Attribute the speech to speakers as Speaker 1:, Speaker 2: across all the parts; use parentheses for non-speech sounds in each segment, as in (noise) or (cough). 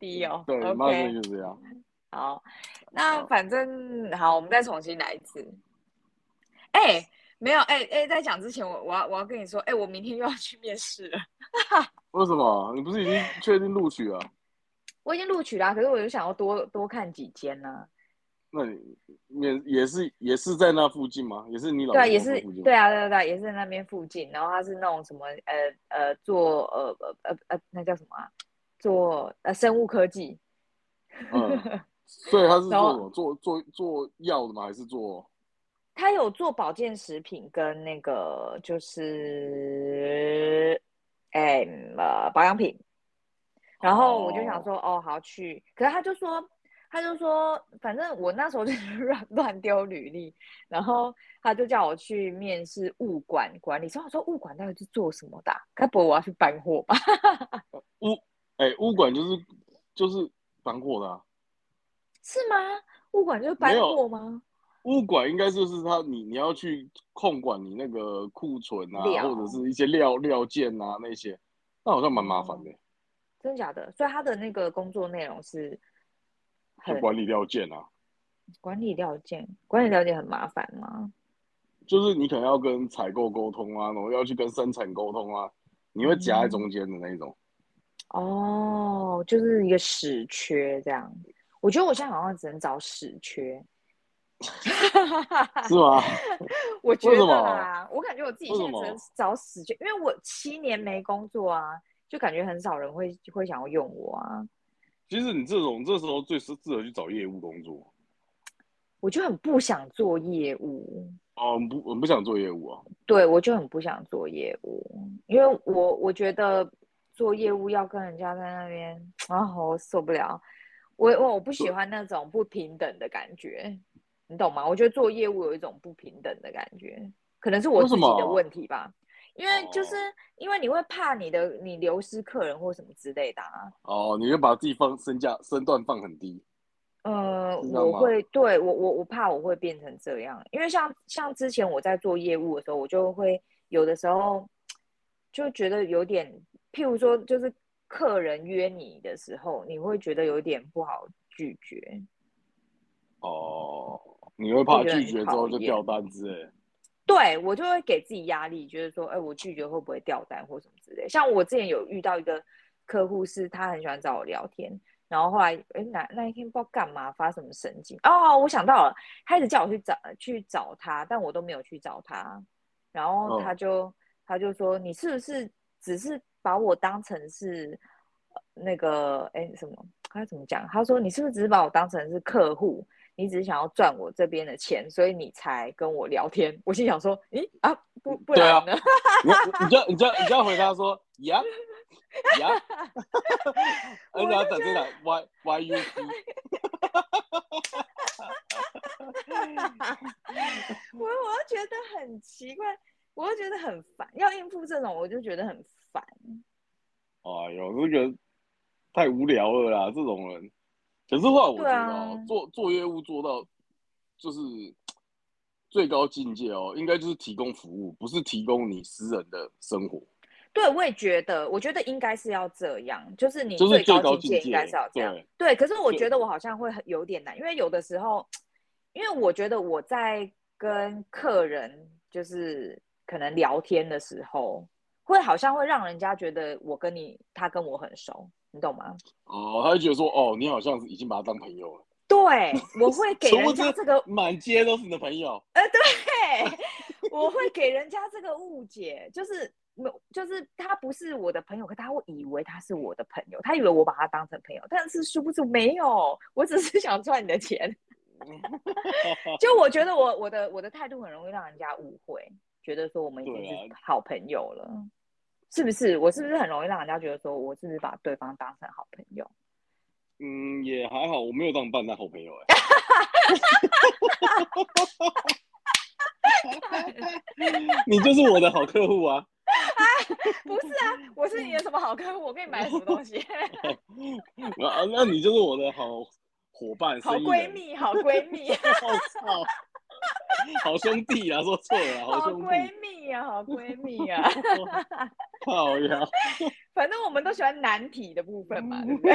Speaker 1: 一哦。
Speaker 2: 对，貌似
Speaker 1: OK，
Speaker 2: 是这样。
Speaker 1: 好，那
Speaker 2: 好
Speaker 1: 反正好，我们再重新来一次。哎、没有，哎、哎、在讲之前，我我要我要跟你说，哎、我明天又要去面试了。
Speaker 2: 为什么？你不是已经确定录取了？
Speaker 1: 我已经录取啦、可是我就想要多多看几间呢、
Speaker 2: 那你也也是也是在那附近吗？也是你老
Speaker 1: 对啊，
Speaker 2: 公
Speaker 1: 也
Speaker 2: 那
Speaker 1: 是
Speaker 2: 附近吗？
Speaker 1: 对啊，对啊对啊，也是在那边附近。然后他是那种什么呃呃做呃呃呃呃那叫什么啊？做呃生物科技， (laughs)
Speaker 2: 嗯，所以他是
Speaker 1: 然
Speaker 2: 做
Speaker 1: 后
Speaker 2: 什么？做做做药的吗？还是做？
Speaker 1: 他有做保健食品跟那个就是哎、呃保养品。然后我就想说，哦，好去。可是他就说，他就说，反正我那时候就是 (laughs) 乱乱丢履历，然后他就叫我去面试物管管理。所以我说物管到底是做什么的啊、该不会我要去搬货吧？ (laughs)
Speaker 2: 哎、物管就是就是搬货的、啊，
Speaker 1: 是吗？物管就是搬
Speaker 2: 没有
Speaker 1: 货吗？
Speaker 2: 物管应该就是他你你要去控管你那个库存啊，
Speaker 1: 料
Speaker 2: 或者是一些料料件啊那些，那好像蛮麻烦的、
Speaker 1: 哦真的假的？所以他的那个工作内容是很
Speaker 2: 就管理料件啊，
Speaker 1: 管理料件，管理料件很麻烦吗？
Speaker 2: 就是你可能要跟采购沟通啊，然后要去跟生产沟通啊，你会夹在中间的那一种。
Speaker 1: 哦，就是一个死缺这样。我觉得我现在好像只能找死缺。嗯
Speaker 2: 是吗？
Speaker 1: (laughs) 我觉
Speaker 2: 为
Speaker 1: 得
Speaker 2: 什么
Speaker 1: 啦，我感觉我自己
Speaker 2: 为
Speaker 1: 现在
Speaker 2: 什么
Speaker 1: 只能找死缺，因为我七年没工作啊，就感觉很少人会会想要用我啊，
Speaker 2: 其实你这种这时候最适适合去找业务工作
Speaker 1: 我就很不想做业务，
Speaker 2: 哦，我们不我们不想做业务啊，
Speaker 1: 对我就很不想做业务，因为我我觉得做业务要跟人家在那边，啊，我受不了，我我我不喜
Speaker 2: 对
Speaker 1: 欢那种不平等的感觉，你懂吗？我觉得做业务有一种不平等的感觉，可能是我
Speaker 2: 为
Speaker 1: 自
Speaker 2: 什
Speaker 1: 己的
Speaker 2: 么
Speaker 1: 问题吧，因为就是
Speaker 2: 哦
Speaker 1: 因为你会怕你的你流失客人或什么之类的啊。
Speaker 2: 哦，你就把自己放身价身段放很低，
Speaker 1: 呃，
Speaker 2: 是这样
Speaker 1: 我
Speaker 2: 吗
Speaker 1: 会对我我我怕我会变成这样，因为像像之前我在做业务的时候，我就会有的时候就觉得有点，譬如说就是客人约你的时候，你会觉得有点不好拒绝，
Speaker 2: 哦，你会怕
Speaker 1: 我觉得很
Speaker 2: 拒绝之
Speaker 1: 讨
Speaker 2: 后就
Speaker 1: 厌
Speaker 2: 掉单欸之类的。
Speaker 1: 对我就会给自己压力，觉得说，哎，我拒绝会不会掉单或什么之类。像我之前有遇到一个客户，是他很喜欢找我聊天，然后后来，哎，那那一天不知道干嘛发什么神经，哦，我想到了，他一直叫我去找去找他，但我都没有去找他，然后
Speaker 2: 嗯
Speaker 1: 他就、他就说，你是不是只是把我当成是呃那个，哎，什么？他怎么讲？他说，你是不是只是把我当成是客户？你只是想要赚我这边的钱，所以你才跟我聊天。 (laughs) 我心想说，咦啊，不不
Speaker 2: 对啊
Speaker 1: 然呢？ (laughs)
Speaker 2: 你你就你就你就要回答说呀
Speaker 1: (laughs)
Speaker 2: 呀， (laughs) 而且要等这个 Y Y U P，
Speaker 1: 我我又觉得很奇怪，我又觉得很烦，要应付这种我就觉得很烦。
Speaker 2: 哎呦，这个太无聊了啦，这种人。可是话我
Speaker 1: 对
Speaker 2: 觉得
Speaker 1: 啊
Speaker 2: 哦，做做业务做到就是最高境界哦，应该就是提供服务，不是提供你私人的生活，
Speaker 1: 对，我也觉得，我觉得应该是要这样，就是你
Speaker 2: 就是最
Speaker 1: 高
Speaker 2: 高
Speaker 1: 境
Speaker 2: 境
Speaker 1: 应该
Speaker 2: 界
Speaker 1: 是要这样。
Speaker 2: 对
Speaker 1: 对，可是我
Speaker 2: 就
Speaker 1: 觉得我好像会很有点难，因为有的时候，因为我觉得我在跟客人就是可能聊天的时候，会好像会让人家觉得我跟你他跟我很熟，你懂吗？
Speaker 2: 哦。他就觉得说哦，你好像是已经把他当朋友了，
Speaker 1: 对，我会给
Speaker 2: 殊不
Speaker 1: 人家
Speaker 2: 知
Speaker 1: 这个
Speaker 2: 满街都是你的朋友。
Speaker 1: 对， (laughs) 我会给人家这个误解，就是没有，就是他不是我的朋友，可他会以为他是我的朋友，他以为我把他当成朋友，但是殊不知没有，我只是想赚你的钱。 (laughs) 就我觉得我我的我的态度很容易让人家误会，觉得说我们已经
Speaker 2: 对啊
Speaker 1: 是好朋友了，是不是？我是不是很容易让人家觉得说我是不是把对方当成好朋友？
Speaker 2: 嗯，也还好，我没有当半男好朋友哎、 (laughs) 你就是我的好客户啊！
Speaker 1: 不是啊，我是你的什么好客户？我给你买了什么东 (laughs) 西？
Speaker 2: (laughs) 啊，那你就是我的好伙伴、
Speaker 1: 好
Speaker 2: 生意
Speaker 1: 闺
Speaker 2: 人。
Speaker 1: 蜜，好闺蜜。
Speaker 2: (laughs) 我操！好兄弟啊，说错了，
Speaker 1: 好
Speaker 2: 兄弟。
Speaker 1: 闺蜜啊，好闺蜜啊！
Speaker 2: (laughs) 靠呀！
Speaker 1: 反正我们都喜欢难题的部分嘛，
Speaker 2: (laughs)
Speaker 1: 对不对？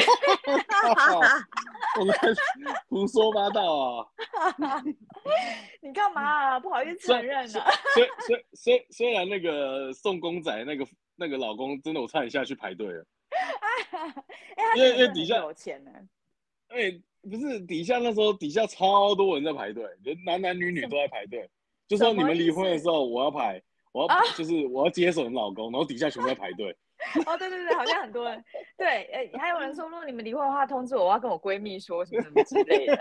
Speaker 2: 我们胡说八道啊！
Speaker 1: 你干嘛啊、不好意思承认啊？
Speaker 2: 虽虽虽虽然那个送公仔那个那个老公，真的我差点下去排队了。
Speaker 1: 哎、他
Speaker 2: 因
Speaker 1: 真
Speaker 2: 为
Speaker 1: 的
Speaker 2: 因为
Speaker 1: 是
Speaker 2: 底
Speaker 1: 很
Speaker 2: 下
Speaker 1: 有钱呢、
Speaker 2: 哎、不是底下那时候底下超多人在排队，连男男女女都在排队。就说你们离婚的时候，我要排，我要、
Speaker 1: 啊
Speaker 2: 就是我要接手你老公，然后底下全部在排
Speaker 1: (laughs)
Speaker 2: 队。
Speaker 1: 哦，对对对，好像很多人对，哎、还有人说，如果你们离婚的话，通知我，我要跟我闺蜜说什么什么之类的。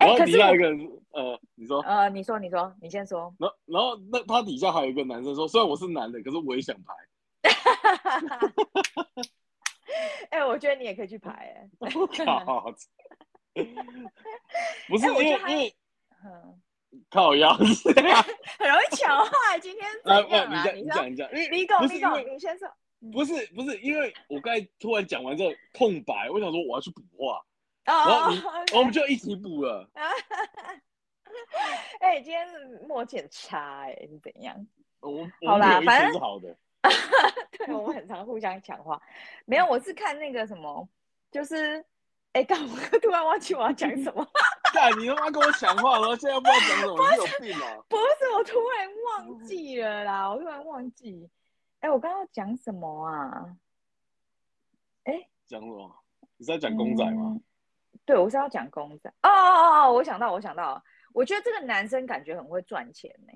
Speaker 2: 然后
Speaker 1: 哎可
Speaker 2: 底
Speaker 1: 是
Speaker 2: 下
Speaker 1: 我
Speaker 2: 一个人，呃，你说，。
Speaker 1: 呃，你说，你说，你先说
Speaker 2: (laughs) 然后然后那他底下还有一个男生说，虽然我是男的，可是我也想
Speaker 1: (laughs)
Speaker 2: 排。
Speaker 1: 哎、我觉得你也可以去排、哎，
Speaker 2: 我靠！不是
Speaker 1: 哎
Speaker 2: 因
Speaker 1: 我
Speaker 2: 为
Speaker 1: 觉得他
Speaker 2: 因为
Speaker 1: 嗯，(laughs)
Speaker 2: 靠腰，
Speaker 1: 很容易抢
Speaker 2: (laughs)
Speaker 1: 话。今天怎
Speaker 2: 啊，
Speaker 1: 样
Speaker 2: 不，你
Speaker 1: 啊？
Speaker 2: 讲
Speaker 1: 你说，
Speaker 2: 你讲你讲，因为
Speaker 1: 李狗，
Speaker 2: 不是
Speaker 1: 李
Speaker 2: 因为
Speaker 1: 狗，你先说。
Speaker 2: 不是不是，因为我刚才突然讲完之后空白，我想说我要去补话，
Speaker 1: 哦
Speaker 2: 后
Speaker 1: 哦
Speaker 2: 你
Speaker 1: 哦
Speaker 2: 然后我们就一起补了。
Speaker 1: 哎、今天是默契很差哎、是怎样？
Speaker 2: 我们
Speaker 1: 好啦
Speaker 2: 我们有一
Speaker 1: 反
Speaker 2: 天
Speaker 1: 正
Speaker 2: 是好的，
Speaker 1: 对，我们很常互相抢话。没有，我是看那个什么，就是，哎、刚我突然忘记我要讲什么， (laughs)
Speaker 2: 干你他妈跟我讲话，然后现在不知道讲什么，你有病啊！
Speaker 1: 不是，我突然忘记了啦，我突然忘记。哎、我刚刚要讲什么啊？
Speaker 2: 讲什么？你是在讲公仔吗？
Speaker 1: 嗯？对，我是要讲公仔。哦哦哦哦，我想到，我想到了，我觉得这个男生感觉很会赚钱呢、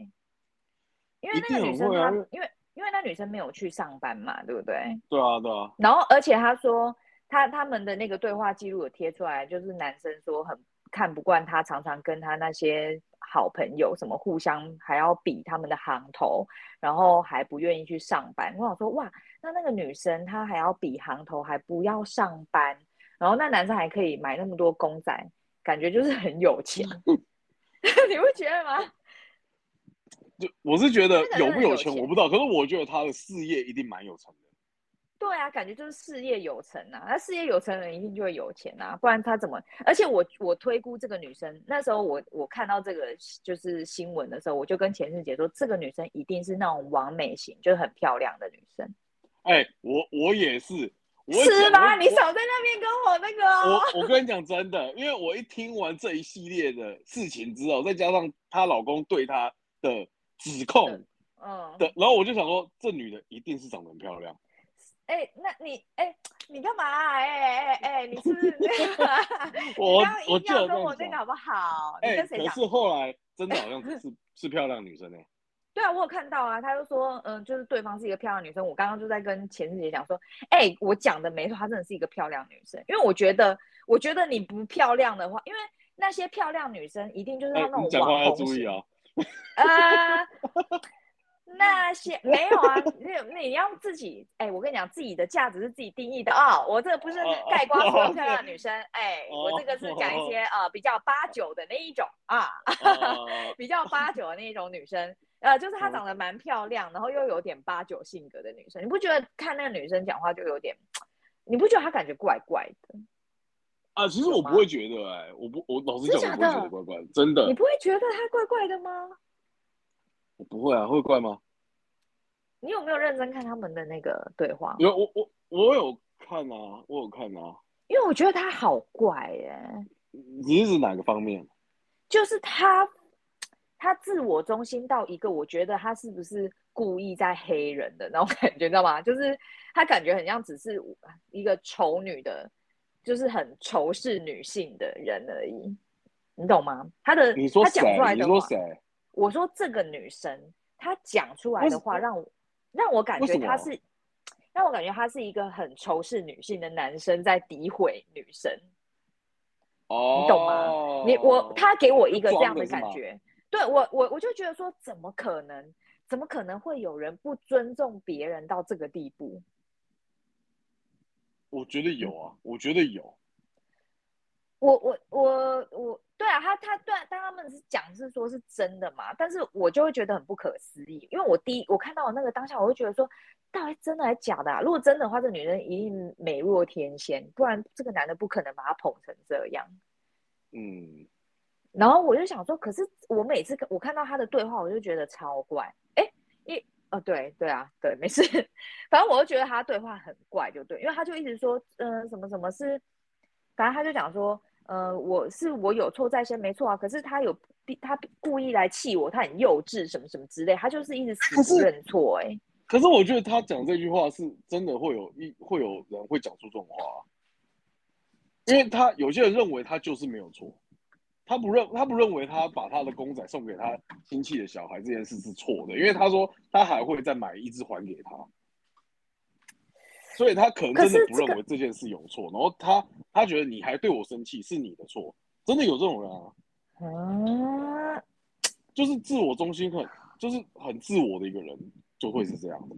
Speaker 1: 因为
Speaker 2: 一
Speaker 1: 那个
Speaker 2: 定
Speaker 1: 女
Speaker 2: 很
Speaker 1: 生
Speaker 2: 会
Speaker 1: 她，
Speaker 2: 啊
Speaker 1: 因为因为那女生没有去上班嘛，对不对？
Speaker 2: 对啊对啊，
Speaker 1: 然后，而且他说他他们的那个对话记录有贴出来，就是男生说很看不惯他常常跟他那些好朋友什么互相还要比他们的行头，然后还不愿意去上班。我想说，哇，那那个女生她还要比行头，还不要上班，然后那男生还可以买那么多公仔，感觉就是很有钱， (laughs) 你不觉得吗？
Speaker 2: 就我是觉得
Speaker 1: 真的
Speaker 2: 有
Speaker 1: 真
Speaker 2: 不
Speaker 1: 的
Speaker 2: 有
Speaker 1: 有
Speaker 2: 钱
Speaker 1: 钱
Speaker 2: 我不知道，可是我觉得他的事业一定蛮有成的。
Speaker 1: 对啊，感觉就是事业有成啊。那事业有成的人一定就会有钱啊，不然他怎么？而且我我推估这个女生，那时候我我看到这个就是新闻的时候，我就跟钱世杰说，这个女生一定是那种完美型，就是很漂亮的女生，
Speaker 2: 哎、我我也是，我
Speaker 1: 是
Speaker 2: 讲
Speaker 1: 吧？
Speaker 2: 我
Speaker 1: 你少在那边跟我那个哦、
Speaker 2: 我我跟你讲真的，因为我一听完这一系列的事情之后，再加上她老公对她的指控
Speaker 1: 嗯嗯，
Speaker 2: 的，然后我就想说，这女的一定是长得很漂亮。
Speaker 1: 哎、那你哎、你干嘛、啊？哎哎哎，你是不是？ (laughs) 你
Speaker 2: 我
Speaker 1: 刚刚
Speaker 2: 我
Speaker 1: 硬
Speaker 2: 就
Speaker 1: 要
Speaker 2: 有
Speaker 1: 跟
Speaker 2: 这
Speaker 1: 我
Speaker 2: 样
Speaker 1: 那个
Speaker 2: 讲，
Speaker 1: 好不好？你
Speaker 2: 哎、
Speaker 1: 跟谁
Speaker 2: 可
Speaker 1: 讲？ (laughs)
Speaker 2: 是后来真的好像是是漂亮女生哎、
Speaker 1: 对啊，我有看到啊，他就说，嗯、就是对方是一个漂亮女生。我刚刚就在跟钱世杰讲说，哎、我讲的没错，她真的是一个漂亮女生。因为我觉得，我觉得你不漂亮的话，因为那些漂亮女生一定就是她
Speaker 2: 哎、
Speaker 1: 啊那种
Speaker 2: 你讲话
Speaker 1: 网
Speaker 2: 要
Speaker 1: 红
Speaker 2: 注意
Speaker 1: 型 (laughs)
Speaker 2: 哦。 (laughs)
Speaker 1: 呃，那些没有啊，那你要自己，哎、我跟你讲，自己的价值是自己定义的啊、我这个不是
Speaker 2: 哦哦
Speaker 1: 盖棺说
Speaker 2: 哦
Speaker 1: 漂亮的女生，哎、我这个是讲
Speaker 2: 哦
Speaker 1: 一些呃比较八九的那一种啊。
Speaker 2: 呃
Speaker 1: 比较八九的那种女生，呃，就是她长得蛮漂亮，然后又有点八九性格的女生，你不觉得看那个女生讲话就有点，你不觉得她感觉怪怪的？
Speaker 2: 啊，其实我不会觉得哎、我不我老实
Speaker 1: 真
Speaker 2: 讲，我
Speaker 1: 假
Speaker 2: 不会
Speaker 1: 的
Speaker 2: 觉得怪怪的，真的
Speaker 1: 你，不会觉得她怪怪的吗？
Speaker 2: 我不会啊，会怪吗？
Speaker 1: 你有没有认真看他们的那个对话？
Speaker 2: 有我我我有看啊，我有看啊，
Speaker 1: 因为我觉得她好怪耶、
Speaker 2: 你是指哪个方面？
Speaker 1: 就是她，她自我中心到一个，我觉得她是不是故意在黑人的那种感觉，你知道吗？就是她感觉很像只是一个丑女的，就是很仇视女性的人而已，你懂吗？她的
Speaker 2: 你说
Speaker 1: 她
Speaker 2: 谁
Speaker 1: 讲出？来
Speaker 2: 你
Speaker 1: 的
Speaker 2: 说
Speaker 1: 话，
Speaker 2: 谁？
Speaker 1: 我说这个女生她讲出来
Speaker 2: 为
Speaker 1: 的
Speaker 2: 什
Speaker 1: 话，让我让我感
Speaker 2: 为
Speaker 1: 觉
Speaker 2: 什么
Speaker 1: 她是。让我感觉她是一个很仇视女性的男生在诋毁女生，
Speaker 2: 哦，
Speaker 1: 懂吗你我他给我一个这样
Speaker 2: 装的是
Speaker 1: 感
Speaker 2: 吗
Speaker 1: 觉，对我我我就觉得说，怎么可能？怎么可能会有人不尊重别人到这个地步？
Speaker 2: 我觉得有啊，我觉得有。
Speaker 1: 我我我我，对啊，他他对啊，但他们是讲是说是真的嘛，但是我就会觉得很不可思议，因为我第一我看到我那个当下，我会觉得说，到底真的还假的、啊？如果真的话，这女人一定美若天仙，不然这个男的不可能把她捧成这样。
Speaker 2: 嗯，
Speaker 1: 然后我就想说，可是我每次看我看到他的对话，我就觉得超怪。哎，一哦，对对啊，对，没事。 (laughs) 反正我就觉得他对话很怪，就对，因为他就一直说，呃，什么什么是，反正他就讲说，呃，我是我有错在先，没错啊。可是他有逼他故意来气我，他很幼稚，什么什么之类，他就是一直
Speaker 2: 可
Speaker 1: 死
Speaker 2: 是
Speaker 1: 不认错、欸。哎，
Speaker 2: 可是我觉得他讲这句话是真的会有一会有人会讲出这种话啊、因为他有些人认为他就是没有错，他不认他不认为他把他的公仔送给他亲戚的小孩这件事是错的，因为他说他还会再买一只还给他，所以他可能真
Speaker 1: 可
Speaker 2: 的
Speaker 1: 是
Speaker 2: 不
Speaker 1: 这个
Speaker 2: 认为这件事有错，然后他他觉得你还对我生气是你的错，真的有这种人啊，
Speaker 1: 嗯，
Speaker 2: 就是自我中心很就是很自我的一个人就会是这样的。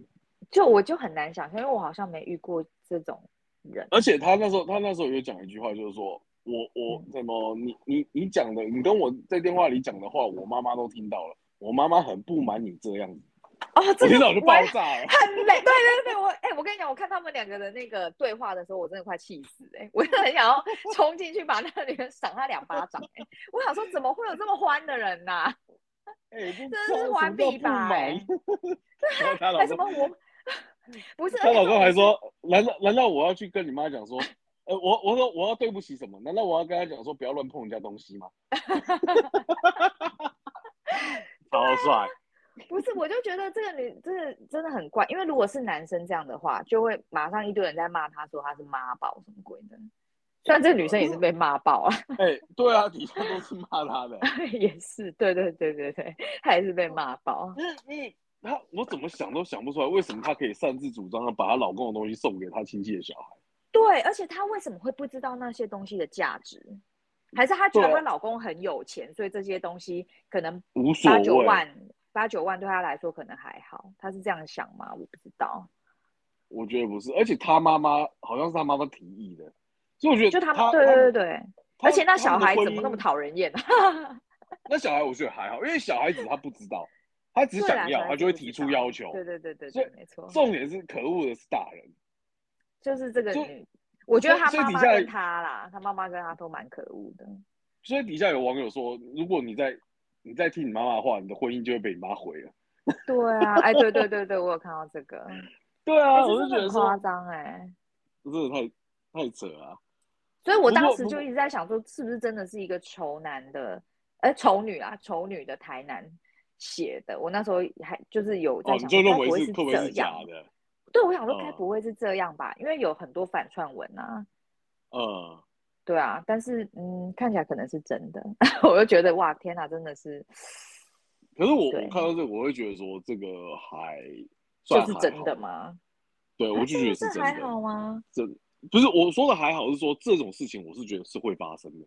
Speaker 1: 就我就很难想象，因为我好像没遇过这种人。
Speaker 2: 而且他那时候，他那时候有讲一句话，就是说我我
Speaker 1: 嗯
Speaker 2: 怎么你你你讲的，你跟我在电话里讲的话，我妈妈都听到了，我妈妈很不满你这样子，
Speaker 1: 哦，
Speaker 2: 我
Speaker 1: 这
Speaker 2: 听
Speaker 1: 个
Speaker 2: 到我就
Speaker 1: 我
Speaker 2: 爆
Speaker 1: 也
Speaker 2: 炸了。
Speaker 1: 很美，对对对，我哎、我跟你讲，我看他们两个的那个对话的时候，我真的快气死哎、我真的很想要冲进去把那个女人赏他两巴掌哎、我想说怎么会有这么欢的人呐、
Speaker 2: 哎、这
Speaker 1: 这是完璧吧
Speaker 2: 然
Speaker 1: (laughs)
Speaker 2: 后她
Speaker 1: 为
Speaker 2: 老
Speaker 1: 什
Speaker 2: 公
Speaker 1: 么，我 (laughs) 不是？
Speaker 2: 她老公还
Speaker 1: 而且重点是，
Speaker 2: 说，难道难道我要去跟你妈讲说，呃，我我说我要对不起什么？难道我要跟她讲说不要乱碰人家东西
Speaker 1: (laughs)
Speaker 2: 吗？超帅，
Speaker 1: 不是，我就觉得这个女这个真的很怪，因为如果是男生这样的话，就会马上一堆人在骂他说他是妈宝什么鬼的。虽然这个女生也是被骂爆啊， (laughs)
Speaker 2: 哎、对啊，底下都是骂他的。
Speaker 1: 也是，对对对对对，她也是被骂爆。
Speaker 2: 因
Speaker 1: (laughs)
Speaker 2: 为因为她，我怎么想都想不出来，为什么她可以擅自主张的把她老公的东西送给她亲戚的小孩？
Speaker 1: 对，而且她为什么会不知道那些东西的价值？还是她觉得
Speaker 2: 对
Speaker 1: 她老公很有钱，所以这些东西可能
Speaker 2: 无所
Speaker 1: 八九
Speaker 2: 谓。
Speaker 1: 万，八九万对她来说可能还好。她是这样想吗？我不知道。
Speaker 2: 我觉得不是，而且她妈妈好像是她妈妈提议的，所以我觉得
Speaker 1: 就他
Speaker 2: 她
Speaker 1: 们，对对对
Speaker 2: 对，
Speaker 1: 对，
Speaker 2: 她
Speaker 1: 而且那小孩怎么那？
Speaker 2: 她
Speaker 1: 么
Speaker 2: 们的婚姻
Speaker 1: 讨人厌 (laughs) 啊？
Speaker 2: 那小孩我觉得还好，因为小孩子他不知道，他只
Speaker 1: 对
Speaker 2: 想
Speaker 1: 啦
Speaker 2: 要，
Speaker 1: 小
Speaker 2: 他
Speaker 1: 孩
Speaker 2: 就
Speaker 1: 子
Speaker 2: 会
Speaker 1: 不
Speaker 2: 提
Speaker 1: 知
Speaker 2: 出
Speaker 1: 道
Speaker 2: 要求。
Speaker 1: 对对对对
Speaker 2: 所以
Speaker 1: 对，没错，
Speaker 2: 重点是可恶的是大人，
Speaker 1: 就是这个
Speaker 2: 所以
Speaker 1: 女，我觉得
Speaker 2: 所以
Speaker 1: 她
Speaker 2: 所以
Speaker 1: 妈
Speaker 2: 底
Speaker 1: 妈
Speaker 2: 下
Speaker 1: 跟她啦，她妈妈跟她都蛮可恶的。
Speaker 2: 所以底下有网友说，如果你在你在听你妈妈的话，你的婚姻就会被你妈毁了。
Speaker 1: 对啊，哎，对对对对，我有看到这个，
Speaker 2: (laughs) 对啊，
Speaker 1: 哎这
Speaker 2: 我就
Speaker 1: 真的
Speaker 2: 觉得
Speaker 1: 很夸
Speaker 2: 说，
Speaker 1: 张哎、
Speaker 2: 真的太太扯了啊、
Speaker 1: 所以我
Speaker 2: 不
Speaker 1: 当
Speaker 2: 过
Speaker 1: 时
Speaker 2: 不
Speaker 1: 就
Speaker 2: 过
Speaker 1: 一直在想说，是不是真的是一个丑男的，哎、丑女啊，丑女的台南写的。我那时候还就是有在
Speaker 2: 哦，你
Speaker 1: 想说，
Speaker 2: 就
Speaker 1: 该
Speaker 2: 认
Speaker 1: 不
Speaker 2: 为
Speaker 1: 会
Speaker 2: 是会不会
Speaker 1: 这
Speaker 2: 是假
Speaker 1: 样？
Speaker 2: 的？
Speaker 1: 对，我想说该
Speaker 2: 哦
Speaker 1: 不会是这样吧，因为有很多反串文啊，
Speaker 2: 嗯，
Speaker 1: 对啊，但是嗯，看起来可能是真的， (laughs) 我就觉得哇，天哪，真的是
Speaker 2: 可是我我
Speaker 1: 对
Speaker 2: 看到这个，我会觉得说这个还
Speaker 1: 就
Speaker 2: 算
Speaker 1: 是
Speaker 2: 还
Speaker 1: 真的
Speaker 2: 好？
Speaker 1: 吗？
Speaker 2: 对，我
Speaker 1: 啊
Speaker 2: 就觉得是
Speaker 1: 这
Speaker 2: 真
Speaker 1: 还
Speaker 2: 的。
Speaker 1: 好吗？
Speaker 2: 不是我说的还好，是说这种事情我是觉得是会发生的。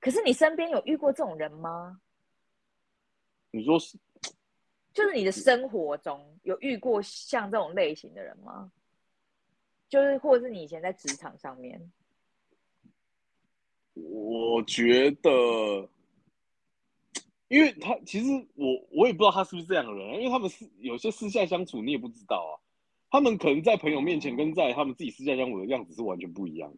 Speaker 1: 可是你身边有遇过这种人吗？
Speaker 2: 你说是
Speaker 1: 就是你的生活中有遇过像这种类型的人吗？就是或者是你以前在职场上面，
Speaker 2: 我觉得，因为他其实我我也不知道他是不是这样的人，因为他们私有些私下相处你也不知道啊，他们可能在朋友面前跟在他们自己私下相处的样子是完全不一样的。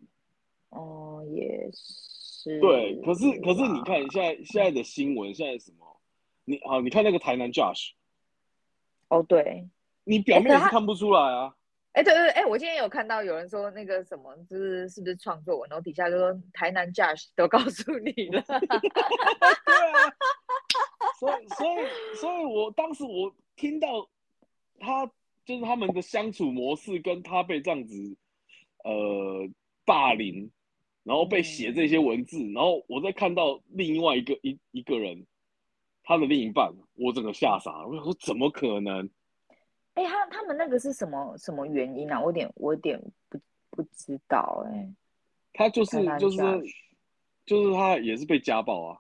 Speaker 1: 哦，也是啦。
Speaker 2: 对，可是可
Speaker 1: 啊
Speaker 2: 是你看现在现在的新闻，现在什么？你好，你看那个台南 Josh，
Speaker 1: 哦，对，
Speaker 2: 你表
Speaker 1: 欸可
Speaker 2: 面也是
Speaker 1: 他
Speaker 2: 看不出来啊。
Speaker 1: 哎，对对，哎，我今天有看到有人说那个什么，就是是不是创作文，然后底下就说台南 Josh 都告诉你了，
Speaker 2: 对啊，所以所以所以我当时我听到他就是他们的相处模式，跟他被这样子呃霸凌，然后被写这些文字，然后我再看到另外一个一一个人。他的另一半，我整个吓傻了。我想说，怎么可能？
Speaker 1: 哎，他他们那个是什么什么原因啊？我有点我有点不不知道哎、
Speaker 2: 他就是
Speaker 1: 台南
Speaker 2: 就是
Speaker 1: Josh
Speaker 2: 就是他也是被家暴啊。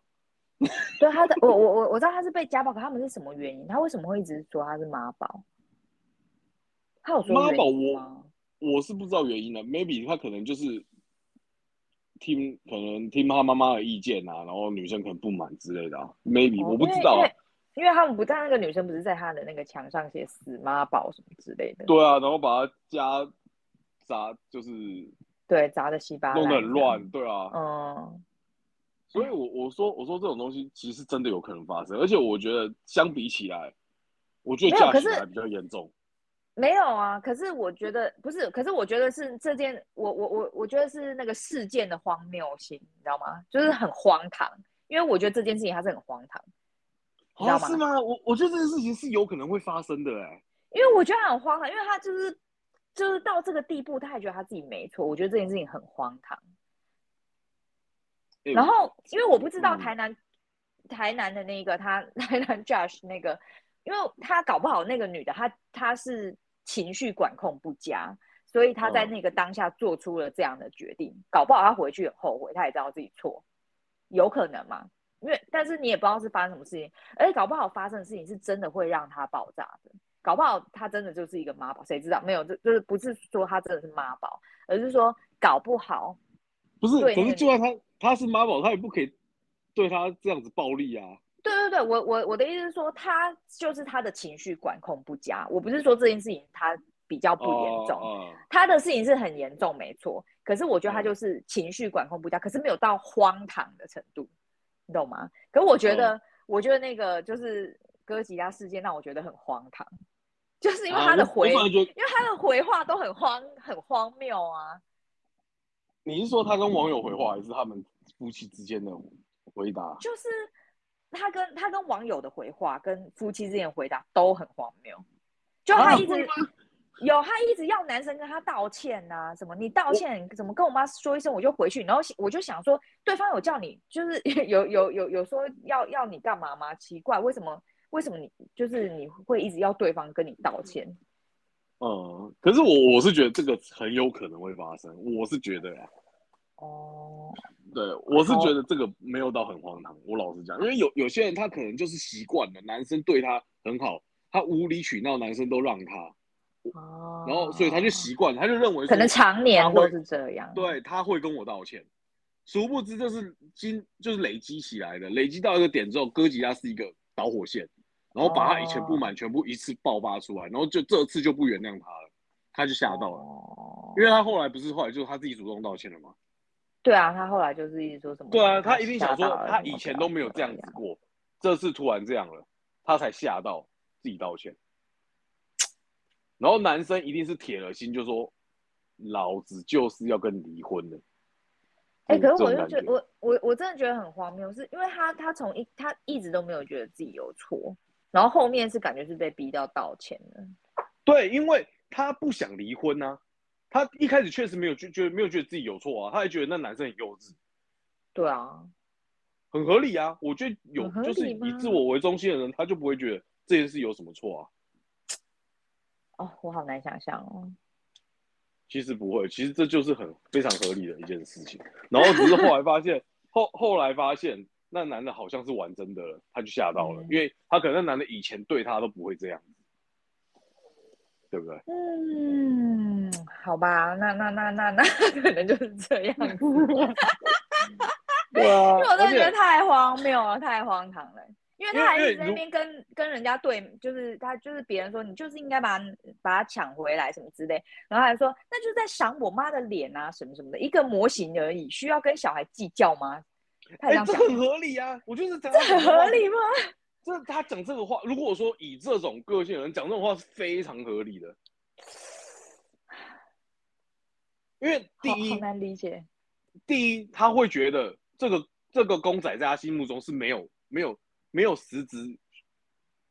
Speaker 1: 对，他的我我我我知道他是被家暴，可他们是什么原因？他为什么会一直说他是妈宝？他有说
Speaker 2: 妈
Speaker 1: 原
Speaker 2: 宝
Speaker 1: 因
Speaker 2: 我
Speaker 1: 吗哦
Speaker 2: 我是不知道原因的，maybe 他可能就是听可能听他妈妈的意见啊，然后女生可能不满之类的、啊、，maybe、
Speaker 1: 哦
Speaker 2: 我不知道
Speaker 1: 因为
Speaker 2: 啊、
Speaker 1: 因为因为他们不在那个女生不是在他的那个墙上写死妈宝什么之类的，
Speaker 2: 对啊，然后把他家砸就是
Speaker 1: 对，砸的稀巴烂，
Speaker 2: 弄得很乱，，对啊，
Speaker 1: 嗯，
Speaker 2: 所以我我说我说这种东西其实真的有可能发生，而且我觉得相比起来，我觉得
Speaker 1: 没有
Speaker 2: 价
Speaker 1: 可
Speaker 2: 值
Speaker 1: 是
Speaker 2: 还比较严重。
Speaker 1: 没有啊，可是我觉得不是，可是我觉得是这件，我我我我觉得是那个事件的荒谬性，你知道吗？就是很荒唐，因为我觉得这件事情它是很荒唐，你知
Speaker 2: 啊，
Speaker 1: 道吗
Speaker 2: 是吗？我我觉得这件事情是有可能会发生的、哎，
Speaker 1: 因为我觉得它很荒唐，因为他就是就是到这个地步，他也觉得他自己没错，我觉得这件事情很荒唐。
Speaker 2: 哎
Speaker 1: 然后因为我不知道
Speaker 2: 嗯
Speaker 1: 台南、台南的那个他 (laughs) 台南 Josh 那个，因为他搞不好那个女的她她是情绪管控不佳，所以她在
Speaker 2: 嗯
Speaker 1: 那个当下做出了这样的决定，搞不好她回去很后悔，她也知道自己错，有可能嘛？因为但是你也不知道是发生什么事情，而且搞不好发生的事情是真的会让她爆炸的。搞不好她真的就是一个妈宝，谁知道？没有，就就是不是说她真的是妈宝，而是说搞不好
Speaker 2: 不是，
Speaker 1: 对
Speaker 2: 可
Speaker 1: 那
Speaker 2: 是
Speaker 1: 个
Speaker 2: 就算他他是妈宝，他也不可以对他这样子暴力啊。
Speaker 1: 对对对，我我我的意思是说，他就是他的情绪管控不佳。我不是说这件事情他比较不严重，
Speaker 2: 哦
Speaker 1: 他的事情是很严重，没错。可是我觉得他
Speaker 2: 嗯
Speaker 1: 就是情绪管控不佳，可是没有到荒唐的程度，你懂吗？可我
Speaker 2: 哦
Speaker 1: 觉得，我觉得那个就是哥吉拉事件让我觉得很荒唐， (laughs) 就是因为
Speaker 2: 啊
Speaker 1: 他的
Speaker 2: 我我
Speaker 1: 回，
Speaker 2: 反而觉得
Speaker 1: 因为他的回话都很荒很荒谬啊。
Speaker 2: 你是说他跟网友回话，还是他们夫妻之间的回答？
Speaker 1: 就是他跟他跟网友的回话，跟夫妻之间的回答都很荒谬。就他
Speaker 2: 啊
Speaker 1: 一直、
Speaker 2: 会吗
Speaker 1: 有他一直要男生跟他道歉呐、什么你道歉怎么跟我妈说一声我就回去，然后我就想说，对方有叫你就是 (laughs) 有有有有说要要你干嘛吗？奇怪，为什么为什么你就是你会一直要对方跟你道歉？
Speaker 2: 嗯，可是我我是觉得这个很有可能会发生，我是觉得啊，
Speaker 1: 哦，
Speaker 2: 对，我是觉得这个没有到很荒唐。我老实讲，因为有有些人他可能就是习惯了，男生对他很好，他无理取闹，男生都让他，然后所以他就习惯了，他就认为说
Speaker 1: 可能常年
Speaker 2: 他
Speaker 1: 都
Speaker 2: 会
Speaker 1: 是这样。
Speaker 2: 对他会跟我道歉。殊不知这是经就是累积起来的，累积到一个点之后，哥吉拉是一个导火线，然后把他以前不满全部一次爆发出来，然后就这次就不原谅他了，他就吓到了。
Speaker 1: 哦
Speaker 2: 因为他后来不是后来就是他自己主动道歉了嘛？
Speaker 1: 对啊，他后来就是一直说什么？
Speaker 2: 对啊，他一定想说
Speaker 1: 嗯吓到了
Speaker 2: 他以前都没有这样子。过，这次突然这样了，他才吓到自己道歉。然后男生一定是铁了心就说，老子就是要跟你离婚的。
Speaker 1: 哎、
Speaker 2: 这
Speaker 1: 可
Speaker 2: 种
Speaker 1: 是我就
Speaker 2: 感
Speaker 1: 觉得，我我我真的觉得很荒谬，是因为他他从一他一直都没有觉得自己有错，然后后面是感觉是被逼到道歉的。
Speaker 2: 对，因为他不想离婚呐、他一开始确实没有觉觉得没有觉得自己有错啊，他还觉得那男生很幼稚，
Speaker 1: 对啊，
Speaker 2: 很合理啊。我觉得有
Speaker 1: 很合
Speaker 2: 就是
Speaker 1: 理
Speaker 2: 以
Speaker 1: 吗
Speaker 2: 自我为中心的人，他就不会觉得这件事有什么错啊。
Speaker 1: 哦，我好难想象哦。
Speaker 2: 其实不会，其实这就是很非常合理的一件事情。然后只是后来发现，后后来发现那男的好像是玩真的了，他就吓到了，
Speaker 1: 嗯
Speaker 2: 因为他可能那男的以前对他都不会这样子，对不对？
Speaker 1: 嗯，好吧，那那那那 (laughs) 那可能就是这样子，因
Speaker 2: 对啊
Speaker 1: 为我真
Speaker 2: 而
Speaker 1: 的觉得
Speaker 2: 且
Speaker 1: 太荒谬了，太荒唐了。因为
Speaker 2: 因为
Speaker 1: 他还
Speaker 2: 因为
Speaker 1: 一直在那
Speaker 2: 如
Speaker 1: 边跟跟人家对，就是他就是别人说你就是应该把他把他抢回来什么之类，然后还说那就是在赏我妈的脸啊什么什么的，一个模型而已，需要跟小孩计较吗？他
Speaker 2: 哎、
Speaker 1: 也这样
Speaker 2: 这
Speaker 1: 讲，
Speaker 2: 很合理啊！我觉得这
Speaker 1: 这很 (laughs) 合理吗？
Speaker 2: 这他讲这个话，如果我说以这种个性的人讲这种话是非常合理的，因为 (laughs) 第
Speaker 1: 好好
Speaker 2: 一，
Speaker 1: 难理解。
Speaker 2: 第一他会觉得这个这个公仔在他心目中是没有没有没有实质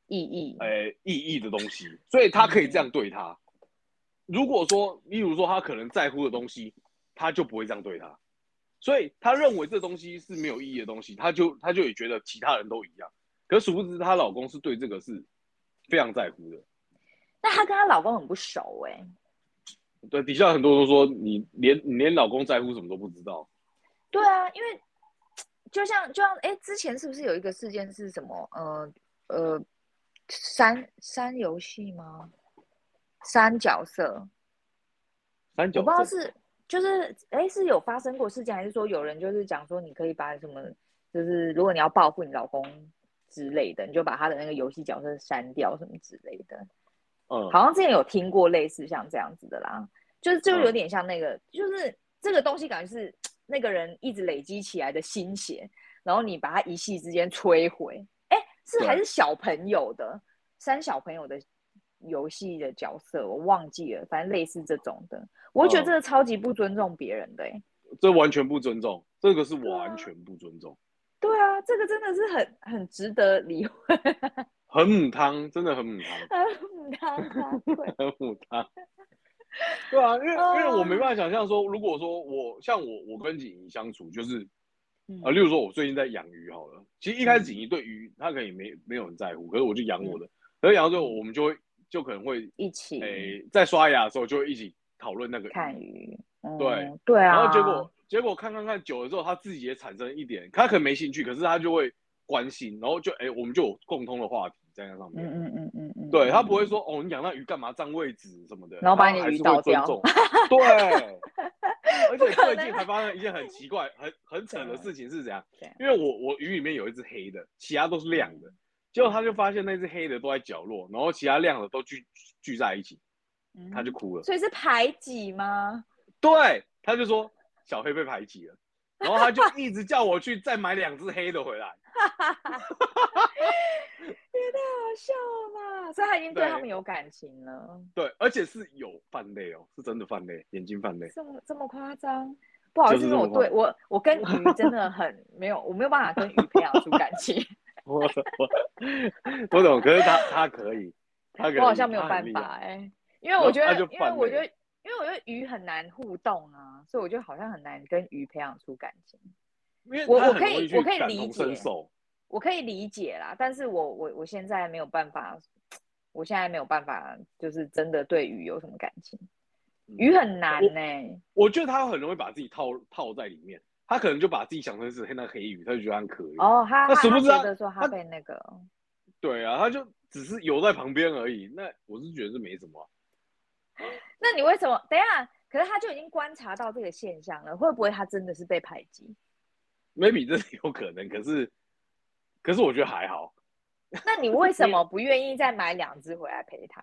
Speaker 1: 意义，
Speaker 2: 呃意义的东西，所以他可以这样对他。如果说，例如说他可能在乎的东西，他就不会这样对他，所以他认为这东西是没有意义的东西，他就他就也觉得其他人都一样。可殊不知，她老公是对这个是非常在乎的。
Speaker 1: 那她跟她老公很不熟哎、
Speaker 2: 对，底下很多人都说你连你连老公在乎什么都不知道。
Speaker 1: 对啊，因为就像就像哎，之前是不是有一个事件是什么？呃呃，删删游戏吗？删角色，
Speaker 2: 三
Speaker 1: 我
Speaker 2: 角
Speaker 1: 不知道
Speaker 2: 症
Speaker 1: 是就是哎是有发生过事件，还是说有人就是讲说你可以把什么，就是如果你要报复你老公之类的，你就把他的那个游戏角色删掉什么之类的。
Speaker 2: 嗯，
Speaker 1: 好像之前有听过类似像这样子的啦，就是就
Speaker 2: 嗯
Speaker 1: 有点像那个，就是这个东西感觉是那个人一直累积起来的心血，然后你把它一夕之间摧毁，哎，是
Speaker 2: 对
Speaker 1: 还是小朋友的，三小朋友的游戏的角色，我忘记了，反正类似这种的，我觉得
Speaker 2: 嗯
Speaker 1: 这个超级不尊重别人的、欸，
Speaker 2: 这完全不尊重，这个是
Speaker 1: 对啊
Speaker 2: 完全不尊重，
Speaker 1: 对啊，这个真的是很很值得离 (laughs) 婚，
Speaker 2: 很母汤，真的很母汤，
Speaker 1: 很难啊
Speaker 2: (laughs)
Speaker 1: 对
Speaker 2: 很母
Speaker 1: (laughs)
Speaker 2: 汤。对啊，因为因为我没
Speaker 1: 嗯
Speaker 2: 办法想象说，如果说我像我我跟景怡相处，就是
Speaker 1: 嗯
Speaker 2: 啊，例如说，我最近在养鱼好了。其实一开始锦怡对鱼，她可能也没没有很在乎，可是我就养我
Speaker 1: 嗯
Speaker 2: 的。可是养到最后，我们就会就可能会，
Speaker 1: 一起
Speaker 2: 诶、在刷牙的时候就会一起讨论那个
Speaker 1: 嗯看鱼，嗯、
Speaker 2: 对
Speaker 1: 对啊，
Speaker 2: 然后结果结果看看看久了之后，他自己也产生一点，他可能没兴趣，可是他就会关心，然后就诶、我们就有共通的话题在那上
Speaker 1: 嗯
Speaker 2: 面。
Speaker 1: 嗯嗯嗯嗯，
Speaker 2: 对他不会
Speaker 1: 嗯，
Speaker 2: 说哦，你养那鱼干嘛占位置什么的，
Speaker 1: 然后把
Speaker 2: 他
Speaker 1: 你
Speaker 2: 还
Speaker 1: 鱼
Speaker 2: 是
Speaker 1: 倒
Speaker 2: 会尊
Speaker 1: 掉 (laughs)
Speaker 2: 重。对，而且
Speaker 1: 可
Speaker 2: 最
Speaker 1: 能
Speaker 2: 近还发生一件很奇怪、很很扯的
Speaker 1: 对
Speaker 2: 事情是怎样
Speaker 1: 对？
Speaker 2: 因为我我鱼里面有一只黑的，其他都是亮的，结果他就发现那只黑的都在角落，然后其他亮的都聚聚在一起，
Speaker 1: 嗯
Speaker 2: 他就哭了。
Speaker 1: 所以是排挤吗？
Speaker 2: 对，他就说小黑被排挤了，然后
Speaker 1: (laughs)
Speaker 2: 他就一直叫我去再买两只黑的回来。
Speaker 1: 也太好笑了吧！所以他已经对
Speaker 2: 对
Speaker 1: 他们有感情了，
Speaker 2: 对，而且是有犯累哦，是真的犯累，眼睛犯累。
Speaker 1: 这么这么夸张？不好意思，
Speaker 2: 就是
Speaker 1: 因
Speaker 2: 这
Speaker 1: 为
Speaker 2: 么
Speaker 1: 我对我我跟鱼真的很没有，我没有办法跟鱼培养出感
Speaker 2: (laughs)
Speaker 1: 情，
Speaker 2: 我我我懂，可是他他可以，他可以，
Speaker 1: 我好像没有
Speaker 2: 他很
Speaker 1: 办
Speaker 2: 厉害
Speaker 1: 法哎、因为我觉
Speaker 2: 那
Speaker 1: 得
Speaker 2: 就，
Speaker 1: 因为
Speaker 2: 犯
Speaker 1: 我
Speaker 2: 了
Speaker 1: 觉得，因为我觉得鱼很难互动啊，所以我就好像很难跟鱼培养出感情。
Speaker 2: 因为
Speaker 1: 我
Speaker 2: 他
Speaker 1: 我
Speaker 2: 很
Speaker 1: 可以
Speaker 2: 容易去
Speaker 1: 我可以
Speaker 2: 感
Speaker 1: 理
Speaker 2: 同
Speaker 1: 解
Speaker 2: 身受，
Speaker 1: 我可以理解啦，但是我我我现在没有办法，我现在没有办法，就是真的对鱼有什么感情，鱼
Speaker 2: 嗯
Speaker 1: 很难欸
Speaker 2: 我
Speaker 1: 呢、
Speaker 2: 我觉得他很容易把自己套套在里面，他可能就把自己想成是那黑鱼，他就觉得他很可怜。
Speaker 1: 哦，他
Speaker 2: 那
Speaker 1: 他
Speaker 2: 殊不
Speaker 1: 他
Speaker 2: 知他
Speaker 1: 觉得说
Speaker 2: 他
Speaker 1: 他被那个，
Speaker 2: 对啊，他就只是游在旁边而已。那我是觉得是没什么啊、
Speaker 1: 那你为什么？等一下，可是他就已经观察到这个现象了，会不会他真的是被排
Speaker 2: (laughs)
Speaker 1: 挤？
Speaker 2: maybe 这是有可能，可是可是我觉得还好，
Speaker 1: 那你为什么不愿意再买两只回来陪他？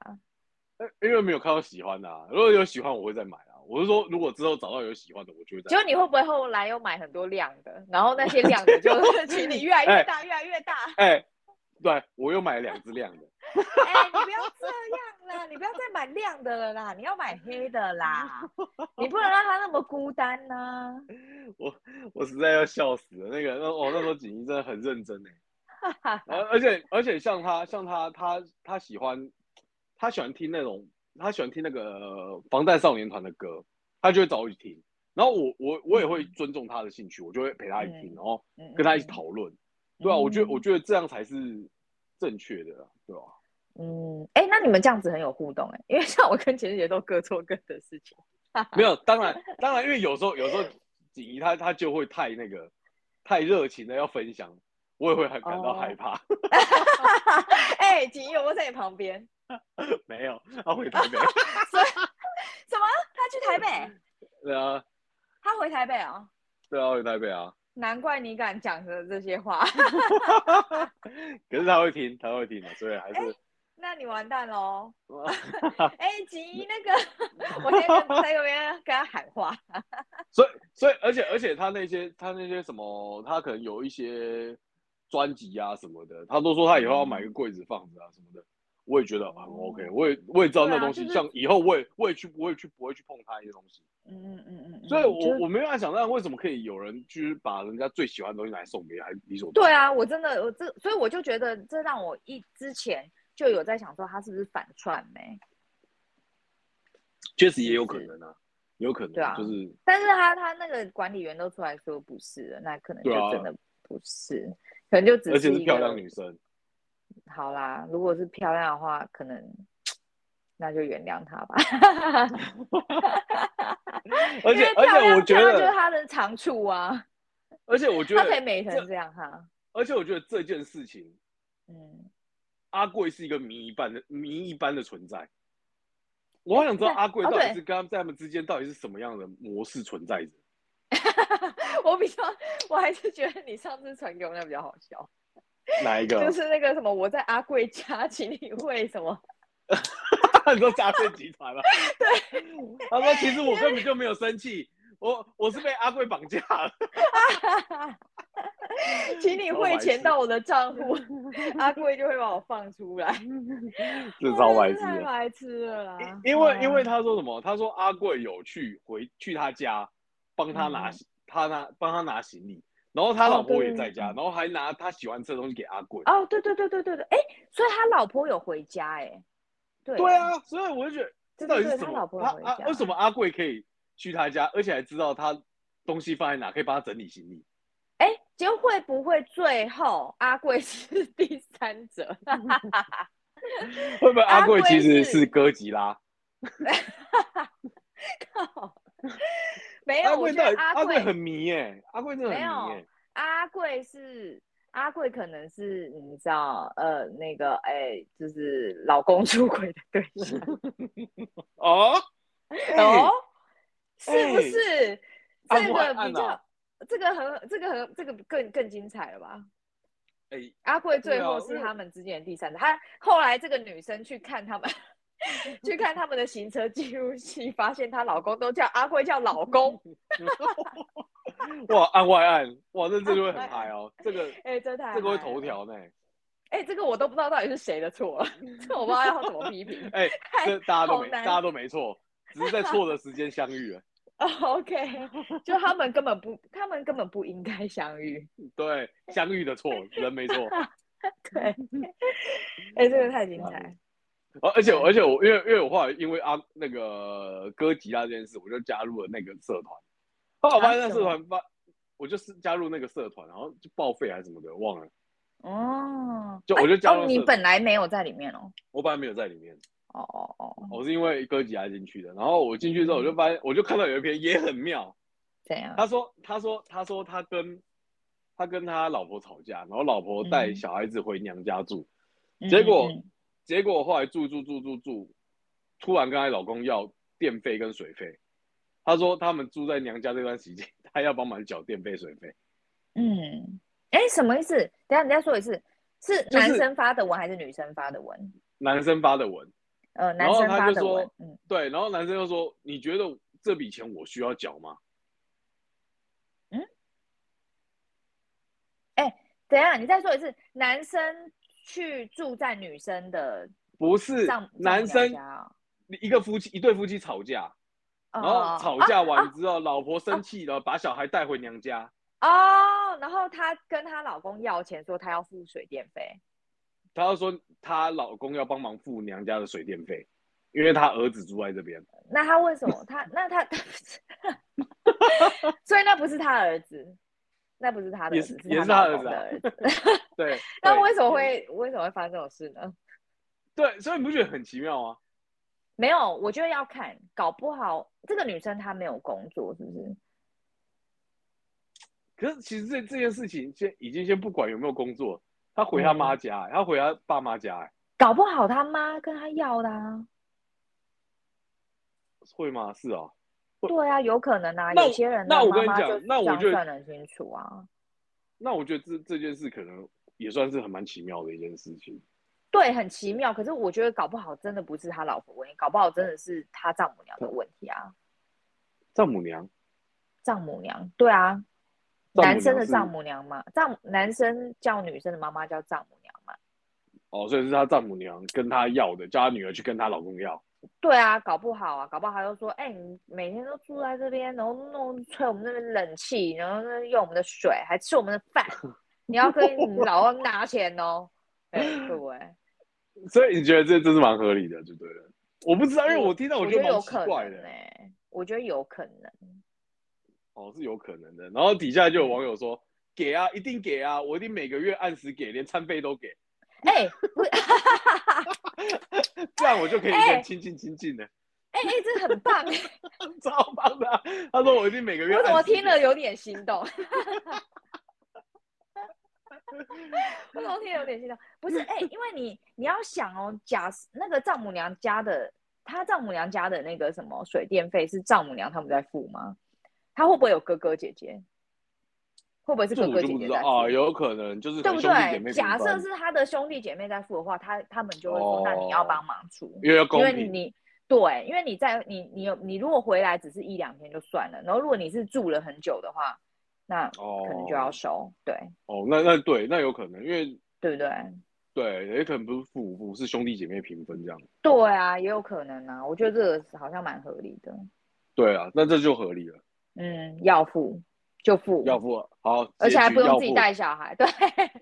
Speaker 2: 呃因为没有看到喜欢的、啊。如果有喜欢，我会再买啊。我是说，如果之后找到有喜欢的，我就会再
Speaker 1: 结
Speaker 2: 买。
Speaker 1: 果你会不会后来又买很多量的，然后那些量的
Speaker 2: (laughs)
Speaker 1: 就群里越来越大，越来越大？
Speaker 2: 哎、对我又买了两只亮的。
Speaker 1: 哎、你不要这样啦，你不要再买亮的了啦，你要买黑的
Speaker 2: (laughs)
Speaker 1: 啦，你不能让他那么孤单呐、嗯
Speaker 2: 我实在要笑死了。那个，那我、那时候锦衣真的很认真
Speaker 1: (laughs)
Speaker 2: 哎、而而且而且像他像他他他喜欢他喜欢听那种他喜欢听那个呃防弹少年团的歌，他就会找我一起听。然后我我我也会尊重他的兴趣，我就会陪他一起听，
Speaker 1: 嗯
Speaker 2: 然后
Speaker 1: 嗯
Speaker 2: 跟他一起，讨论。对啊，我觉得我觉得这样才是正确的啊，对吧、
Speaker 1: 嗯，哎、那你们这样子很有互动哎、因为像我跟钱姐都各做各的事情。
Speaker 2: 没有，当然当然，因为有时候有时候锦衣他他就会太那个太热情的要分享，我也会很感到
Speaker 1: 哦
Speaker 2: 害怕。
Speaker 1: 哎、景怡，我在你旁边，
Speaker 2: 没有，他回台北。
Speaker 1: 所以什么？他去台北？
Speaker 2: (laughs) 对啊，
Speaker 1: 他回台北哦？
Speaker 2: 对啊，回台北
Speaker 1: (laughs)
Speaker 2: 啊。
Speaker 1: 难怪你敢讲的这些话， (laughs)
Speaker 2: 可是他会听，他会听的，所以还
Speaker 1: 哎
Speaker 2: 是。
Speaker 1: 那你完蛋喽！
Speaker 2: (laughs)
Speaker 1: 哎、景怡，那个我在跟在那边跟他喊话，
Speaker 2: 所以，所以，而且，而且，他那些，他那些什么，他可能有一些专辑啊什么的，他都说他以后要买个柜子放着啊什么的。我也觉得很 OK，我也我也知道那
Speaker 1: 哦对啊
Speaker 2: 东西，
Speaker 1: 就是
Speaker 2: 像以后我也我也去不会去不会去碰他一些东西，
Speaker 1: 嗯嗯嗯嗯
Speaker 2: 所以
Speaker 1: 就
Speaker 2: 我
Speaker 1: 是
Speaker 2: 我没办法想到为什么可以有人去把人家最喜欢的东西拿来送别人，还理所当
Speaker 1: 对
Speaker 2: 然。
Speaker 1: 啊，我真的我这，所以我就觉得这让我一之前就有在想说他是不是反串欸没、
Speaker 2: 确实也有可能啊，有可能，
Speaker 1: 对啊
Speaker 2: 就是
Speaker 1: 但是他他那个管理员都出来说不是了，那可能就
Speaker 2: 对啊
Speaker 1: 真的不是，可能就只
Speaker 2: 而且
Speaker 1: 一
Speaker 2: 是
Speaker 1: 个
Speaker 2: 漂亮女生。
Speaker 1: 好啦，如果是漂亮的话，可能那就原谅他吧。
Speaker 2: (laughs)
Speaker 1: (laughs)
Speaker 2: 而
Speaker 1: 因
Speaker 2: 且
Speaker 1: 为
Speaker 2: 而
Speaker 1: 漂
Speaker 2: 且我
Speaker 1: 亮
Speaker 2: 觉
Speaker 1: 漂亮就是
Speaker 2: 得，
Speaker 1: 他的长处啊，
Speaker 2: 而且我觉
Speaker 1: 他可以
Speaker 2: 得，
Speaker 1: 美成
Speaker 2: 这
Speaker 1: 这样哈。
Speaker 2: 而且我觉得这件事情，
Speaker 1: 嗯，
Speaker 2: 阿贵是一个谜一般的谜一般的存在。我好想知道
Speaker 1: 对
Speaker 2: 阿贵
Speaker 1: 哦
Speaker 2: 到底
Speaker 1: 对
Speaker 2: 是跟他们在他们之间到底是什么样的模式存在着？
Speaker 1: 我比较，我还是觉得你上次传给我那比较好笑，
Speaker 2: 哪一个？
Speaker 1: (laughs)
Speaker 2: 啊
Speaker 1: 就是那个什么，我在阿贵家， (laughs) 请你会什么？
Speaker 2: (laughs) 你说诈骗集
Speaker 1: (laughs)
Speaker 2: 团了、对，他说其实我根本就没有生气，我我是被阿贵绑架了。
Speaker 1: 请你汇钱到我的账
Speaker 2: (laughs)
Speaker 1: 户，阿贵就会把我放出来。
Speaker 2: (laughs) 这招白痴
Speaker 1: 太
Speaker 2: 了。
Speaker 1: 白痴了啦！
Speaker 2: 因因为
Speaker 1: 啊
Speaker 2: 因为他说什么？他说阿贵有去回去他家帮他拿、
Speaker 1: 嗯
Speaker 2: 他拿帮他拿行李，然后他老
Speaker 1: 哦
Speaker 2: 婆
Speaker 1: 对
Speaker 2: 也在家，然后还拿他喜欢吃的东西给阿贵。
Speaker 1: 哦，对对对对对对，哎，所以他老婆有回家哎，对
Speaker 2: 对，啊，所以我就觉得
Speaker 1: 对
Speaker 2: 这到底
Speaker 1: 对对，
Speaker 2: 是什
Speaker 1: 他
Speaker 2: 么？
Speaker 1: 老婆有
Speaker 2: 他
Speaker 1: 回
Speaker 2: 啊
Speaker 1: 家，
Speaker 2: 为什么阿贵可以去他家，而且还知道他东西放在哪，可以帮他整理
Speaker 1: (laughs)
Speaker 2: 行李？
Speaker 1: 哎，就会不会最后阿贵是 (laughs) 第三者？
Speaker 2: 会不会阿贵
Speaker 1: 阿贵
Speaker 2: 其实
Speaker 1: 是
Speaker 2: 是哥吉拉？
Speaker 1: 靠，没有，
Speaker 2: 阿
Speaker 1: 我
Speaker 2: 贵
Speaker 1: 觉
Speaker 2: 到
Speaker 1: 得
Speaker 2: 底阿
Speaker 1: 贵
Speaker 2: 贵很迷耶、阿贵真的很
Speaker 1: 没有
Speaker 2: 迷耶、
Speaker 1: 阿贵是阿贵，可能是你知道，呃，那个哎、就是老公出轨的对象
Speaker 2: 哦，
Speaker 1: 哦，
Speaker 2: 哎
Speaker 1: 是不是？
Speaker 2: 按
Speaker 1: 这
Speaker 2: 摩还
Speaker 1: 个
Speaker 2: 按
Speaker 1: 比较
Speaker 2: 啊，
Speaker 1: 这个很，这个很，这个更更精彩了吧？
Speaker 2: 哎、
Speaker 1: 阿贵最
Speaker 2: 对啊
Speaker 1: 后
Speaker 2: 因
Speaker 1: 是
Speaker 2: 为
Speaker 1: 他们之间的第三者，他后来这个女生去看他们， (laughs) 去看他们的行车记录器，发现她老公都叫阿贵叫老
Speaker 2: (laughs)
Speaker 1: 公，
Speaker 2: 哇，按外按，哇，这这就会很
Speaker 1: 按外按
Speaker 2: 嗨哦，这个
Speaker 1: 哎、这太
Speaker 2: 这个会
Speaker 1: 嗨
Speaker 2: 头
Speaker 1: 了，
Speaker 2: 条嗯呢，
Speaker 1: 哎、这个我都不知道到底是谁的错了，这我不知道要怎么批
Speaker 2: (laughs)
Speaker 1: (laughs) 评。
Speaker 2: 哎、
Speaker 1: 太
Speaker 2: 这大家都
Speaker 1: 好
Speaker 2: 没大
Speaker 1: 难
Speaker 2: 家都没错，只是在错的时间相遇了。
Speaker 1: o k 啊就他们根本不，他们根本不应该相遇。
Speaker 2: 对，相遇的错，人没错。
Speaker 1: 对， (laughs)
Speaker 2: 嗯
Speaker 1: 哎、这个太精彩了。
Speaker 2: 而而且而且我因为因为我后来因为阿那个哥吉拉这件事，我就加入了那个社团。后来我发现那
Speaker 1: 啊
Speaker 2: 社团发，我就是加入那个社团，然后就报废还是什么的，忘了。
Speaker 1: 哦，
Speaker 2: 嗯就
Speaker 1: 哎
Speaker 2: 我就加入
Speaker 1: 哦，
Speaker 2: 了
Speaker 1: 你
Speaker 2: 社
Speaker 1: 本来没有在里面哦。
Speaker 2: 我本来没有在里面，
Speaker 1: 哦哦哦，
Speaker 2: 我是因为哥吉拉进去的。然后我进去之后，我就发现我就看到有一篇也很妙，
Speaker 1: 这 (laughs) 样。
Speaker 2: 他说他说他说他跟他跟他老婆吵架，然后老婆带
Speaker 1: 嗯
Speaker 2: 小孩子回娘家住，
Speaker 1: 嗯
Speaker 2: 结果
Speaker 1: 嗯
Speaker 2: 结果后来住住住住住，突然跟她老公要电费跟水费。她说他们住在娘家这段时间，她要帮忙缴电费水费。 (laughs)
Speaker 1: 嗯，哎、什么意思？等一下你再说一次，是
Speaker 2: 就是
Speaker 1: 男生发的文还是女生发的文？
Speaker 2: 男生发的文，
Speaker 1: 呃，
Speaker 2: 然
Speaker 1: 男
Speaker 2: 后
Speaker 1: 生
Speaker 2: 他
Speaker 1: 发
Speaker 2: 就
Speaker 1: 的
Speaker 2: 说
Speaker 1: 文，嗯，
Speaker 2: 对，然后男生就说：“你觉得这笔钱我需要缴吗
Speaker 1: 等一下你再说一次，男生去住在女生的？”
Speaker 2: 不是
Speaker 1: 丈，
Speaker 2: 男生
Speaker 1: 啊，
Speaker 2: 一个夫妻一对夫妻吵架，
Speaker 1: 哦
Speaker 2: 然后吵架完之后，老
Speaker 1: 啊
Speaker 2: 婆生气了，把小孩带回娘家。
Speaker 1: 哦，然后她跟她老公要钱，说她要付水电费。
Speaker 2: 她就说她老公要帮忙付娘家的水电费，因为她儿子住在这边。
Speaker 1: 那她为什么？她那
Speaker 2: (laughs)
Speaker 1: 她，所以那不是她儿子，那不是她的
Speaker 2: 也
Speaker 1: 儿
Speaker 2: 是
Speaker 1: 子，
Speaker 2: 也
Speaker 1: 她
Speaker 2: 是她
Speaker 1: 老
Speaker 2: 儿
Speaker 1: 公
Speaker 2: 子
Speaker 1: 的
Speaker 2: 啊
Speaker 1: 儿子。
Speaker 2: (laughs) 对，
Speaker 1: (laughs) 那
Speaker 2: 对
Speaker 1: 为什么会为什么会发生这种事呢？
Speaker 2: 对？所以你不觉得很奇妙吗？
Speaker 1: 没有，我觉得要看，搞不好这个女生她没有工作，是不是？
Speaker 2: 可是其实这这件事情先已经先不管有没有工作，他回他妈家、他回他爸妈家、欸，
Speaker 1: 搞不好她妈跟她要的啊。
Speaker 2: 会吗？是哦，会
Speaker 1: 对啊，有可能啊。
Speaker 2: 那
Speaker 1: 有
Speaker 2: 我
Speaker 1: 些人的
Speaker 2: 那我跟你
Speaker 1: 妈妈
Speaker 2: 讲
Speaker 1: 就是
Speaker 2: 那我
Speaker 1: 这样
Speaker 2: 觉得
Speaker 1: 算得很清楚啊。
Speaker 2: 那我觉得这这件事可能也算是很蛮奇妙的一件事情。
Speaker 1: 对，很奇妙。可是我觉得搞不好真的不是他老婆问题，搞不好真的是他丈母娘的问题啊。
Speaker 2: 丈母娘，
Speaker 1: 丈母娘，对啊，
Speaker 2: 丈母娘
Speaker 1: 男生的
Speaker 2: 是
Speaker 1: 丈母娘嘛，丈男生叫女生的妈妈叫丈母娘嘛。
Speaker 2: 哦，所以是他丈母娘跟他要的，叫他女儿去跟他老公要。
Speaker 1: 对啊，搞不好啊，搞不好他就说，哎、你每天都住在这边，然后弄吹我们那边冷气，然后那用我们的水，还吃我们的
Speaker 2: (laughs)
Speaker 1: 饭，你要跟你老公拿钱哦。哎，
Speaker 2: (laughs)
Speaker 1: 对不对？
Speaker 2: 所以你觉得这这是蛮合理的，就对了。我不知道，因为我听到
Speaker 1: 我
Speaker 2: 觉
Speaker 1: 觉
Speaker 2: 得
Speaker 1: 得有
Speaker 2: 蛮奇
Speaker 1: 可
Speaker 2: 怪
Speaker 1: 能
Speaker 2: 的、
Speaker 1: 哎、我觉得有可能。
Speaker 2: 哦，是有可能的。然后底下就有网友说：“给啊，一定给啊，我一定每个月按时给，连餐费都给，
Speaker 1: 哎、不是，
Speaker 2: 这样我就可以一个人亲近亲近的。 (laughs)
Speaker 1: 哎、哎、这很棒、
Speaker 2: 超棒的啊、他说我一定每个月。
Speaker 1: 我怎么听了？有点心
Speaker 2: (laughs)
Speaker 1: 动？我怎么听了有点心动？不是，哎、因为你你要想哦，假设那个丈母娘家的，她丈母娘家的那个什么水电费是丈母娘他们在付吗？她会不会有哥哥姐姐？会不会是
Speaker 2: 这
Speaker 1: 哥
Speaker 2: 我
Speaker 1: 哥
Speaker 2: 就
Speaker 1: 姐
Speaker 2: 不知
Speaker 1: 姐
Speaker 2: 道
Speaker 1: 在付？
Speaker 2: 啊，有可能就是
Speaker 1: 对
Speaker 2: 可
Speaker 1: 不
Speaker 2: 能兄弟姐
Speaker 1: 对？
Speaker 2: 妹平
Speaker 1: 假设
Speaker 2: 分，
Speaker 1: 是她的兄弟姐妹在付的话，她他们就会说，那你要
Speaker 2: 哦
Speaker 1: 帮忙出。
Speaker 2: 因为要公
Speaker 1: 因为
Speaker 2: 平。
Speaker 1: 你对，因为你在你你有你如果回来只是一两天就算了，然后如果你是住了很久的话，那
Speaker 2: 哦，
Speaker 1: 可能就要收，对
Speaker 2: 哦，那那对，那有可能，因为
Speaker 1: 对不对？
Speaker 2: 对，也可能不是父母不是兄弟姐妹平分这样。
Speaker 1: 对啊，也有可能啊，我觉得这个好像蛮合理的。
Speaker 2: 对啊，那这就合理了，
Speaker 1: 嗯，要付就付，
Speaker 2: 要付好，
Speaker 1: 而且还
Speaker 2: 结局
Speaker 1: 不用
Speaker 2: 要
Speaker 1: 自己
Speaker 2: 付
Speaker 1: 带小孩，对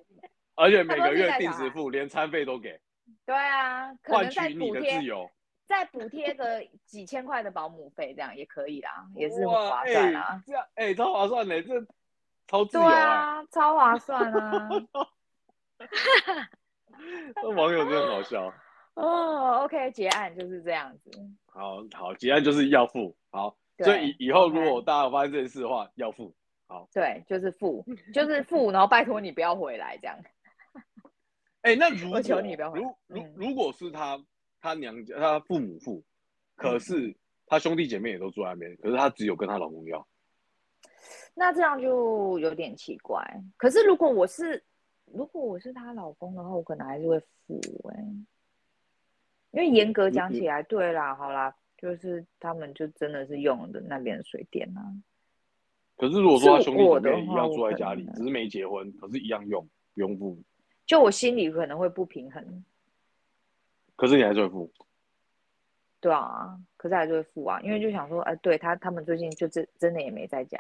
Speaker 1: (laughs)
Speaker 2: 而且每个月
Speaker 1: 还不用自己带
Speaker 2: 定
Speaker 1: 小孩
Speaker 2: 时付，连餐费都给，
Speaker 1: 对啊，可
Speaker 2: 换
Speaker 1: 能再
Speaker 2: 取你
Speaker 1: 补
Speaker 2: 的
Speaker 1: 贴
Speaker 2: 自由。
Speaker 1: 再补贴个几千块的保姆费，这样也可以啦，也是很
Speaker 2: 哇
Speaker 1: 划
Speaker 2: 哎
Speaker 1: 算啊。
Speaker 2: 这样哎、超划算的，这超自
Speaker 1: 对
Speaker 2: 由啊！
Speaker 1: 啊，超划算啊！ (laughs)
Speaker 2: 这网友真的很好笑。
Speaker 1: 哦，OK，结案就是这样子。
Speaker 2: 好好，结案就是要付。好，所以
Speaker 1: 对
Speaker 2: 以以后
Speaker 1: OK
Speaker 2: 如果大家发现这件事的话，要付。
Speaker 1: 对，就是付， (laughs) 就是付，然后拜托你不要回来这样。
Speaker 2: 哎、那如果
Speaker 1: 我求你不要回来
Speaker 2: 如如
Speaker 1: 嗯
Speaker 2: 如果是他他娘家他父母付，可
Speaker 1: 嗯
Speaker 2: 是他兄弟姐妹也都住在那边，可是他只有跟他老公要。
Speaker 1: 那这样就有点奇怪。可是如果我是，如果我是她老公的话，我可能还是会付哎、因为严
Speaker 2: 嗯
Speaker 1: 格讲起来，对啦，好啦，就是他们就真的是用的那边的水电啊。
Speaker 2: 可是如果说他
Speaker 1: 是
Speaker 2: 兄弟姐
Speaker 1: 我
Speaker 2: 妹
Speaker 1: 的
Speaker 2: 一
Speaker 1: 话
Speaker 2: 样
Speaker 1: 我
Speaker 2: 住在
Speaker 1: 可
Speaker 2: 家里，
Speaker 1: 能
Speaker 2: 只是没结婚，可是一样用，不用付，
Speaker 1: 就我心里可能会不平衡，
Speaker 2: 可是你还是会付。
Speaker 1: 对啊，可是还是会付啊，因为就想说，哎、对他他们最近就真真的也没在家，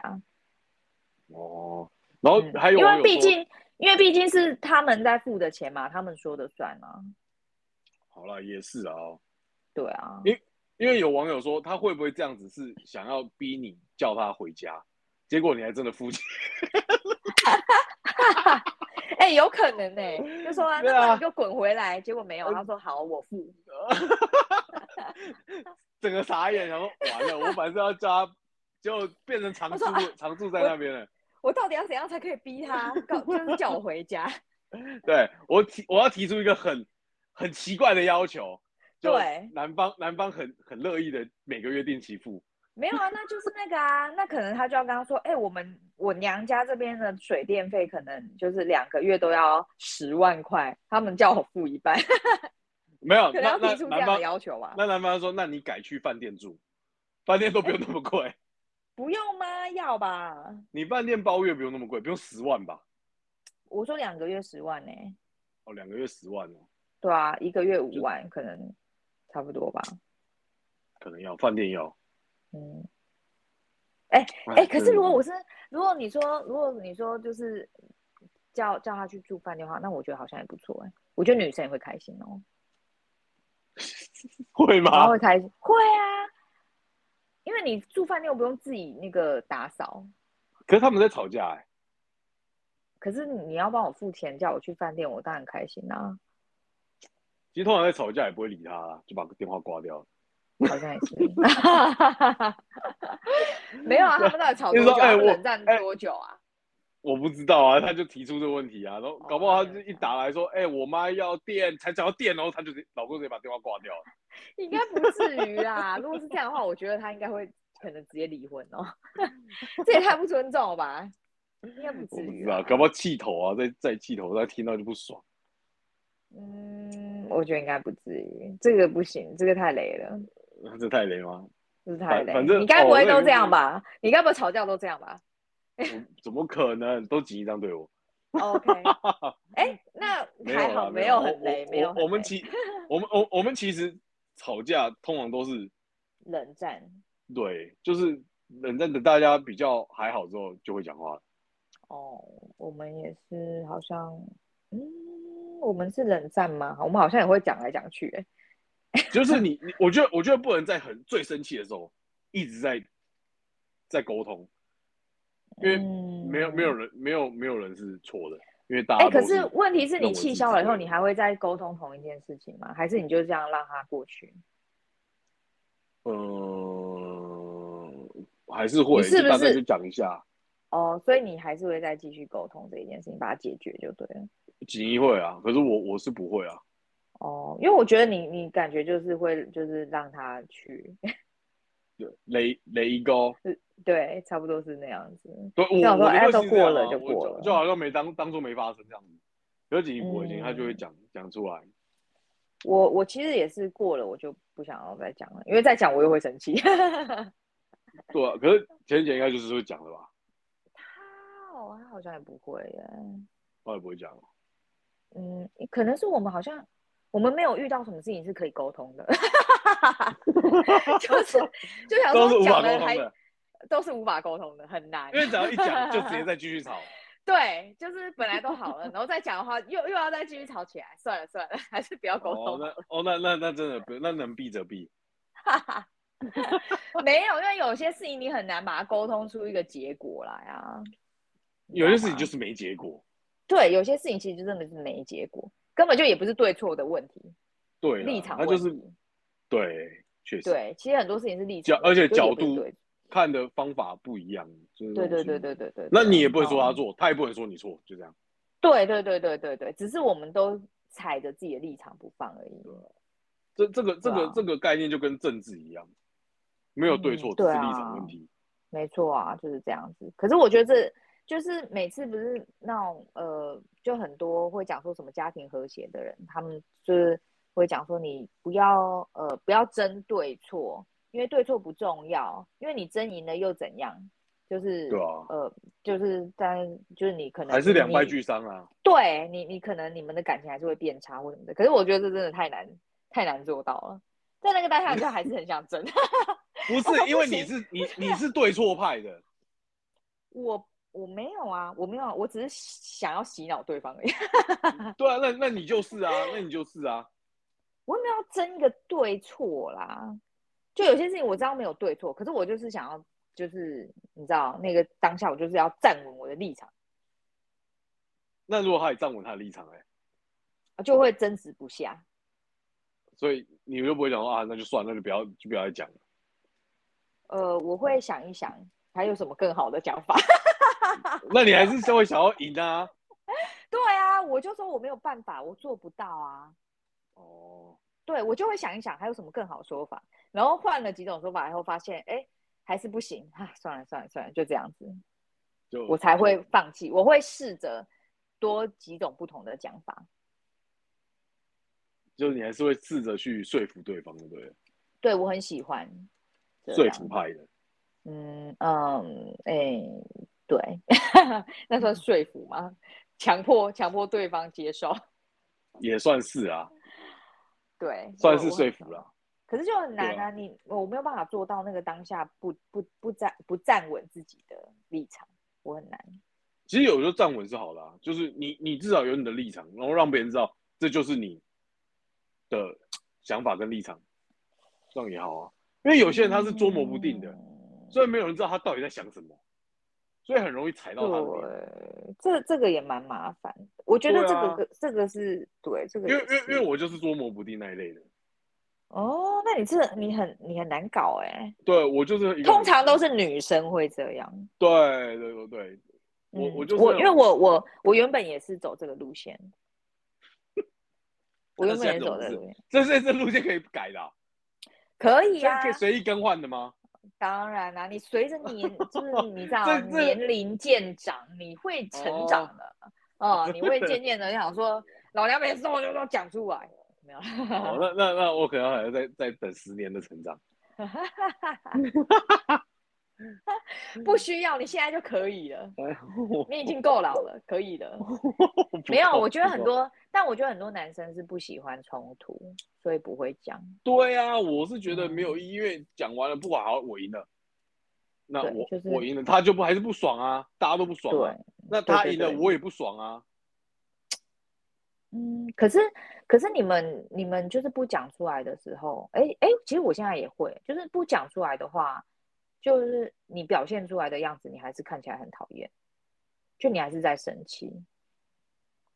Speaker 2: 哦，然后
Speaker 1: 嗯
Speaker 2: 还有
Speaker 1: 因
Speaker 2: 网
Speaker 1: 为
Speaker 2: 友
Speaker 1: 毕
Speaker 2: 说
Speaker 1: 竟因为毕竟是他们在付的钱嘛，他们说的算啊，
Speaker 2: 好了，也是啊、
Speaker 1: 对啊，
Speaker 2: 因为有网友说他会不会这样子是想要逼你叫他回家，结果你还真的付钱。 (laughs)
Speaker 1: 哎、有可能呢、就说、
Speaker 2: (laughs) 对啊
Speaker 1: 那么你就滚回来，结果没有，
Speaker 2: 嗯
Speaker 1: 他说好，我付。
Speaker 2: 整个傻眼，然后完了，我反正要叫他，就变成常
Speaker 1: 我
Speaker 2: 住
Speaker 1: 说啊
Speaker 2: 常住在
Speaker 1: 我
Speaker 2: 那边了。
Speaker 1: 我到底要怎样才可以逼他？告就是叫我回家。 (laughs)
Speaker 2: 对我提我要提出一个很很奇怪的要求，就
Speaker 1: 对
Speaker 2: 男方男方很很乐意的每个月定期付，
Speaker 1: 没有啊，那就是那个啊，那可能他就要跟他说，哎、我们我娘家这边的水电费可能就是两个月都要十万块，他们叫我付一半，
Speaker 2: 没
Speaker 1: (laughs)
Speaker 2: 有
Speaker 1: 可能
Speaker 2: 那
Speaker 1: 要
Speaker 2: 那
Speaker 1: 提出这
Speaker 2: 男
Speaker 1: 样的
Speaker 2: 方
Speaker 1: 要求啊吧？
Speaker 2: 那男方说，那你改去饭店住，饭店都不用那么贵，
Speaker 1: 不用吗？要吧？
Speaker 2: 你饭店包月不用那么贵，不用十万吧？
Speaker 1: 我说两个月十万呢、
Speaker 2: 哦，两个月十万哦，
Speaker 1: 对啊，一个月五万可能差不多吧。
Speaker 2: 可能要饭店要。
Speaker 1: 嗯，哎、可是
Speaker 2: 对
Speaker 1: 如果我是，如果你说，如果你说就是叫叫他去住饭店的话，那我觉得好像也不错哎、我觉得女生也会开心
Speaker 2: (laughs)
Speaker 1: 哦，
Speaker 2: 会
Speaker 1: 然
Speaker 2: 吗
Speaker 1: 后？会开心，会啊，因为你住饭店又不用自己那个打扫，
Speaker 2: 可是他们在吵架哎、
Speaker 1: 可是你要帮我付钱叫我去饭店，我当然开心啊啦、
Speaker 2: 其实通常在吵架也不会理他啦，就把电话挂掉了。
Speaker 1: 好像也
Speaker 2: (laughs)
Speaker 1: 是， (laughs) 没有啊，他们到底吵
Speaker 2: 就
Speaker 1: 多久
Speaker 2: 是说
Speaker 1: 啊？
Speaker 2: 哎
Speaker 1: 他们
Speaker 2: 我
Speaker 1: 冷战
Speaker 2: 哎
Speaker 1: 多久啊？
Speaker 2: 我不知道啊，他就提出这个问题啊，然后
Speaker 1: 哦
Speaker 2: 搞不好他
Speaker 1: 那
Speaker 2: 就
Speaker 1: 就
Speaker 2: 一打来说，哎、我妈要电，才讲到电，然后他就直接老公直接把电话挂掉了。
Speaker 1: (laughs) 应该不至于啦。如果是这样的话，我觉得他应该会可能直接离婚
Speaker 2: (laughs)
Speaker 1: 哦。这也太不尊重了吧？应该不至
Speaker 2: 我不知
Speaker 1: 于
Speaker 2: 道，
Speaker 1: 啦。
Speaker 2: 搞不好气头啊，在在气头，他听到就不爽。
Speaker 1: 嗯，我觉得应该不至于。这个不行，这个太雷了，
Speaker 2: 这太
Speaker 1: (laughs)
Speaker 2: 雷吗？
Speaker 1: 这是太
Speaker 2: 反
Speaker 1: 雷。
Speaker 2: 反正
Speaker 1: 你该不
Speaker 2: 哦
Speaker 1: 会
Speaker 2: 那
Speaker 1: 都
Speaker 2: 个
Speaker 1: 这样吧？你该不会吵架都这样
Speaker 2: (laughs)
Speaker 1: 吧
Speaker 2: 我怎么可能？都挤一张对我。 (laughs)
Speaker 1: ？OK，哎、那
Speaker 2: 没有
Speaker 1: 还
Speaker 2: 啦
Speaker 1: 好，有
Speaker 2: 没有啊
Speaker 1: 很雷，
Speaker 2: 我
Speaker 1: 没有
Speaker 2: 我
Speaker 1: 很
Speaker 2: 我们
Speaker 1: 雷
Speaker 2: 其我们我我们其实吵架通常都是
Speaker 1: 冷战。
Speaker 2: 对，就是冷战，等大家比较还好之后就会讲话了。
Speaker 1: 哦，我们也是好像，嗯，我们是冷战吗？我们好像也会讲来讲去、哎，
Speaker 2: 就是你，你我觉得，我觉得不能在很最生气的时候一直在在沟通，因为
Speaker 1: 嗯
Speaker 2: 没有、没有人没有没有人是错的，因为大
Speaker 1: 哎、
Speaker 2: 家都
Speaker 1: 可是问题是
Speaker 2: 认
Speaker 1: 你
Speaker 2: 为自己
Speaker 1: 气消了以后，
Speaker 2: 对的
Speaker 1: 你还会再沟通同一件事情吗？还是你就这样让它过去？
Speaker 2: 嗯、还是会
Speaker 1: 你是不是
Speaker 2: 就大概就讲一下，
Speaker 1: 哦，所以你还是会再继续沟通这一件事情，把它解决就对了。
Speaker 2: 锦衣会啊，可是我我是不会啊，
Speaker 1: 哦，因为我觉得你你感觉就是会就是让他去， (laughs)
Speaker 2: 对雷雷一高，
Speaker 1: 对，差不多是那样子。
Speaker 2: 对我
Speaker 1: 这样说
Speaker 2: 我的
Speaker 1: 哎
Speaker 2: 个
Speaker 1: 都
Speaker 2: 性是这样
Speaker 1: 过了
Speaker 2: 啊
Speaker 1: 就
Speaker 2: 我
Speaker 1: 过了
Speaker 2: 就好像没当当做没发生这样子。可是锦衣不会，
Speaker 1: 嗯
Speaker 2: 锦衣他就会讲讲出来，
Speaker 1: 我我其实也是过了，我就不想要再讲了，因为再讲我又会生气。 (laughs)
Speaker 2: 对啊，可是前姐应该就是会讲的吧？
Speaker 1: 他有，他好像也不会耶。
Speaker 2: 我也不会讲。
Speaker 1: 嗯，可能是我们好像我们没有遇到什么事情是可以沟通的， (laughs) 就是就想
Speaker 2: 都是
Speaker 1: 说
Speaker 2: 无法
Speaker 1: 讲
Speaker 2: 沟
Speaker 1: 了
Speaker 2: 通
Speaker 1: 还
Speaker 2: 的，
Speaker 1: 都是无法沟通的，很难
Speaker 2: 因。为只要一讲就直接再继续吵。
Speaker 1: 对，就是本来都好了，然后再讲的话又又要再继续吵起来，算了算了，还是不要沟
Speaker 2: 哦
Speaker 1: 通，
Speaker 2: 那哦那那那真的不，那能避则避。
Speaker 1: 没有，因为有些事情你很难把它沟通出一个结果来啊。你
Speaker 2: 有些
Speaker 1: 知道
Speaker 2: 事情
Speaker 1: 吗
Speaker 2: 就是没结果。
Speaker 1: 对，有些事情其实就真的是没结果，根本就也不是对错的问题，
Speaker 2: 对啦，
Speaker 1: 立场
Speaker 2: 他
Speaker 1: 问
Speaker 2: 就
Speaker 1: 题。
Speaker 2: 是对，确实
Speaker 1: 对，其实很多事情是立
Speaker 2: 角
Speaker 1: 场问
Speaker 2: 而
Speaker 1: 题，
Speaker 2: 且
Speaker 1: 就也
Speaker 2: 角
Speaker 1: 不是
Speaker 2: 度
Speaker 1: 对
Speaker 2: 看的方法不一样。就是
Speaker 1: 对对对
Speaker 2: 对。
Speaker 1: 对对对。
Speaker 2: 那
Speaker 1: 对
Speaker 2: 你也不会说他
Speaker 1: 嗯
Speaker 2: 错，他也不能说你错，就这样。
Speaker 1: 对对对对对对，只是我们都踩着自己的立场不放而已。
Speaker 2: 这这个这
Speaker 1: 对
Speaker 2: 个
Speaker 1: 啊
Speaker 2: 这个概念就跟政治一样，没有对
Speaker 1: 嗯
Speaker 2: 错，只
Speaker 1: 对
Speaker 2: 是立
Speaker 1: 啊
Speaker 2: 场问题。
Speaker 1: 没错啊，就是这样子。可是我觉得这就是每次不是那种呃，就很多会讲说什么家庭和谐的人，他们就是会讲说你不要呃不要争对错，因为对错不重要，因为你争赢了又怎样？就是
Speaker 2: 对啊
Speaker 1: 呃，就是但就是你可能
Speaker 2: 还是两败
Speaker 1: 你
Speaker 2: 俱伤啊！
Speaker 1: 对你，你可能你们的感情还是会变差或什么的。可是我觉得这真的太难，太难做到了。在那个当下，就还是很想争。 (laughs)
Speaker 2: 不是、因为你是你你是对错派的，
Speaker 1: 我我没有啊，我没有啊，我只是想要洗脑对方而已。 (laughs)
Speaker 2: 对啊，那那你就是啊，那你就是啊，
Speaker 1: 我也没有要争一个对错啦。就有些事情我知道没有对错，可是我就是想要，就是你知道那个当下，我就是要站稳我的立场，
Speaker 2: 那如果他也站稳他的立场、欸，哎，
Speaker 1: 就会争执不下。
Speaker 2: 所以你就不会讲说啊，那就算，了，那就不要就不要再讲了。
Speaker 1: 呃，我会想一想，还有什么更好的讲法。 (laughs)
Speaker 2: 那你还是稍微想要赢啊。
Speaker 1: 对啊，我就说我没有办法，我做不到啊。
Speaker 2: 哦，
Speaker 1: 对我就会想一想还有什么更好的说法，然后换了几种说法以后，发现哎还是不行啊，算了算了算了，就这样
Speaker 2: 嗯
Speaker 1: 子，
Speaker 2: 就
Speaker 1: 我才会放弃。我会试着多几种不同的讲法，
Speaker 2: 就是你还是会试着去说服对方，对不对？
Speaker 1: 对我很喜欢这
Speaker 2: 说
Speaker 1: 样
Speaker 2: 服派的，
Speaker 1: 嗯嗯哎对， (laughs) 那
Speaker 2: 嗯
Speaker 1: 算说服吗？强迫强迫对方接受，
Speaker 2: 也算是啊，
Speaker 1: 对，
Speaker 2: 算
Speaker 1: 我
Speaker 2: 是
Speaker 1: 我
Speaker 2: 说
Speaker 1: 很喜
Speaker 2: 服
Speaker 1: 欢
Speaker 2: 了。
Speaker 1: 可是就很难
Speaker 2: 对啊
Speaker 1: 啊，你我没有办法做到那个当下不不不站不站稳自己的立场，我很难。
Speaker 2: 其实有时候站稳是好的啊、就是你你至少有你的立场，然后让别人知道这就是你的想法跟立场，这样也好啊。因为有些人他是捉摸不定的，
Speaker 1: 嗯
Speaker 2: 所以没有人知道他到底在想什么，所以很容易踩到他的点。
Speaker 1: 对，这这个也蛮麻烦的。我觉得
Speaker 2: 对
Speaker 1: 这
Speaker 2: 啊
Speaker 1: 个、这个是对，这个
Speaker 2: 因为
Speaker 1: 也
Speaker 2: 因为
Speaker 1: 是
Speaker 2: 因为我就是捉摸不定那一类的，
Speaker 1: 哦，那你这你很你很难搞哎、
Speaker 2: 对我就是一个
Speaker 1: 通常都是女生会这样。
Speaker 2: 对对对对，我、
Speaker 1: 嗯
Speaker 2: 我就是
Speaker 1: 我，
Speaker 2: 那
Speaker 1: 因为
Speaker 2: 种
Speaker 1: 我我我原本也是走这个路
Speaker 2: (laughs)
Speaker 1: 线，我
Speaker 2: 那
Speaker 1: 原本也
Speaker 2: 现在这
Speaker 1: 是
Speaker 2: 种
Speaker 1: 走这
Speaker 2: 是
Speaker 1: 个路线，
Speaker 2: 这这这路线可以改的、啊，
Speaker 1: 可
Speaker 2: 这
Speaker 1: 以
Speaker 2: 样
Speaker 1: 啊
Speaker 2: 可，以随意更换的吗？
Speaker 1: 当然啦、你随着年
Speaker 2: (laughs)
Speaker 1: 就是你知道
Speaker 2: 这这
Speaker 1: 年龄渐长，你会成长的哦、你会
Speaker 2: (laughs)
Speaker 1: 渐渐的想说，老娘每次我就都讲出来，没有啦。
Speaker 2: 哦，那那那我可能还要再再等十年的成
Speaker 1: (laughs)
Speaker 2: 长。
Speaker 1: 不需要，你现在就可以了，
Speaker 2: 哎，我
Speaker 1: 你已经够老了，可以的。
Speaker 2: 我不
Speaker 1: 没有，
Speaker 2: 够
Speaker 1: 我觉得很
Speaker 2: 哦不够
Speaker 1: 多，但我觉得很多男生是不喜欢冲突，所以不会讲。
Speaker 2: 对啊，我是觉得
Speaker 1: 嗯
Speaker 2: 没有意义，因为讲完了，不管好，我赢了，那
Speaker 1: 对
Speaker 2: 我、
Speaker 1: 就是
Speaker 2: 我赢了，他就不还是不爽啊，大家都不爽、啊
Speaker 1: 对，，
Speaker 2: 那他赢了，
Speaker 1: 对对对
Speaker 2: 我也不爽啊，
Speaker 1: 嗯，可是可是你们你们就是不讲出来的时候，哎哎，其实我现在也会，就是不讲出来的话，就是你表现出来的样子，你还是看起来很讨厌，就你还是在生气。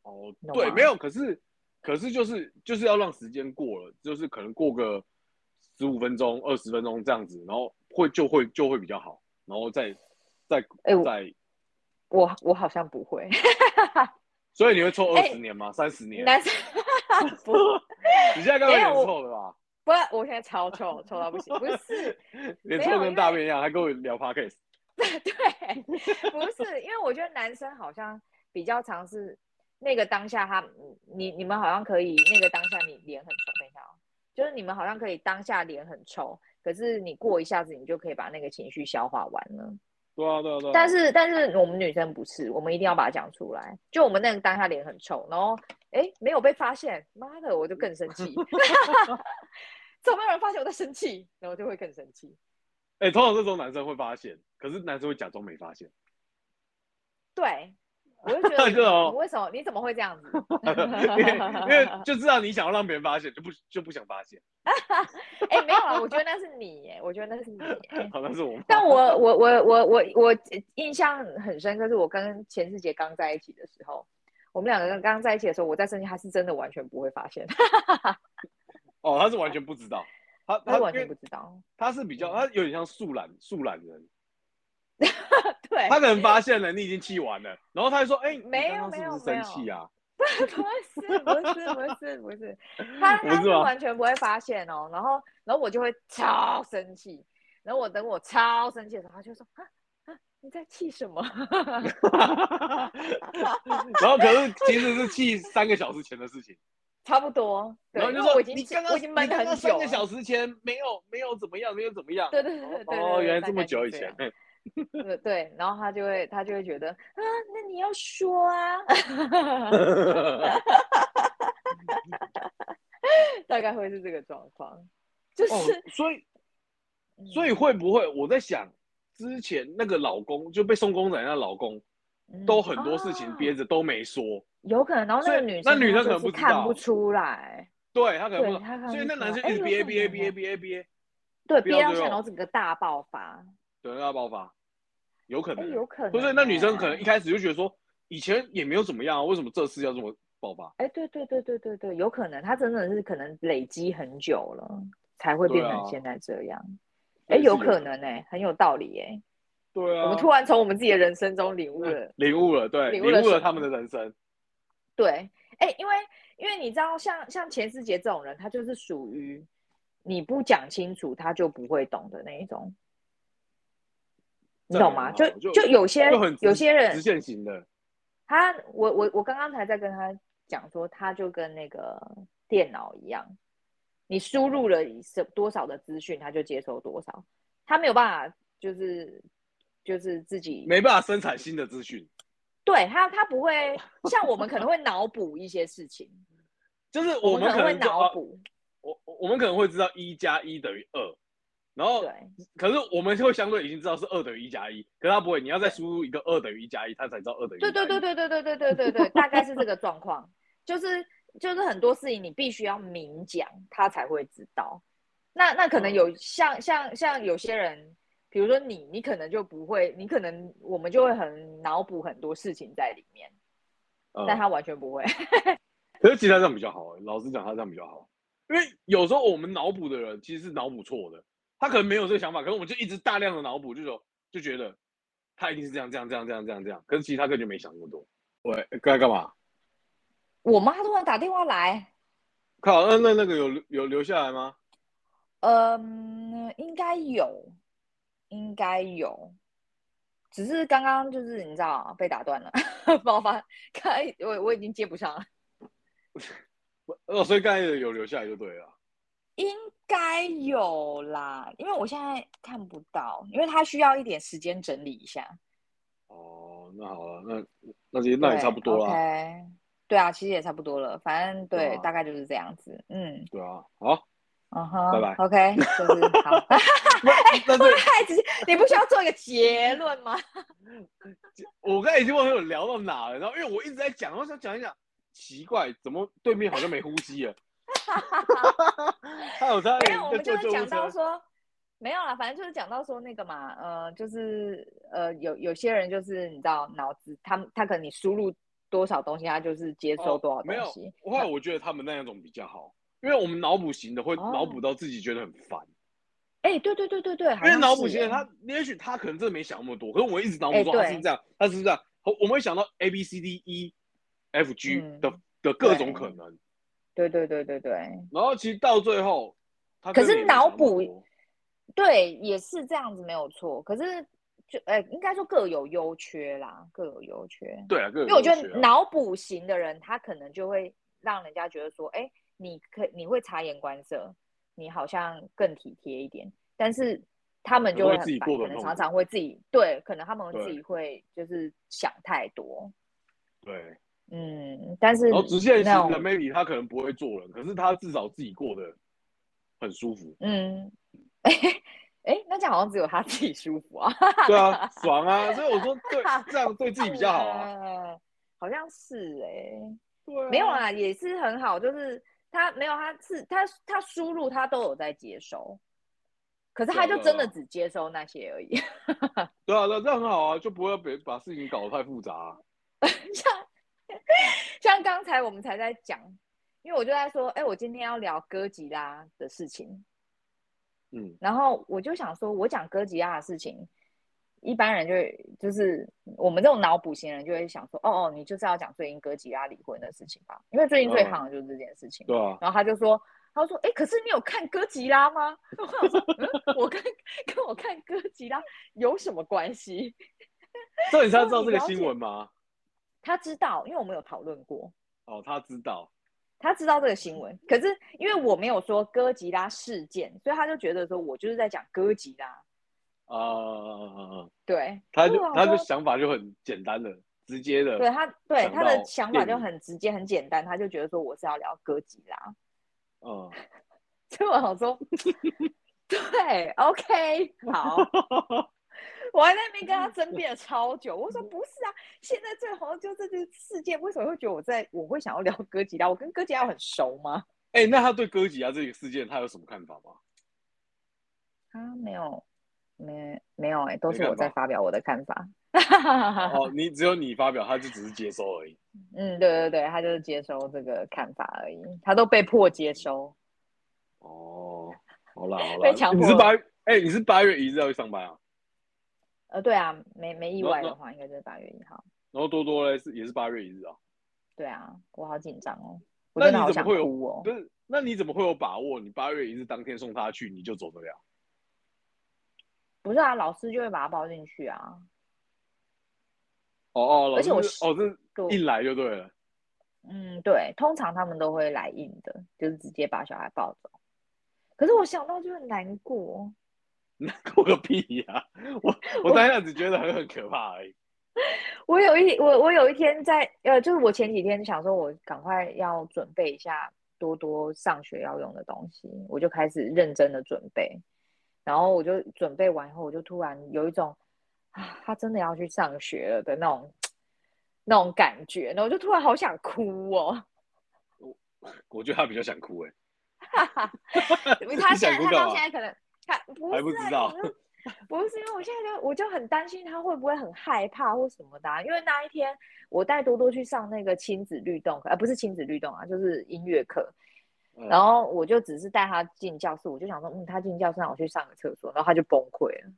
Speaker 2: 哦，
Speaker 1: 懂啊
Speaker 2: 对，
Speaker 1: 吗
Speaker 2: 没有，可是可是就是就是要让时间过了，就是可能过个十五分钟、二十分钟这样子，然后会就会就会比较好，然后再再
Speaker 1: 哎我
Speaker 2: 再，
Speaker 1: 我我好像不会，
Speaker 2: 所以你会凑二
Speaker 1: 哎
Speaker 2: 十年吗？三十年？
Speaker 1: (laughs) 男生不
Speaker 2: 你现在刚刚
Speaker 1: 没有
Speaker 2: 脸
Speaker 1: 我
Speaker 2: 臭了吧？
Speaker 1: 不，我现在超臭，臭到不行，不是。没
Speaker 2: 脸臭
Speaker 1: 有
Speaker 2: 跟
Speaker 1: 因
Speaker 2: 大
Speaker 1: 为
Speaker 2: 便一样，还跟我聊 podcast。
Speaker 1: (laughs) 对，不是，因为我觉得男生好像比较常是那个当下他，你你们好像可以那个当下你脸很臭，等一下哦，就是你们好像可以当下脸很臭，可是你过一下子你就可以把那个情绪消化完了。
Speaker 2: 对啊，对啊，对啊。
Speaker 1: 但是但是我们女生不是，我们一定要把它讲出来。就我们那个当下脸很臭，然后哎没有被发现，妈的我就更生气。 (laughs) 怎么没有人发现我在生气？然后就会更生气。
Speaker 2: 哎、通常这种男生会发现，可是男生会假装没发现。 (laughs)
Speaker 1: 对，我就觉得
Speaker 2: 对哦
Speaker 1: 你为什么你怎么会这样子？
Speaker 2: 因为因为就知道你想要让别人发现，就不就不想发现。
Speaker 1: 哎、没有啊，我觉得那是你耶，我觉得那是你
Speaker 2: (laughs)
Speaker 1: 耶。哎
Speaker 2: 好，那是我妈。
Speaker 1: 但我我我我我我印象很深刻，是我跟钱世杰刚在一起的时候，我们两个人刚在一起的时候，我在生气，他是真的完全不会发现，
Speaker 2: 哦，他是完全不知道，他
Speaker 1: 他
Speaker 2: 他
Speaker 1: 是完
Speaker 2: 因
Speaker 1: 全
Speaker 2: 为
Speaker 1: 不知道。嗯
Speaker 2: 他是比较，他有点像素懒素懒人，
Speaker 1: 对，
Speaker 2: 他可能发现了你已经气完了，然后他就说：“哎、你
Speaker 1: 哎没有
Speaker 2: 刚刚
Speaker 1: 没
Speaker 2: 是
Speaker 1: 有
Speaker 2: 不是生气啊
Speaker 1: 不是不是不是不
Speaker 2: (laughs)
Speaker 1: 是，他
Speaker 2: 不
Speaker 1: 他
Speaker 2: 是
Speaker 1: 是
Speaker 2: 吗
Speaker 1: 完全不会发现哦。然后然后我就会超生气，然后我等我超生气的时候，他就说啊啊你在气什么？？”
Speaker 2: (laughs) 然后可是其实是气三个小时前的事情，
Speaker 1: 差不多，对，
Speaker 2: 然后就
Speaker 1: 因
Speaker 2: 说
Speaker 1: 为我已经
Speaker 2: 你刚刚
Speaker 1: 我已经闷
Speaker 2: 你刚刚
Speaker 1: 很久
Speaker 2: 三
Speaker 1: 了
Speaker 2: 个。小时前没有没有怎么样，没有怎么样。
Speaker 1: 对对对对对
Speaker 2: 哦，
Speaker 1: 对
Speaker 2: 原来
Speaker 1: 大
Speaker 2: 这么
Speaker 1: 概
Speaker 2: 久
Speaker 1: 是
Speaker 2: 以
Speaker 1: 这
Speaker 2: 前
Speaker 1: 样，对对，然后他就会他就会觉得啊，那你要说啊， (laughs)
Speaker 2: 嗯
Speaker 1: 大概会是这个状况，就是、
Speaker 2: 哦，所以所以会不会我在想，之前那个老公就被送公仔那老公，
Speaker 1: 嗯
Speaker 2: 都很多事情憋
Speaker 1: 啊
Speaker 2: 着都没说，
Speaker 1: 有可能，然后那
Speaker 2: 所以
Speaker 1: 个女
Speaker 2: 那
Speaker 1: 生
Speaker 2: 女
Speaker 1: 她
Speaker 2: 生可
Speaker 1: 就
Speaker 2: 能
Speaker 1: 是
Speaker 2: 不知道
Speaker 1: 看不出来，
Speaker 2: 对他可能
Speaker 1: 对
Speaker 2: 不知
Speaker 1: 她可
Speaker 2: 道，
Speaker 1: 能
Speaker 2: 所以
Speaker 1: 不
Speaker 2: 那
Speaker 1: 知
Speaker 2: 男
Speaker 1: 道
Speaker 2: 生
Speaker 1: 哎
Speaker 2: 一直
Speaker 1: 有
Speaker 2: 憋
Speaker 1: 可
Speaker 2: 憋
Speaker 1: 能
Speaker 2: 憋
Speaker 1: 哦
Speaker 2: 憋憋，
Speaker 1: 对，
Speaker 2: 憋到
Speaker 1: 憋到现
Speaker 2: 最后
Speaker 1: 场，然后整个大爆发，
Speaker 2: 等到爆发，有可
Speaker 1: 哎，
Speaker 2: 能欸，
Speaker 1: 有可能，哦欸
Speaker 2: 不是那女生可能一，开始就觉得说，以前也没有怎么样啊，为什么这次要这么爆发？
Speaker 1: 哎，对对对对对对，有可能，她真的是可能累积很久了，才会变
Speaker 2: 对啊
Speaker 1: 成现在这样，
Speaker 2: 所
Speaker 1: 哎，
Speaker 2: 以是
Speaker 1: 有
Speaker 2: 可
Speaker 1: 可，能哎，很有道理哎，
Speaker 2: 对啊，
Speaker 1: 我们突然从我们自己的人生中领悟
Speaker 2: 对
Speaker 1: 了。
Speaker 2: 领悟了，对，
Speaker 1: 领
Speaker 2: 领
Speaker 1: 悟了
Speaker 2: 悟了
Speaker 1: 什
Speaker 2: 他
Speaker 1: 么
Speaker 2: 们的人生，
Speaker 1: 对，哎，因为因为你知道像，像钱世杰这种人，他就是属于你不讲清楚，他就不会懂的那一种，你
Speaker 2: 这样
Speaker 1: 懂吗？
Speaker 2: 很
Speaker 1: 就
Speaker 2: 好就
Speaker 1: 有些
Speaker 2: 就很
Speaker 1: 有
Speaker 2: 直
Speaker 1: 些
Speaker 2: 直
Speaker 1: 人，
Speaker 2: 线型的，
Speaker 1: 他我我我刚刚才在跟他讲说，他就跟那个电脑一样，你输入了什多少的资讯，他就接收多少，他没有办法就是就是自己
Speaker 2: 没办法生产新的资讯，
Speaker 1: 对他他不会像我们可能会脑补一些事
Speaker 2: (laughs)
Speaker 1: 情，
Speaker 2: 就是
Speaker 1: 我
Speaker 2: 们
Speaker 1: 可
Speaker 2: 可
Speaker 1: 能会
Speaker 2: 能就
Speaker 1: 脑
Speaker 2: 啊
Speaker 1: 补，
Speaker 2: 我我我们可能会知道一加一等于二，然后
Speaker 1: 对。
Speaker 2: 可是我们就会相对已经知道是二等于一加一，可是他不会，你要再输入一个二等于一加一，他才知道二等于1
Speaker 1: 对对对对
Speaker 2: 对，
Speaker 1: 对对对对对对，大概是这个状况，就是就是很多事情你必须要明讲，他才会知道。那那可能
Speaker 2: 嗯
Speaker 1: 有像像像有些人，比如说你，你可能就不会，你可能我们就会很脑补很多事情在里面，但
Speaker 2: 嗯，
Speaker 1: 他完全不会。 (laughs)
Speaker 2: 可是其实他这样比较好，欸老实讲他这样比较好，因为有时候我们脑补的人其实是脑补错的，他可能没有这个想法，可是我们就一直大量的脑补，就说就觉得他一定是这样这样这样这样这样这样，可是其实他根本就没想那么多。喂，该干嘛？
Speaker 1: 我妈突然打电话来，
Speaker 2: 靠，那那那个有留有留下来吗？
Speaker 1: 嗯，应该有，应该有，只是刚刚就是你知道啊被打断了， (laughs) 爆发，刚才我我已经接不上了。
Speaker 2: 哦，所以刚才有留下来就对了。
Speaker 1: 应该有啦，因为我现在看不到，因为它需要一点时间整理一下。
Speaker 2: 哦，那好了，那那其实那也差不多啦。
Speaker 1: OK，对啊，其实也差不多了，反正
Speaker 2: 对
Speaker 1: 对，
Speaker 2: 啊
Speaker 1: 大概就是这样子。嗯，
Speaker 2: 对啊，好，
Speaker 1: 嗯哼，
Speaker 2: 拜拜
Speaker 1: OK，就是
Speaker 2: (laughs)
Speaker 1: 好。
Speaker 2: 那
Speaker 1: (laughs) 会不
Speaker 2: 这
Speaker 1: 会太直接？你不需要做一个结论吗？
Speaker 2: 我刚才已经忘了有聊到哪了，然后因为我一直在讲，我想讲一讲，奇怪，怎么对面好像没呼吸了？ (laughs) 还有他 (laughs)
Speaker 1: 没有，我
Speaker 2: 在
Speaker 1: 们
Speaker 2: 救
Speaker 1: 就是
Speaker 2: 救护
Speaker 1: 讲到
Speaker 2: 车，
Speaker 1: 说，没有啦，反正就是讲到说那个嘛，呃，就是呃，有有些人就是你知道，脑子他他可能你输入多少东西，他就是接收
Speaker 2: 哦
Speaker 1: 多少
Speaker 2: 没有
Speaker 1: 东西。
Speaker 2: 后来我觉得他们那样种比较好，因为我们脑补型的会
Speaker 1: 哦
Speaker 2: 脑补到自己觉得很烦，
Speaker 1: 哎、对对对对对，好
Speaker 2: 因为
Speaker 1: 像
Speaker 2: 脑
Speaker 1: 是
Speaker 2: 补型的
Speaker 1: 欸
Speaker 2: 他，也许他可能真的没想那么多，可是我们一直脑
Speaker 1: 哎
Speaker 2: 补说他是
Speaker 1: 对
Speaker 2: 不是这样，他是不是这样，我我们会想到 A B C D E F G
Speaker 1: 嗯
Speaker 2: 的的各
Speaker 1: 对
Speaker 2: 种可能，
Speaker 1: 对对对对对
Speaker 2: 然后其实到最后，他
Speaker 1: 可
Speaker 2: 根
Speaker 1: 是
Speaker 2: 本也没想
Speaker 1: 脑
Speaker 2: 那么
Speaker 1: 补
Speaker 2: 多
Speaker 1: 对，也是这样子没有错。可是就哎、应该说各有优缺啦，各有优缺。
Speaker 2: 对啊，因
Speaker 1: 因为我觉得脑补型的人，他可能就会让人家觉得说，哎、你可你会察言观色，你好像更体贴一点。但是他们就
Speaker 2: 会
Speaker 1: 很
Speaker 2: 自己
Speaker 1: 烦
Speaker 2: 过得
Speaker 1: 可
Speaker 2: 很
Speaker 1: 能
Speaker 2: 痛
Speaker 1: 常
Speaker 2: 苦
Speaker 1: 常会自己对，可能他们
Speaker 2: 对
Speaker 1: 自己会就是想太多，
Speaker 2: 对。
Speaker 1: 嗯，但是
Speaker 2: 然后直线型
Speaker 1: 那
Speaker 2: 的
Speaker 1: 种
Speaker 2: maybe 他可能不会做人，可是他至少自己过得很舒
Speaker 1: (laughs)
Speaker 2: 服。
Speaker 1: 嗯，哎、哎、那这样好像只有他自己舒服啊，
Speaker 2: 对啊，爽啊！所以我说对，这样对自己比较好啊。
Speaker 1: 啊， (laughs) 好像是哎、
Speaker 2: 对啊
Speaker 1: 没有，啊，也是很好，就是他没有，他是他他输入他都有在接收，可是他就真的
Speaker 2: 哦
Speaker 1: 只接收那些而已。 (laughs)
Speaker 2: 对啊，对啊，这样很好啊，就不会被把事情搞得太复杂啊、
Speaker 1: 像像刚才我们才在讲，因为我就在说，哎、我今天要聊哥吉拉的事情，
Speaker 2: 嗯，
Speaker 1: 然后我就想说，我讲哥吉拉的事情，一般人就会就是我们这种脑补型人就会想说，哦哦，你就是要讲最近哥吉拉离婚的事情吧，因为最近最
Speaker 2: 嗯
Speaker 1: 夯的就是这件事情。
Speaker 2: 对啊，
Speaker 1: 然后他就说，他就说，哎、可是你有看哥吉拉吗？ (laughs) 我想说，嗯，我跟跟我看哥吉拉有什么关系？
Speaker 2: 这你才知道这个新闻吗？
Speaker 1: 他知道，因为我们有讨论过，
Speaker 2: 哦，他知道，
Speaker 1: 他知道这个新闻。可是因为我没有说哥吉拉事件，所以他就觉得说我就是在讲哥吉拉。
Speaker 2: 啊，
Speaker 1: 对，
Speaker 2: 他就
Speaker 1: 对啊
Speaker 2: 他就
Speaker 1: 说
Speaker 2: 想法就很简单了，直接的，
Speaker 1: 对他对
Speaker 2: 想
Speaker 1: 他的
Speaker 2: 到
Speaker 1: 想法
Speaker 2: 电
Speaker 1: 就
Speaker 2: 影
Speaker 1: 很直接、很简单，他就觉得说我是要聊哥吉拉。 (laughs)
Speaker 2: 嗯，
Speaker 1: 所以我想说， (laughs) 对，OK，好。 (laughs) 我还在那边跟他争 (laughs) 辩了超久，我说不是啊，现在最红的就是这个事件，为什么会觉得我在我会想要聊哥吉拉？我跟哥吉拉很熟吗？
Speaker 2: 哎、那他对哥吉拉这个事件他有什么看法吗？
Speaker 1: 他、啊没有，没没有哎、都
Speaker 2: 没
Speaker 1: 是我
Speaker 2: 看
Speaker 1: 在
Speaker 2: 法
Speaker 1: 发表我的看 (laughs) 法。
Speaker 2: 哦，你只有你发表，他就只是接收而已。
Speaker 1: 嗯，对对对，他就是接收这个看法而已，他都被迫接收。
Speaker 2: 哦，好啦好啦，
Speaker 1: 被强迫
Speaker 2: 你是八哎、你是八月一日要去上班啊？
Speaker 1: 呃，对啊，没没意
Speaker 2: 那
Speaker 1: 外
Speaker 2: 那
Speaker 1: 的话，应该就是八月一号。
Speaker 2: 然后多多嘞是也是八月一日啊？
Speaker 1: 对啊，我好紧张哦，我
Speaker 2: 那
Speaker 1: 真的
Speaker 2: 你
Speaker 1: 好
Speaker 2: 怎么
Speaker 1: 想
Speaker 2: 会有
Speaker 1: 哭哦
Speaker 2: 不。是，那你怎么会有把握？你八月一日当天送他去，你就走得了？
Speaker 1: 不是啊，老师就会把他抱进去啊。
Speaker 2: 哦哦，老
Speaker 1: 而
Speaker 2: 师
Speaker 1: 且我
Speaker 2: 是哦，这
Speaker 1: 对，
Speaker 2: 一来就对了。
Speaker 1: 嗯，对，通常他们都会来硬的，就是直接把小孩抱走。可是我想到就很难过，
Speaker 2: 那我个屁呀、 (laughs) 我我当下只觉得很很可怕而已。
Speaker 1: 我有一我我有一天在呃，就是我前几天想说，我赶快要准备一下多多上学要用的东西，我就开始认真的准备。然后我就准备完以后，我就突然有一种啊，他真的要去上学了的那种那种感觉，然后我就突然好想哭哦。
Speaker 2: 我觉得他比较想哭
Speaker 1: 哈
Speaker 2: 哎、
Speaker 1: 哈，他
Speaker 2: 你
Speaker 1: 现
Speaker 2: 想
Speaker 1: 在
Speaker 2: 哭
Speaker 1: 他
Speaker 2: 干
Speaker 1: 到
Speaker 2: 嘛
Speaker 1: 现在可能他不
Speaker 2: 还不
Speaker 1: 是啊
Speaker 2: 知道，
Speaker 1: 因为我就不是因为我现在就我就很担心他会不会很害怕或什么的啊、因为那一天我带多多去上那个亲子律动课，呃，不是亲子律动啊，就是音乐课，
Speaker 2: 嗯
Speaker 1: 然后我就只是带他进教室，我就想说，嗯，他进教室让我去上个厕所，然后他就崩溃了。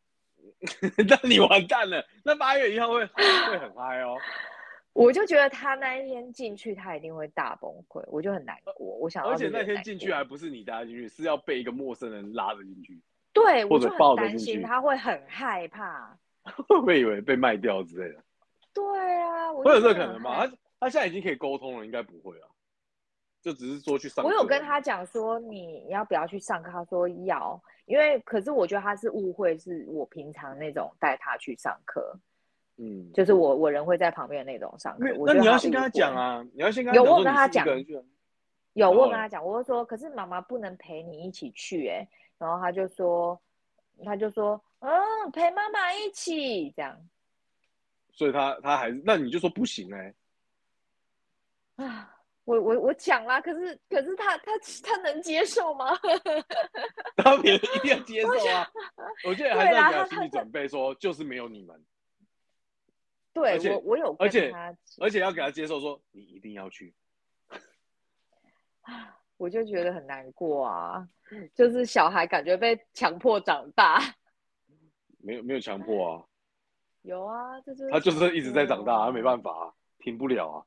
Speaker 2: (laughs) 那你完蛋了。那八月一号会会很嗨哦。
Speaker 1: 我就觉得他那一天进去，他一定会大崩溃，我就很难过。我想到
Speaker 2: 呃而且
Speaker 1: 就觉
Speaker 2: 那
Speaker 1: 得
Speaker 2: 天
Speaker 1: 难
Speaker 2: 进
Speaker 1: 过
Speaker 2: 去还不是你带他进去，是要被一个陌生人拉着进去， (laughs)
Speaker 1: 对，
Speaker 2: 或
Speaker 1: 我
Speaker 2: 者
Speaker 1: 就
Speaker 2: 抱
Speaker 1: 很
Speaker 2: 着
Speaker 1: 担
Speaker 2: 进
Speaker 1: 心
Speaker 2: 去
Speaker 1: 他会很害怕。
Speaker 2: 会不会以为被卖掉之类的？
Speaker 1: 对啊，我
Speaker 2: 会有
Speaker 1: 就
Speaker 2: 这个
Speaker 1: 是
Speaker 2: 可
Speaker 1: 很
Speaker 2: 能
Speaker 1: 害
Speaker 2: 吗？他他现在已经可以沟通了，应该不会啊。就只是说去上课
Speaker 1: 我
Speaker 2: 而已。
Speaker 1: 有跟他讲说你要不要去上课，他说要，因为可是我觉得他是误会，是我平常那种带他去上课，
Speaker 2: 嗯，
Speaker 1: 就是我我人会在旁边的那种上课
Speaker 2: 没有。
Speaker 1: 我
Speaker 2: 那
Speaker 1: 觉得
Speaker 2: 你要
Speaker 1: 他
Speaker 2: 先
Speaker 1: 误
Speaker 2: 跟他
Speaker 1: 会
Speaker 2: 讲。啊，你要先跟
Speaker 1: 有
Speaker 2: 讲
Speaker 1: 我
Speaker 2: 说
Speaker 1: 跟
Speaker 2: 你
Speaker 1: 他
Speaker 2: 是一
Speaker 1: 讲
Speaker 2: 个人去啊。
Speaker 1: 有我有
Speaker 2: 然后
Speaker 1: 跟
Speaker 2: 嘞
Speaker 1: 他讲，我就说可是妈妈不能陪你一起去哎、然后他就说他就说嗯陪妈妈一起这样
Speaker 2: 所以他他还是，那你就说不行哎、
Speaker 1: 啊。我我我讲啦，可是可是他他他能接受吗？ (laughs)
Speaker 2: 他别人一定要接受啊。我觉得还是
Speaker 1: 对啦
Speaker 2: 要给他
Speaker 1: 他
Speaker 2: 心理
Speaker 1: 他
Speaker 2: 准备说就是没有你们，
Speaker 1: 对
Speaker 2: 而且
Speaker 1: 我我有
Speaker 2: 而
Speaker 1: 跟
Speaker 2: 且
Speaker 1: 他
Speaker 2: 而且要给他接受说你一定要去。
Speaker 1: 我就觉得很难过 (laughs) 啊，就是小孩感觉被强迫长大。 (laughs)
Speaker 2: 没有没有强迫啊，
Speaker 1: 有啊，这就是
Speaker 2: 他就是一直在长大、啊，他没
Speaker 1: 法。
Speaker 2: 办法、啊，停不了啊。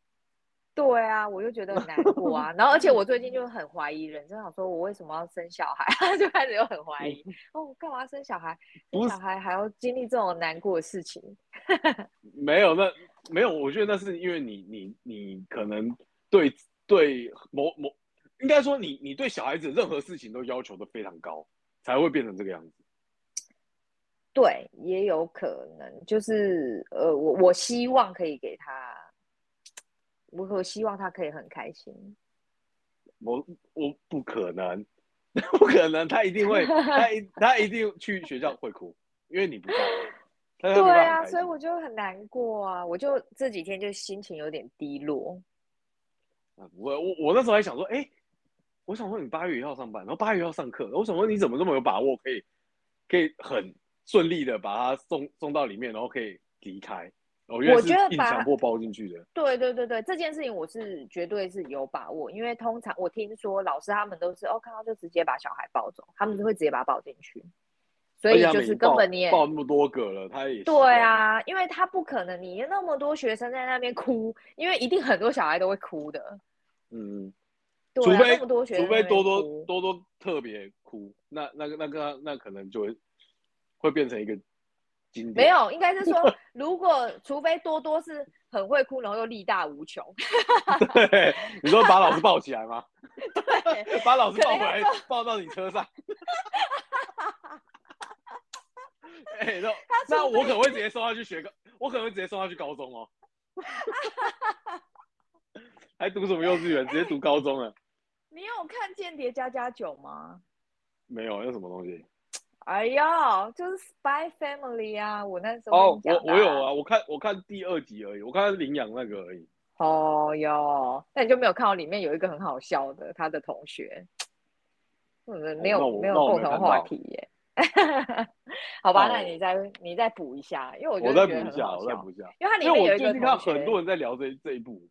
Speaker 1: 对啊，我就觉得很难过啊。然后，而且我最近就很怀疑人生，想说我为什么要生小孩， (laughs) 就开始又很怀疑哦，我干嘛要生小孩？
Speaker 2: 不
Speaker 1: 生
Speaker 2: 是
Speaker 1: 小孩还要经历这种难过的事情。
Speaker 2: 没有那没有，我觉得那是因为你你你可能对对某某，应该说你你对小孩子任何事情都要求的非常高，才会变成这个样子。
Speaker 1: 对，也有可能，就是呃，我我希望可以给他，我我希望他可以很开心。
Speaker 2: 我我不可能， (laughs) 不可能，他一定会，他一他一定去学校会哭，因为你不在。
Speaker 1: (laughs)
Speaker 2: 他会
Speaker 1: 对
Speaker 2: 不会很
Speaker 1: 啊，
Speaker 2: 开
Speaker 1: 所以
Speaker 2: 心
Speaker 1: 我就很难过啊，我就这几天就心情有点低落。
Speaker 2: 啊我我我那时候还想说，哎、我想说你八月一号上班，然后八月一号上课，我想说你怎么这么有把握，可以可以很顺利的把他送送到里面，然后可以离开。我原来
Speaker 1: 我
Speaker 2: 是
Speaker 1: 觉得
Speaker 2: 硬
Speaker 1: 把
Speaker 2: 强迫包进去的，
Speaker 1: 对对对对，这件事情我是绝对是有把握，因为通常我听说老师他们都是哦看到就直接把小孩抱走，他们就会直接把他抱进去，所
Speaker 2: 而
Speaker 1: 以
Speaker 2: 且他
Speaker 1: 就
Speaker 2: 们已
Speaker 1: 是
Speaker 2: 经
Speaker 1: 根
Speaker 2: 报
Speaker 1: 本你也
Speaker 2: 报那么多个了，他也习惯
Speaker 1: 对
Speaker 2: 了，
Speaker 1: 啊，因为他不可能你那么多学生在那边哭，因为一定很多小孩都会哭的，
Speaker 2: 嗯，
Speaker 1: 对、
Speaker 2: 除
Speaker 1: 啊，
Speaker 2: 非
Speaker 1: 那么多学生
Speaker 2: 除
Speaker 1: 在
Speaker 2: 非
Speaker 1: 那
Speaker 2: 多
Speaker 1: 边
Speaker 2: 多
Speaker 1: 哭
Speaker 2: 多多特别哭，那那个那个那可能就会会变成一个经典。
Speaker 1: 没有，应该是说如果除非多多是很会哭，然后又力大无穷， (laughs)
Speaker 2: 对，你说把老师抱起来吗？
Speaker 1: 对
Speaker 2: (laughs) 把老师抱
Speaker 1: 可能
Speaker 2: 回来，抱到你车
Speaker 1: (laughs)
Speaker 2: 上。哎、那那我可能会直接送他去学高，我可能会直接送他去高中哦。还读什么幼稚园？直接读高中了？
Speaker 1: 你有看《间谍加加酒》吗？
Speaker 2: 没有，那什么东西？
Speaker 1: 哎呀，就是《Spy Family》啊，我那时候
Speaker 2: 哦，
Speaker 1: 跟
Speaker 2: 我
Speaker 1: 你讲的
Speaker 2: 我有啊，我看我看第二集而已，我看领养那个而已。
Speaker 1: 哦哟，那你就没有看到里面有一个很好笑的他的同学，我们没有、
Speaker 2: 哦那我
Speaker 1: 没有
Speaker 2: 那我
Speaker 1: 共
Speaker 2: 没
Speaker 1: 同
Speaker 2: 看
Speaker 1: 话
Speaker 2: 到
Speaker 1: 题耶。 (laughs) 好吧，
Speaker 2: 那
Speaker 1: 那
Speaker 2: 我
Speaker 1: 你再你再补一下，因为我
Speaker 2: 我
Speaker 1: 真的
Speaker 2: 再补
Speaker 1: 觉得
Speaker 2: 一
Speaker 1: 很
Speaker 2: 下，
Speaker 1: 好
Speaker 2: 我再
Speaker 1: 笑
Speaker 2: 补，一下。
Speaker 1: 因为他里
Speaker 2: 因为
Speaker 1: 面
Speaker 2: 我
Speaker 1: 有一
Speaker 2: 最
Speaker 1: 个
Speaker 2: 近
Speaker 1: 同
Speaker 2: 看很
Speaker 1: 学
Speaker 2: 多人在聊这这一部，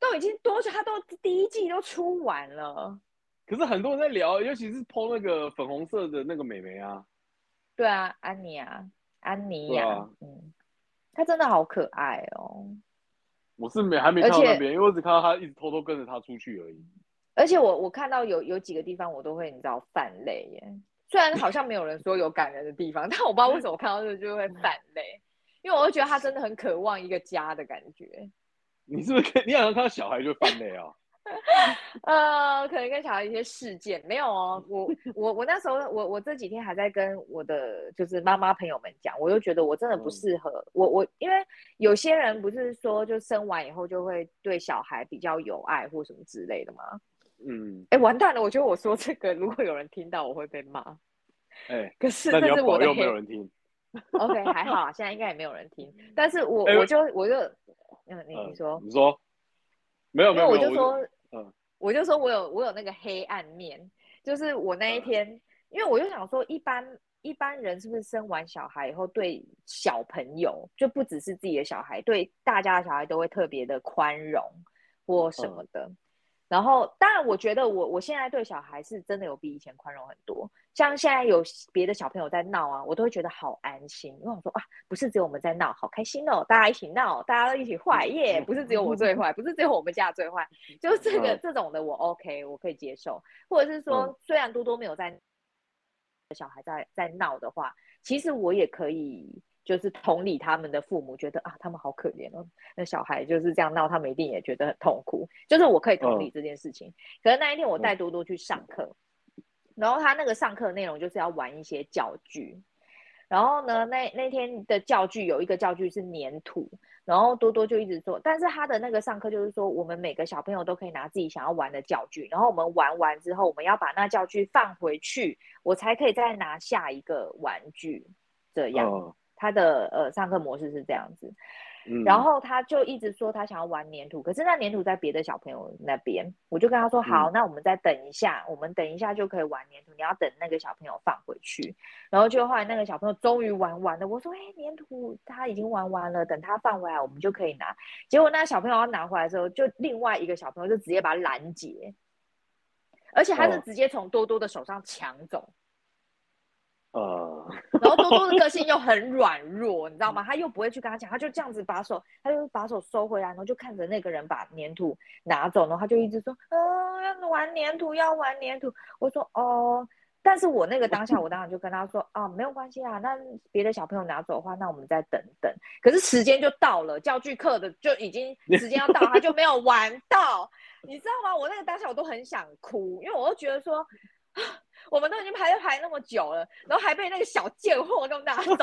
Speaker 1: 都已经多久，他都第一季都出完了。
Speaker 2: 可是很多人在聊，尤其是 PO 那个粉红色的那个美眉啊，
Speaker 1: 对啊，安妮啊，安妮
Speaker 2: 对
Speaker 1: 呀、
Speaker 2: 啊
Speaker 1: 嗯，她真的好可爱哦。
Speaker 2: 我是没还没看到
Speaker 1: 而且
Speaker 2: 那边，因为我只看到他一直偷偷跟着他出去而已。 (laughs)
Speaker 1: 而且我我看到有有几个地方我都会你知道泛泪耶，虽然好像没有人说有感人的地方，但 (laughs) 我不知道为什么我看到这个就会泛泪，因为我会觉得他真的很渴望一个家的感觉。
Speaker 2: 你是不是看你好像看到小孩就翻泪啊？
Speaker 1: 呃，可能跟小孩一些事件没有哦，我我我那时候我我这几天还在跟我的就是妈妈朋友们讲，我就觉得我真的不
Speaker 2: 嗯
Speaker 1: 适合、我我，因为有些人不是说就生完以后就会对小孩比较有爱或什么之类的吗？
Speaker 2: 嗯，
Speaker 1: 哎，完蛋了，我觉得我说这个如果有人听到我会被骂。
Speaker 2: 哎、
Speaker 1: 可是
Speaker 2: 那你
Speaker 1: 这
Speaker 2: 要
Speaker 1: 是我
Speaker 2: 保
Speaker 1: 的
Speaker 2: 佑
Speaker 1: 黑
Speaker 2: 没有人听。
Speaker 1: OK，还好啊，现在应该也没有人听。但是我
Speaker 2: 哎
Speaker 1: 我就我就嗯，你
Speaker 2: 嗯
Speaker 1: 你说，
Speaker 2: 你说，没有
Speaker 1: 因
Speaker 2: 没
Speaker 1: 为
Speaker 2: 有
Speaker 1: 我
Speaker 2: 没有，
Speaker 1: 就说
Speaker 2: 嗯，
Speaker 1: 我就说我有我有那个黑暗面，就是我
Speaker 2: 嗯
Speaker 1: 那一天，因为我就想说，一般一般人是不是生完小孩以后，对小朋友就不只是自己的小孩，对大家的小孩都会特别的宽容或
Speaker 2: 嗯
Speaker 1: 什么的。然后，当然，我觉得我我现在对小孩是真的有比以前宽容很多。像现在有别的小朋友在闹啊，我都会觉得好安心，因为我说啊，不是只有我们在闹，好开心哦，大家一起闹，大家都一起坏耶，不是只有我最坏，不是只有我们家最
Speaker 2: (laughs)
Speaker 1: 坏，就是这个、
Speaker 2: 嗯
Speaker 1: 这种的我 OK，我可以接受，或者是说，
Speaker 2: 嗯
Speaker 1: 虽然多多没有在小孩在在闹的话，其实我也可以。就是同理他们的父母，觉得啊，他们好可怜哦，那小孩就是这样闹，他们一定也觉得很痛苦。就是我可以同理这件事情。可是那一天我带多多去上课，然后他那个上课内容就是要玩一些教具，然后呢，那那天的教具有一个教具是粘土，然后多多就一直说，但是他的那个上课就是说，我们每个小朋友都可以拿自己想要玩的教具，然后我们玩完之后，我们要把那教具放回去，我才可以再拿下一个玩具，这样。
Speaker 2: 嗯
Speaker 1: 他的呃上课模式是这样子，
Speaker 2: 嗯，
Speaker 1: 然后他就一直说他想要玩粘土，可是那粘土在别的小朋友那边，我就跟他说
Speaker 2: 嗯
Speaker 1: 好，那我们再等一下，我们等一下就可以玩粘土，你要等那个小朋友放回去。然后就后来那个小朋友终于玩完了，我说哎，粘土他已经玩完了，等他放回来我们就可以拿。结果那小朋友要拿回来的时候，就另外一个小朋友就直接把它拦截，而且他是
Speaker 2: 哦
Speaker 1: 直接从多多的手上抢走。
Speaker 2: 呃，
Speaker 1: 然后多多的个性又很软弱，你知道吗？他又不会去跟他讲，他就这样子把手，他就把手收回来，然后就看着那个人把粘土拿走，然后他就一直说，嗯、要玩粘土，要玩粘土。我说哦，但是我那个当下，我当然就跟他说，啊，没有关系啊，那别的小朋友拿走的话，那我们再等等。可是时间就到了，教具课的就已经时间要到，他就没有玩到，你知道吗？我那个当下我都很想哭，因为我就觉得说，啊我们都已经排队排那么久了，然后还被那个小贱货给我拿走。 (laughs) 我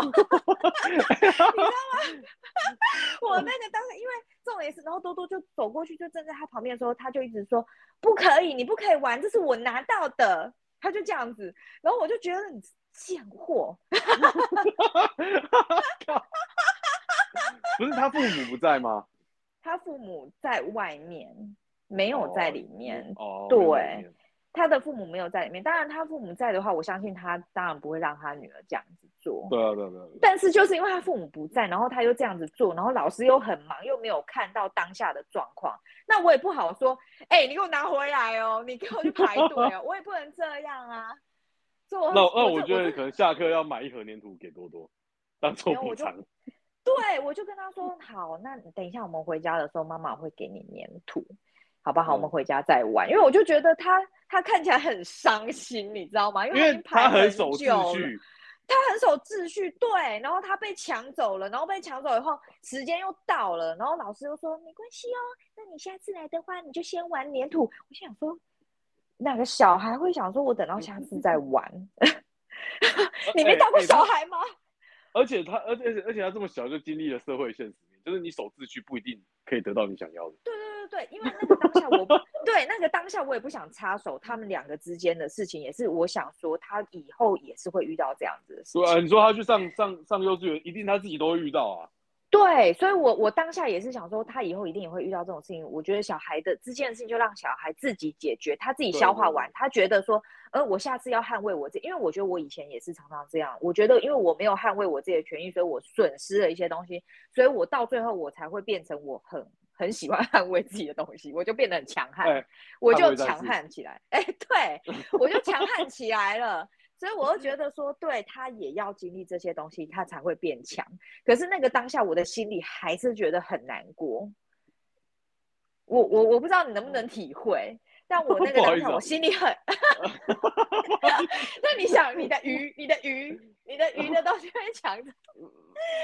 Speaker 1: 那个当时因为重点是，然后多多就走过去，就站在他旁边的时候，他就一直说不可以，你不可以玩，这是我拿到的。他就这样子，然后我就觉得你贱货，
Speaker 2: 不是他父母不在吗？
Speaker 1: 他父母在外面，没有在里面。
Speaker 2: 哦，
Speaker 1: 对
Speaker 2: 没有在里面
Speaker 1: 他的父母没有在里面，当然他父母在的话，我相信他当然不会让他女儿这样子做。
Speaker 2: 对啊，对啊，对啊。对啊
Speaker 1: 但是就是因为他父母不在，然后他又这样子做，然后老师又很忙，又没有看到当下的状况，那我也不好说，哎、你给我拿回来哦，你给我去排队哦，我也不能这样啊。所以我
Speaker 2: 那那
Speaker 1: 我
Speaker 2: 我
Speaker 1: 就
Speaker 2: 觉
Speaker 1: 我
Speaker 2: 得
Speaker 1: 就
Speaker 2: 可能下课要买一盒粘土给多多，当做
Speaker 1: 没有
Speaker 2: 补
Speaker 1: 我就
Speaker 2: 偿。
Speaker 1: 对，我就跟他说好，那你等一下我们回家的时候，妈妈会给你粘土，好不好？我们
Speaker 2: 嗯
Speaker 1: 回家再玩，因为我就觉得他他看起来很伤心，你知道吗？因为他已
Speaker 2: 因为
Speaker 1: 经排
Speaker 2: 很
Speaker 1: 很
Speaker 2: 守
Speaker 1: 久了
Speaker 2: 秩序，
Speaker 1: 他很守秩序，对，然后他被抢走了，然后被抢走以后，时间又到了，然后老师又说没关系哦，那你下次来的话，你就先玩粘土。我心想说，哪个小孩会想说我等到下次再玩？你没
Speaker 2: 哎
Speaker 1: 当过
Speaker 2: 哎
Speaker 1: 小
Speaker 2: 他
Speaker 1: 孩吗？
Speaker 2: 而且他，而且而且而且他这么小就经历了社会现实面，就是你守秩序不一定可以得到你想要的。
Speaker 1: 对对对对，因为那个当下我 (laughs) 不对那个当下我也不想插手他们两个之间的事情，也是我想说他以后也是会遇到这样子的事情
Speaker 2: 对。啊，你说他去上上上幼稚园，一定他自己都会遇到啊。
Speaker 1: 对，所以我我当下也是想说，他以后一定也会遇到这种事情。我觉得小孩的之间的事情就让小孩自己解决，他自己
Speaker 2: 对
Speaker 1: 消
Speaker 2: 对
Speaker 1: 化
Speaker 2: 对
Speaker 1: 完，他觉得说，呃，我下次要捍卫我自己，因为我觉得我以前也是常常这样，我觉得因为我没有捍卫我自己的权益，所以我损失了一些东西，所以我到最后我才会变成我很很喜欢捍卫自己的东西，我就变得很强悍，
Speaker 2: 哎
Speaker 1: 我
Speaker 2: 捍
Speaker 1: 就
Speaker 2: 卫战
Speaker 1: 强
Speaker 2: 士
Speaker 1: 悍起来，哎，对，我就强悍起来了。所以我就
Speaker 2: (laughs)
Speaker 1: 觉得说，对他也要经历这些东西，他才会变强。可是那个当下，我的心里还是觉得很难过。我我我不知道你能不能体会，但我那个
Speaker 2: 嗯 (laughs) 不好
Speaker 1: 当
Speaker 2: 意思
Speaker 1: 下，
Speaker 2: 啊
Speaker 1: 我心里
Speaker 2: (laughs)
Speaker 1: 很。那你想，你的鱼，你的鱼，你的鱼
Speaker 2: (laughs)
Speaker 1: 的东西被抢走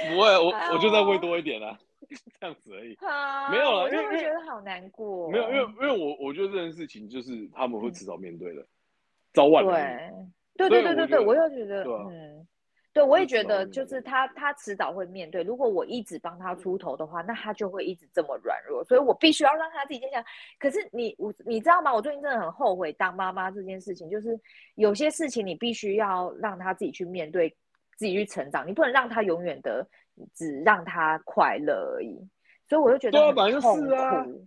Speaker 2: 不会，我
Speaker 1: 还
Speaker 2: 我就再
Speaker 1: 好
Speaker 2: 喂
Speaker 1: 啊
Speaker 2: 多一点啊， (laughs) 这样子而已。
Speaker 1: 啊？
Speaker 2: 没有啦
Speaker 1: 我就
Speaker 2: 因为
Speaker 1: 会
Speaker 2: 因为
Speaker 1: 觉得好难过。
Speaker 2: 没有，因为因为我我觉得这件事情就是他
Speaker 1: 嗯
Speaker 2: 们会迟早面对的，早晚的问题。
Speaker 1: 对
Speaker 2: 所
Speaker 1: 对对
Speaker 2: 以
Speaker 1: 对
Speaker 2: 我
Speaker 1: 对，
Speaker 2: 觉得
Speaker 1: 我又觉得，
Speaker 2: 对啊
Speaker 1: 嗯，对我也
Speaker 2: 就迟
Speaker 1: 觉得，
Speaker 2: 早会面
Speaker 1: 就是
Speaker 2: 对
Speaker 1: 他他迟早会面对。如果我一直帮他出头的话，那他就会一直这么软弱，所以我必须要让他自己坚强。可是你我你知道吗？我最近真的很后悔当妈妈这件事情，就是有些事情你必须要让他自己去面对，自己去成长，你不能让他永远的只让他快乐而已。所以我就觉得
Speaker 2: 对啊
Speaker 1: 很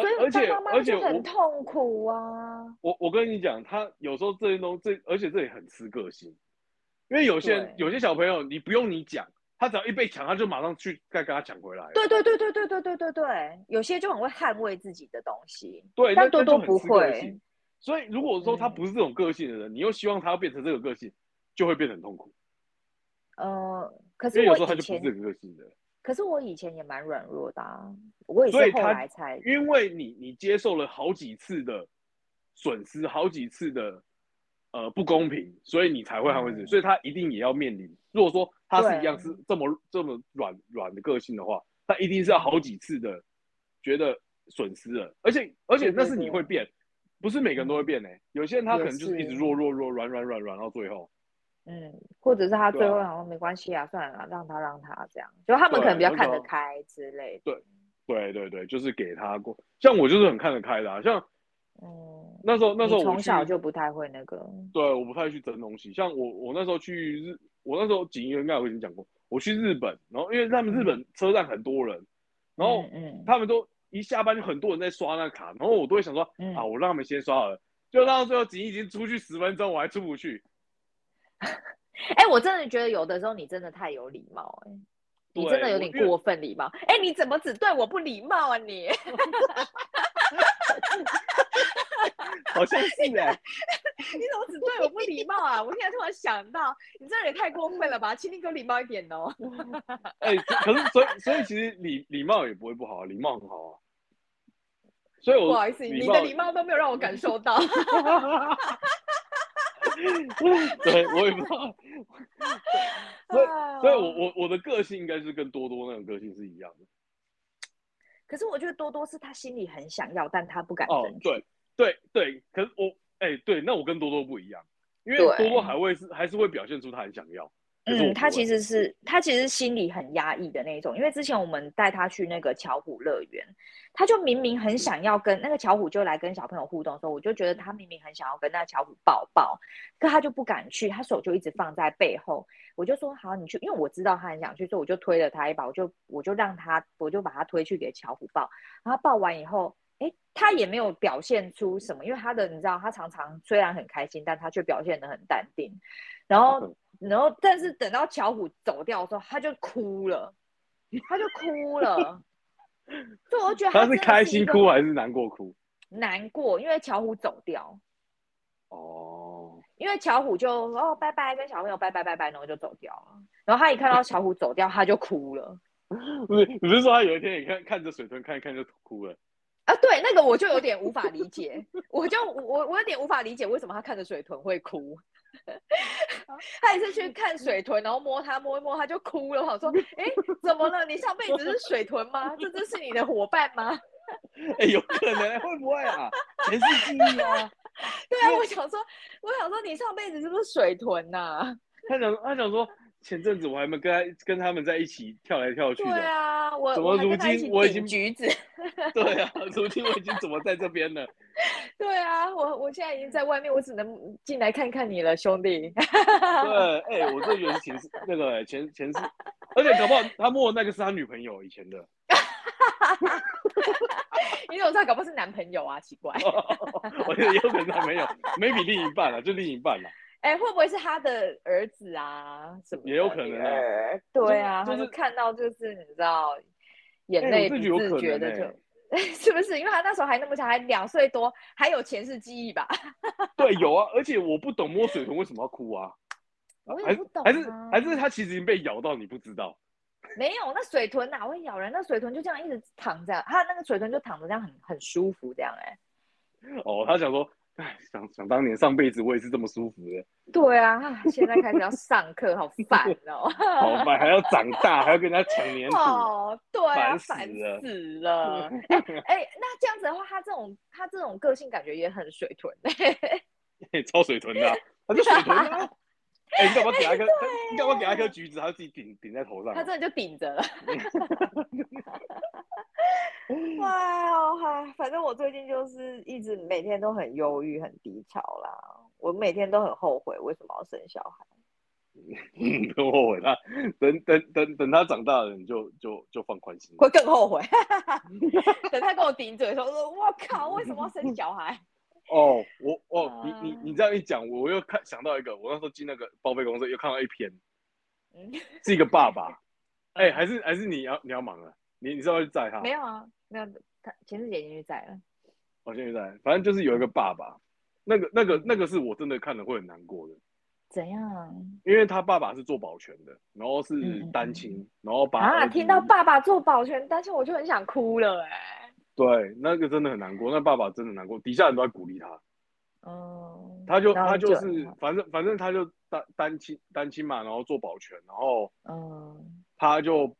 Speaker 2: 本
Speaker 1: 痛
Speaker 2: 来就是
Speaker 1: 苦，所以
Speaker 2: 啊而而且
Speaker 1: 当妈妈
Speaker 2: 而且
Speaker 1: 就
Speaker 2: 我
Speaker 1: 很痛苦啊。
Speaker 2: 我我跟你讲，他有时候这些东这，而且这也很吃个性，因为有些人
Speaker 1: 对
Speaker 2: 有些小朋友，你不用你讲，他只要一被抢，他就马上去再跟他抢回来了。
Speaker 1: 对对对对对对对对对，有些就很会捍卫自己的东西，
Speaker 2: 对，
Speaker 1: 但
Speaker 2: 那
Speaker 1: 多
Speaker 2: 那就
Speaker 1: 多
Speaker 2: 很
Speaker 1: 不
Speaker 2: 吃个
Speaker 1: 会
Speaker 2: 性。所以如果说他
Speaker 1: 嗯
Speaker 2: 不是这种个性的人，你又希望他要变成这个个性，就会变得很痛苦，
Speaker 1: 呃，可
Speaker 2: 因
Speaker 1: 是
Speaker 2: 为有
Speaker 1: 我
Speaker 2: 时候他
Speaker 1: 以
Speaker 2: 就
Speaker 1: 前，
Speaker 2: 不是这个个性的人。
Speaker 1: 可是我以前也蛮软弱的啊，我也
Speaker 2: 所以
Speaker 1: 是后
Speaker 2: 他
Speaker 1: 来才，
Speaker 2: 因为你你接受了好几次的损失，好几次的呃不公平，所以你才会捍卫自己，
Speaker 1: 嗯
Speaker 2: 所以他一定也要面临。如果说他是一样
Speaker 1: 对
Speaker 2: 是这么这么软软的个性的话，他一定是要好几次的觉得损失了，而且而且
Speaker 1: 对对嗯
Speaker 2: 那是你会变，不是每个人都会变呢、有些人他可能就是一直
Speaker 1: 也是
Speaker 2: 弱弱弱软软软软到最后，
Speaker 1: 嗯，或者是他
Speaker 2: 对
Speaker 1: 最后
Speaker 2: 啊
Speaker 1: 想说没关系啊，算了啊，让他让他这样，就他们可能比
Speaker 2: 对啊
Speaker 1: 较看
Speaker 2: 那
Speaker 1: 得
Speaker 2: 种
Speaker 1: 开之类的，
Speaker 2: 对对对，就是给他过。像我就是很看得开的、啊，像
Speaker 1: 嗯，
Speaker 2: 那时候那
Speaker 1: 你
Speaker 2: 时候我
Speaker 1: 从
Speaker 2: 去
Speaker 1: 小就不太会那个，
Speaker 2: 对，我不太去争东西。像我，我那时候去日，我那时候景应该我已经讲过，我去日本，然后因为他们日本车站很多人，然后
Speaker 1: 嗯嗯，
Speaker 2: 他们都一下班就很多人在刷那卡，然后我都会想说、
Speaker 1: 嗯
Speaker 2: 啊，我让他们先刷好了，就让到最后景已经出去十分钟，我还出不去。
Speaker 1: 哎、我真的觉得有的时候你真的太有礼貌、哎，你真
Speaker 2: 对
Speaker 1: 的有
Speaker 2: 我
Speaker 1: 点
Speaker 2: 因为
Speaker 1: 过分礼貌。哎、你怎么只对我不礼貌啊你？
Speaker 2: 好像是
Speaker 1: (laughs)
Speaker 2: 哎、
Speaker 1: 你怎么只对我不礼貌啊？我现在突然想到，你这人也太过分了吧？请你给我礼貌一点
Speaker 2: (laughs)
Speaker 1: 哦。
Speaker 2: 哎、可是所以所以其实礼礼貌也不会不好啊，礼貌很好啊。所以我
Speaker 1: 不好意思，你的礼貌都没有让我感受到。
Speaker 2: (laughs) 对，我也不知道。 (laughs) 所以
Speaker 1: 哦
Speaker 2: 所以我我我的个性应该是跟多多那种个性是一样的。
Speaker 1: 可是我觉得多多是他心里很想要，但他不敢
Speaker 2: 哦
Speaker 1: 争，取。
Speaker 2: 对对对，可是我哎、对，那我跟多多不一样，因为
Speaker 1: 对
Speaker 2: 多多还会是还是会表现出他很想要。可是
Speaker 1: 嗯，
Speaker 2: 我不
Speaker 1: 他
Speaker 2: 会
Speaker 1: 其实是他其实心里很压抑的那一种，因为之前我们带他去那个巧虎乐园，他就明明很想要跟那个巧虎就来跟小朋友互动的时候，我就觉得他明明很想要跟那个巧虎抱抱，可他就不敢去，他手就一直放在背后。我就说好，你去，因为我知道他很想去，所以我就推了他一把，我就我就让他，我就把他推去给巧虎抱，然后他抱完以后。诶，他也没有表现出什么，因为他的你知道，他常常虽然很开心，但他却表现得很淡定。然后然后，但是等到巧虎走掉的时候，他就哭了，他就哭了。所以我就觉得
Speaker 2: 他
Speaker 1: 真的
Speaker 2: 是
Speaker 1: 是
Speaker 2: 开心
Speaker 1: 一个
Speaker 2: 哭啊还是难过哭？
Speaker 1: 难过，因为巧虎走掉，
Speaker 2: 哦，
Speaker 1: 因为巧虎就哦拜拜，跟小朋友拜拜拜拜，然后就走掉了。然后他一看到巧虎走掉，他就哭了。
Speaker 2: 不是，你是说他有一天也看看着水豚看一看就哭了？
Speaker 1: 啊，对，那个我就有点无法理解，我就我我有点无法理解为什么他看着水豚会哭。
Speaker 2: 啊
Speaker 1: 他也是
Speaker 2: 嗯
Speaker 1: 去看水豚，然后摸它摸一摸，他就哭了。我
Speaker 2: (laughs)
Speaker 1: 想说，哎，怎么了？你上辈子是水豚吗？这只是你的伙伴吗？ (laughs)
Speaker 2: 哎、有可能会不会啊？前世记忆啊？
Speaker 1: 对啊，我想说，我想说，你上辈子是不是水豚呐、
Speaker 2: 他想他想说，前阵子我还没跟他跟他们在一起跳来跳去
Speaker 1: 对
Speaker 2: 的，
Speaker 1: 啊，我
Speaker 2: 怎
Speaker 1: 我
Speaker 2: 么
Speaker 1: 还
Speaker 2: 如
Speaker 1: 跟他一
Speaker 2: 今
Speaker 1: 起
Speaker 2: 我已
Speaker 1: 顶
Speaker 2: 经
Speaker 1: 橘子？ (laughs)
Speaker 2: 对啊， (laughs) 如今我已经怎么在这边了？
Speaker 1: 对啊，我我现在已经在外面，我只能进来看看你了，兄弟。 (laughs)
Speaker 2: 对，哎、我这原前世那个、哎前前世，而且搞不好他摸的那个是他女朋友以前的， (laughs)
Speaker 1: 你怎么知道？搞不好是男朋友啊，奇怪。
Speaker 2: 我觉得有可能他没有，maybe 另一半啊，就另一半啊。
Speaker 1: 哎、会不会是他的儿子啊？什么
Speaker 2: 也有
Speaker 1: 的
Speaker 2: 可能
Speaker 1: 女
Speaker 2: 啊
Speaker 1: 儿
Speaker 2: 是
Speaker 1: 对啊，
Speaker 2: 就
Speaker 1: 他就是看到就是你知道，眼
Speaker 2: 哎
Speaker 1: 泪
Speaker 2: 我
Speaker 1: 不
Speaker 2: 是觉得
Speaker 1: 自
Speaker 2: 有可
Speaker 1: 觉
Speaker 2: 能
Speaker 1: 的
Speaker 2: 哎
Speaker 1: 就， (laughs) 是不是？因为他那时候还那么小，还两岁多，还有前世记忆吧？ (laughs)
Speaker 2: 对，有啊，而且我不懂摸水豚为什么要哭啊，
Speaker 1: 我
Speaker 2: 还
Speaker 1: 也不懂、啊
Speaker 2: 还是还是他其实已经被咬到，你不知道。
Speaker 1: 没有，那水豚哪会咬人？那水豚就这样一直躺着，它那个水豚就躺着这样很很舒服，这样哎、
Speaker 2: 哦，他想说，哎，想想当年上辈子我也是这么舒服的，
Speaker 1: 对啊，唉现在开始要上课，好烦
Speaker 2: (laughs)
Speaker 1: 哦。
Speaker 2: 好烦，还要长大，还要跟人家抢黏土。
Speaker 1: 哦，对啊，
Speaker 2: 烦
Speaker 1: 烦
Speaker 2: 死了
Speaker 1: 死了。
Speaker 2: (laughs)
Speaker 1: 哎哎、那这样子的话，他这种他这种个性感觉也很水豚。欸
Speaker 2: 嘿超水豚的、啊，他是水
Speaker 1: (laughs)
Speaker 2: 豚啊。哎、你干嘛给他一颗？
Speaker 1: 啊
Speaker 2: 你干嘛给他一颗橘子？他自己顶顶在头上
Speaker 1: 他
Speaker 2: 啊。
Speaker 1: 真的就顶着了。 (laughs) 哇哦哈！反正我最近就是一直每天都很忧郁、很低潮啦。我每天都很后悔为什么要生小孩。
Speaker 2: (laughs) 嗯不用后悔他，等等等等他长大了，你就就就放宽心。
Speaker 1: 会更后 (laughs) 悔。等他跟我顶嘴的时候，我说：“我靠，为什么要生小孩
Speaker 2: 哦，我哦，你你
Speaker 1: 啊
Speaker 2: 你这样一讲，我又看想到一个，我那时候进那个报废公司又看到一篇，？”
Speaker 1: 嗯
Speaker 2: 是一个爸爸，哎、还是还是你要你要忙了，你你是要去载他？
Speaker 1: 没有啊，没有，他前世姐已经去载了。
Speaker 2: 我现在哦载，反正就是有一个爸爸，那个那个那个是我真的看了会很难过的，
Speaker 1: 怎样
Speaker 2: 因为他爸爸是做保全的，然后是
Speaker 1: 嗯嗯
Speaker 2: 单亲，然后把
Speaker 1: 啊？
Speaker 2: 儿子
Speaker 1: 听到爸爸做保全，但是我就很想哭了哎、
Speaker 2: 对那个真的很难过，那爸爸真的很难过，底下人都在鼓励他，
Speaker 1: 嗯，
Speaker 2: 他就
Speaker 1: 然后
Speaker 2: 他
Speaker 1: 就
Speaker 2: 就是反正反正他就单单亲单亲嘛，然后做保全，然后
Speaker 1: 嗯，
Speaker 2: 他就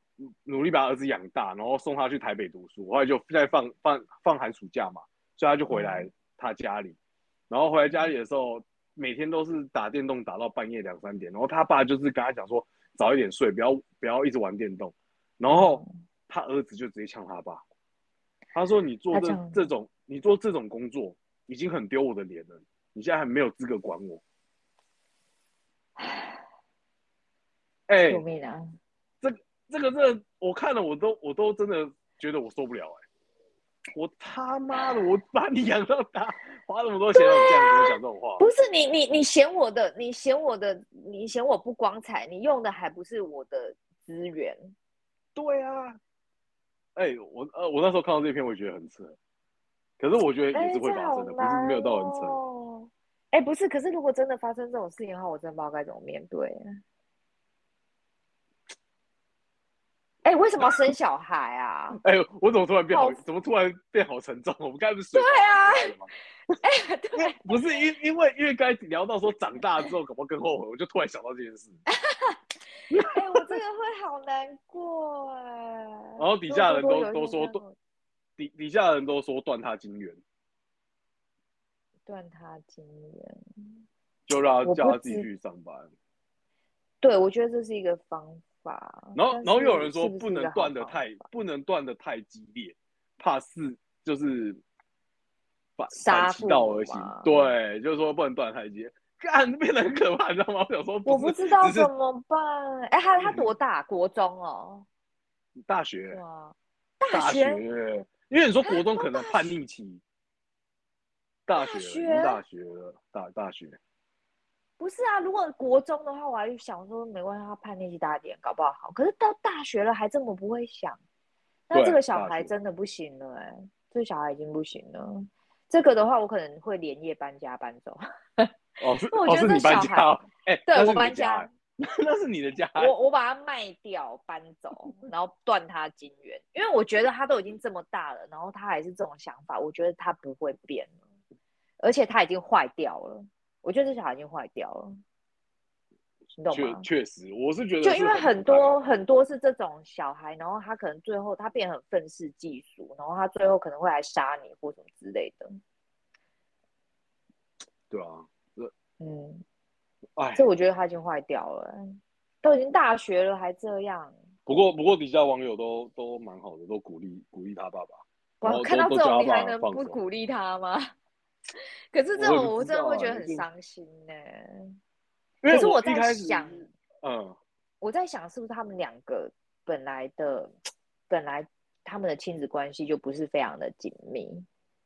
Speaker 2: 努力把儿子养大，然后送他去台北读书，后来就在放放放寒暑假嘛，所以他就回来
Speaker 1: 嗯
Speaker 2: 他家里，然后回来家里的时候，每天都是打电动打到半夜两三点，然后他爸就是跟他讲说早一点睡，不要不要一直玩电动，然后他儿子就直接呛他爸，他说你做
Speaker 1: 嗯他
Speaker 2: 这
Speaker 1: 呛
Speaker 2: 这种你做这种工作已经很丢我的脸了，你现在还没有资格管我。哎、
Speaker 1: 救命啊！
Speaker 2: 这个这我看了，我都我都真的觉得我受不了哎、我他妈的，我把你养到大，花那么多钱让你这样跟我讲这种话，
Speaker 1: 不是你你你嫌我的，你嫌我的，你嫌我不光彩，你用的还不是我的资源。
Speaker 2: 对啊，哎、我呃我那时候看到这篇，我也觉得很扯，可是我觉
Speaker 1: 哎
Speaker 2: 得也是会发生的，不是没有到很扯。
Speaker 1: 扯。哎、不是，可是如果真的发生这种事情的话，我真的不知道该怎么面对。哎、为什么要生小孩啊？
Speaker 2: 哎、我怎么突然变好？
Speaker 1: 好
Speaker 2: 怎么突然变好沉重？我们刚才不是水
Speaker 1: 对啊
Speaker 2: 水吗
Speaker 1: 哎、对，
Speaker 2: 不是因因为因为该聊到说长大之后，搞不好更后悔，我就突然想到这件事。
Speaker 1: 哎、我这个会好难过哎。
Speaker 2: (laughs) 然后底下人
Speaker 1: 如果有
Speaker 2: 都
Speaker 1: 一
Speaker 2: 都
Speaker 1: 天
Speaker 2: 说
Speaker 1: 这样
Speaker 2: 断，底底下人都说断他金元，
Speaker 1: 断他经验，
Speaker 2: 就让
Speaker 1: 我
Speaker 2: 他
Speaker 1: 不
Speaker 2: 叫他自己
Speaker 1: 知
Speaker 2: 去上班。
Speaker 1: 对，我觉得这是一个方法。
Speaker 2: 然后，
Speaker 1: 但
Speaker 2: 然后
Speaker 1: 是
Speaker 2: 又有人说
Speaker 1: 是不
Speaker 2: 不
Speaker 1: 是一
Speaker 2: 能
Speaker 1: 个好
Speaker 2: 断的
Speaker 1: 方
Speaker 2: 太
Speaker 1: 法
Speaker 2: 不能断的太激烈，怕是就是反
Speaker 1: 杀
Speaker 2: 反其
Speaker 1: 父
Speaker 2: 道
Speaker 1: 母
Speaker 2: 而行
Speaker 1: 嘛。
Speaker 2: 对，就是说不能断得太激烈，干变得很可怕，你知道吗？我想说，
Speaker 1: (laughs) 我
Speaker 2: 不
Speaker 1: 不
Speaker 2: 是
Speaker 1: 知道
Speaker 2: 只是嗯
Speaker 1: 怎么办。哎，他他多大？国中哦，
Speaker 2: 大
Speaker 1: 对
Speaker 2: 学
Speaker 1: 啊，
Speaker 2: (laughs) 大
Speaker 1: 学
Speaker 2: 学，因为你说国中
Speaker 1: 到
Speaker 2: 可能
Speaker 1: 大
Speaker 2: 叛
Speaker 1: (laughs)
Speaker 2: 逆期，大
Speaker 1: 大
Speaker 2: 学了已
Speaker 1: 学
Speaker 2: 经大学了，大大学
Speaker 1: 不是啊。如果国中的话，我还想说没关系，他叛逆期大一点，搞不好好。可是到大学了还这么不会想，那
Speaker 2: 对
Speaker 1: 这个小
Speaker 2: 大
Speaker 1: 孩
Speaker 2: 学
Speaker 1: 真的不行了哎、这小孩已经不行了。这个的话，我可能会连夜搬家搬走。 (laughs)
Speaker 2: 哦是
Speaker 1: 我
Speaker 2: 哦
Speaker 1: 觉
Speaker 2: 是
Speaker 1: 得
Speaker 2: 你
Speaker 1: 这小
Speaker 2: 搬家哦，哎，那
Speaker 1: 对
Speaker 2: 是
Speaker 1: 我
Speaker 2: 你的
Speaker 1: 搬
Speaker 2: 家
Speaker 1: 家
Speaker 2: 欸， (laughs) 那是你的家欸，
Speaker 1: 我我把它卖掉搬走，然后断他金元，因为我觉得他都已经这么大了，然后他还是这种想法，我觉得他不会变了，而且他已经坏掉了，我觉得这小孩已经坏掉了，你懂
Speaker 2: 确
Speaker 1: 吗？
Speaker 2: 确实，我是觉得
Speaker 1: 就是因为很
Speaker 2: 不太好
Speaker 1: 多很多是这种小孩，然后他可能最后他变得很愤世嫉俗，然后他最后可能会来杀你或什么之类的。
Speaker 2: 对啊，
Speaker 1: 嗯，
Speaker 2: 哎，
Speaker 1: 这我觉得他已经坏掉了，欸都已经大学了还这样。
Speaker 2: 不过不过底下网友都都蛮好的，都鼓励鼓励他爸爸。然后
Speaker 1: 哇，看
Speaker 2: 都
Speaker 1: 到
Speaker 2: 都
Speaker 1: 这
Speaker 2: 叫他
Speaker 1: 种你
Speaker 2: 爸
Speaker 1: 还
Speaker 2: 爸
Speaker 1: 能
Speaker 2: 放
Speaker 1: 不
Speaker 2: 手
Speaker 1: 鼓励他吗？ (laughs) 可是这
Speaker 2: 我
Speaker 1: 种
Speaker 2: 也不
Speaker 1: 我
Speaker 2: 知
Speaker 1: 真的
Speaker 2: 道
Speaker 1: 会
Speaker 2: 啊
Speaker 1: 觉得
Speaker 2: 可
Speaker 1: 很
Speaker 2: 是
Speaker 1: 伤心呢、
Speaker 2: 因
Speaker 1: 可
Speaker 2: 为
Speaker 1: 是
Speaker 2: 我
Speaker 1: 我
Speaker 2: 一
Speaker 1: 在
Speaker 2: 开始
Speaker 1: 想，
Speaker 2: 嗯，
Speaker 1: 我在想是不是他们两个本来的本来他们的亲子关系就不是非常的紧密，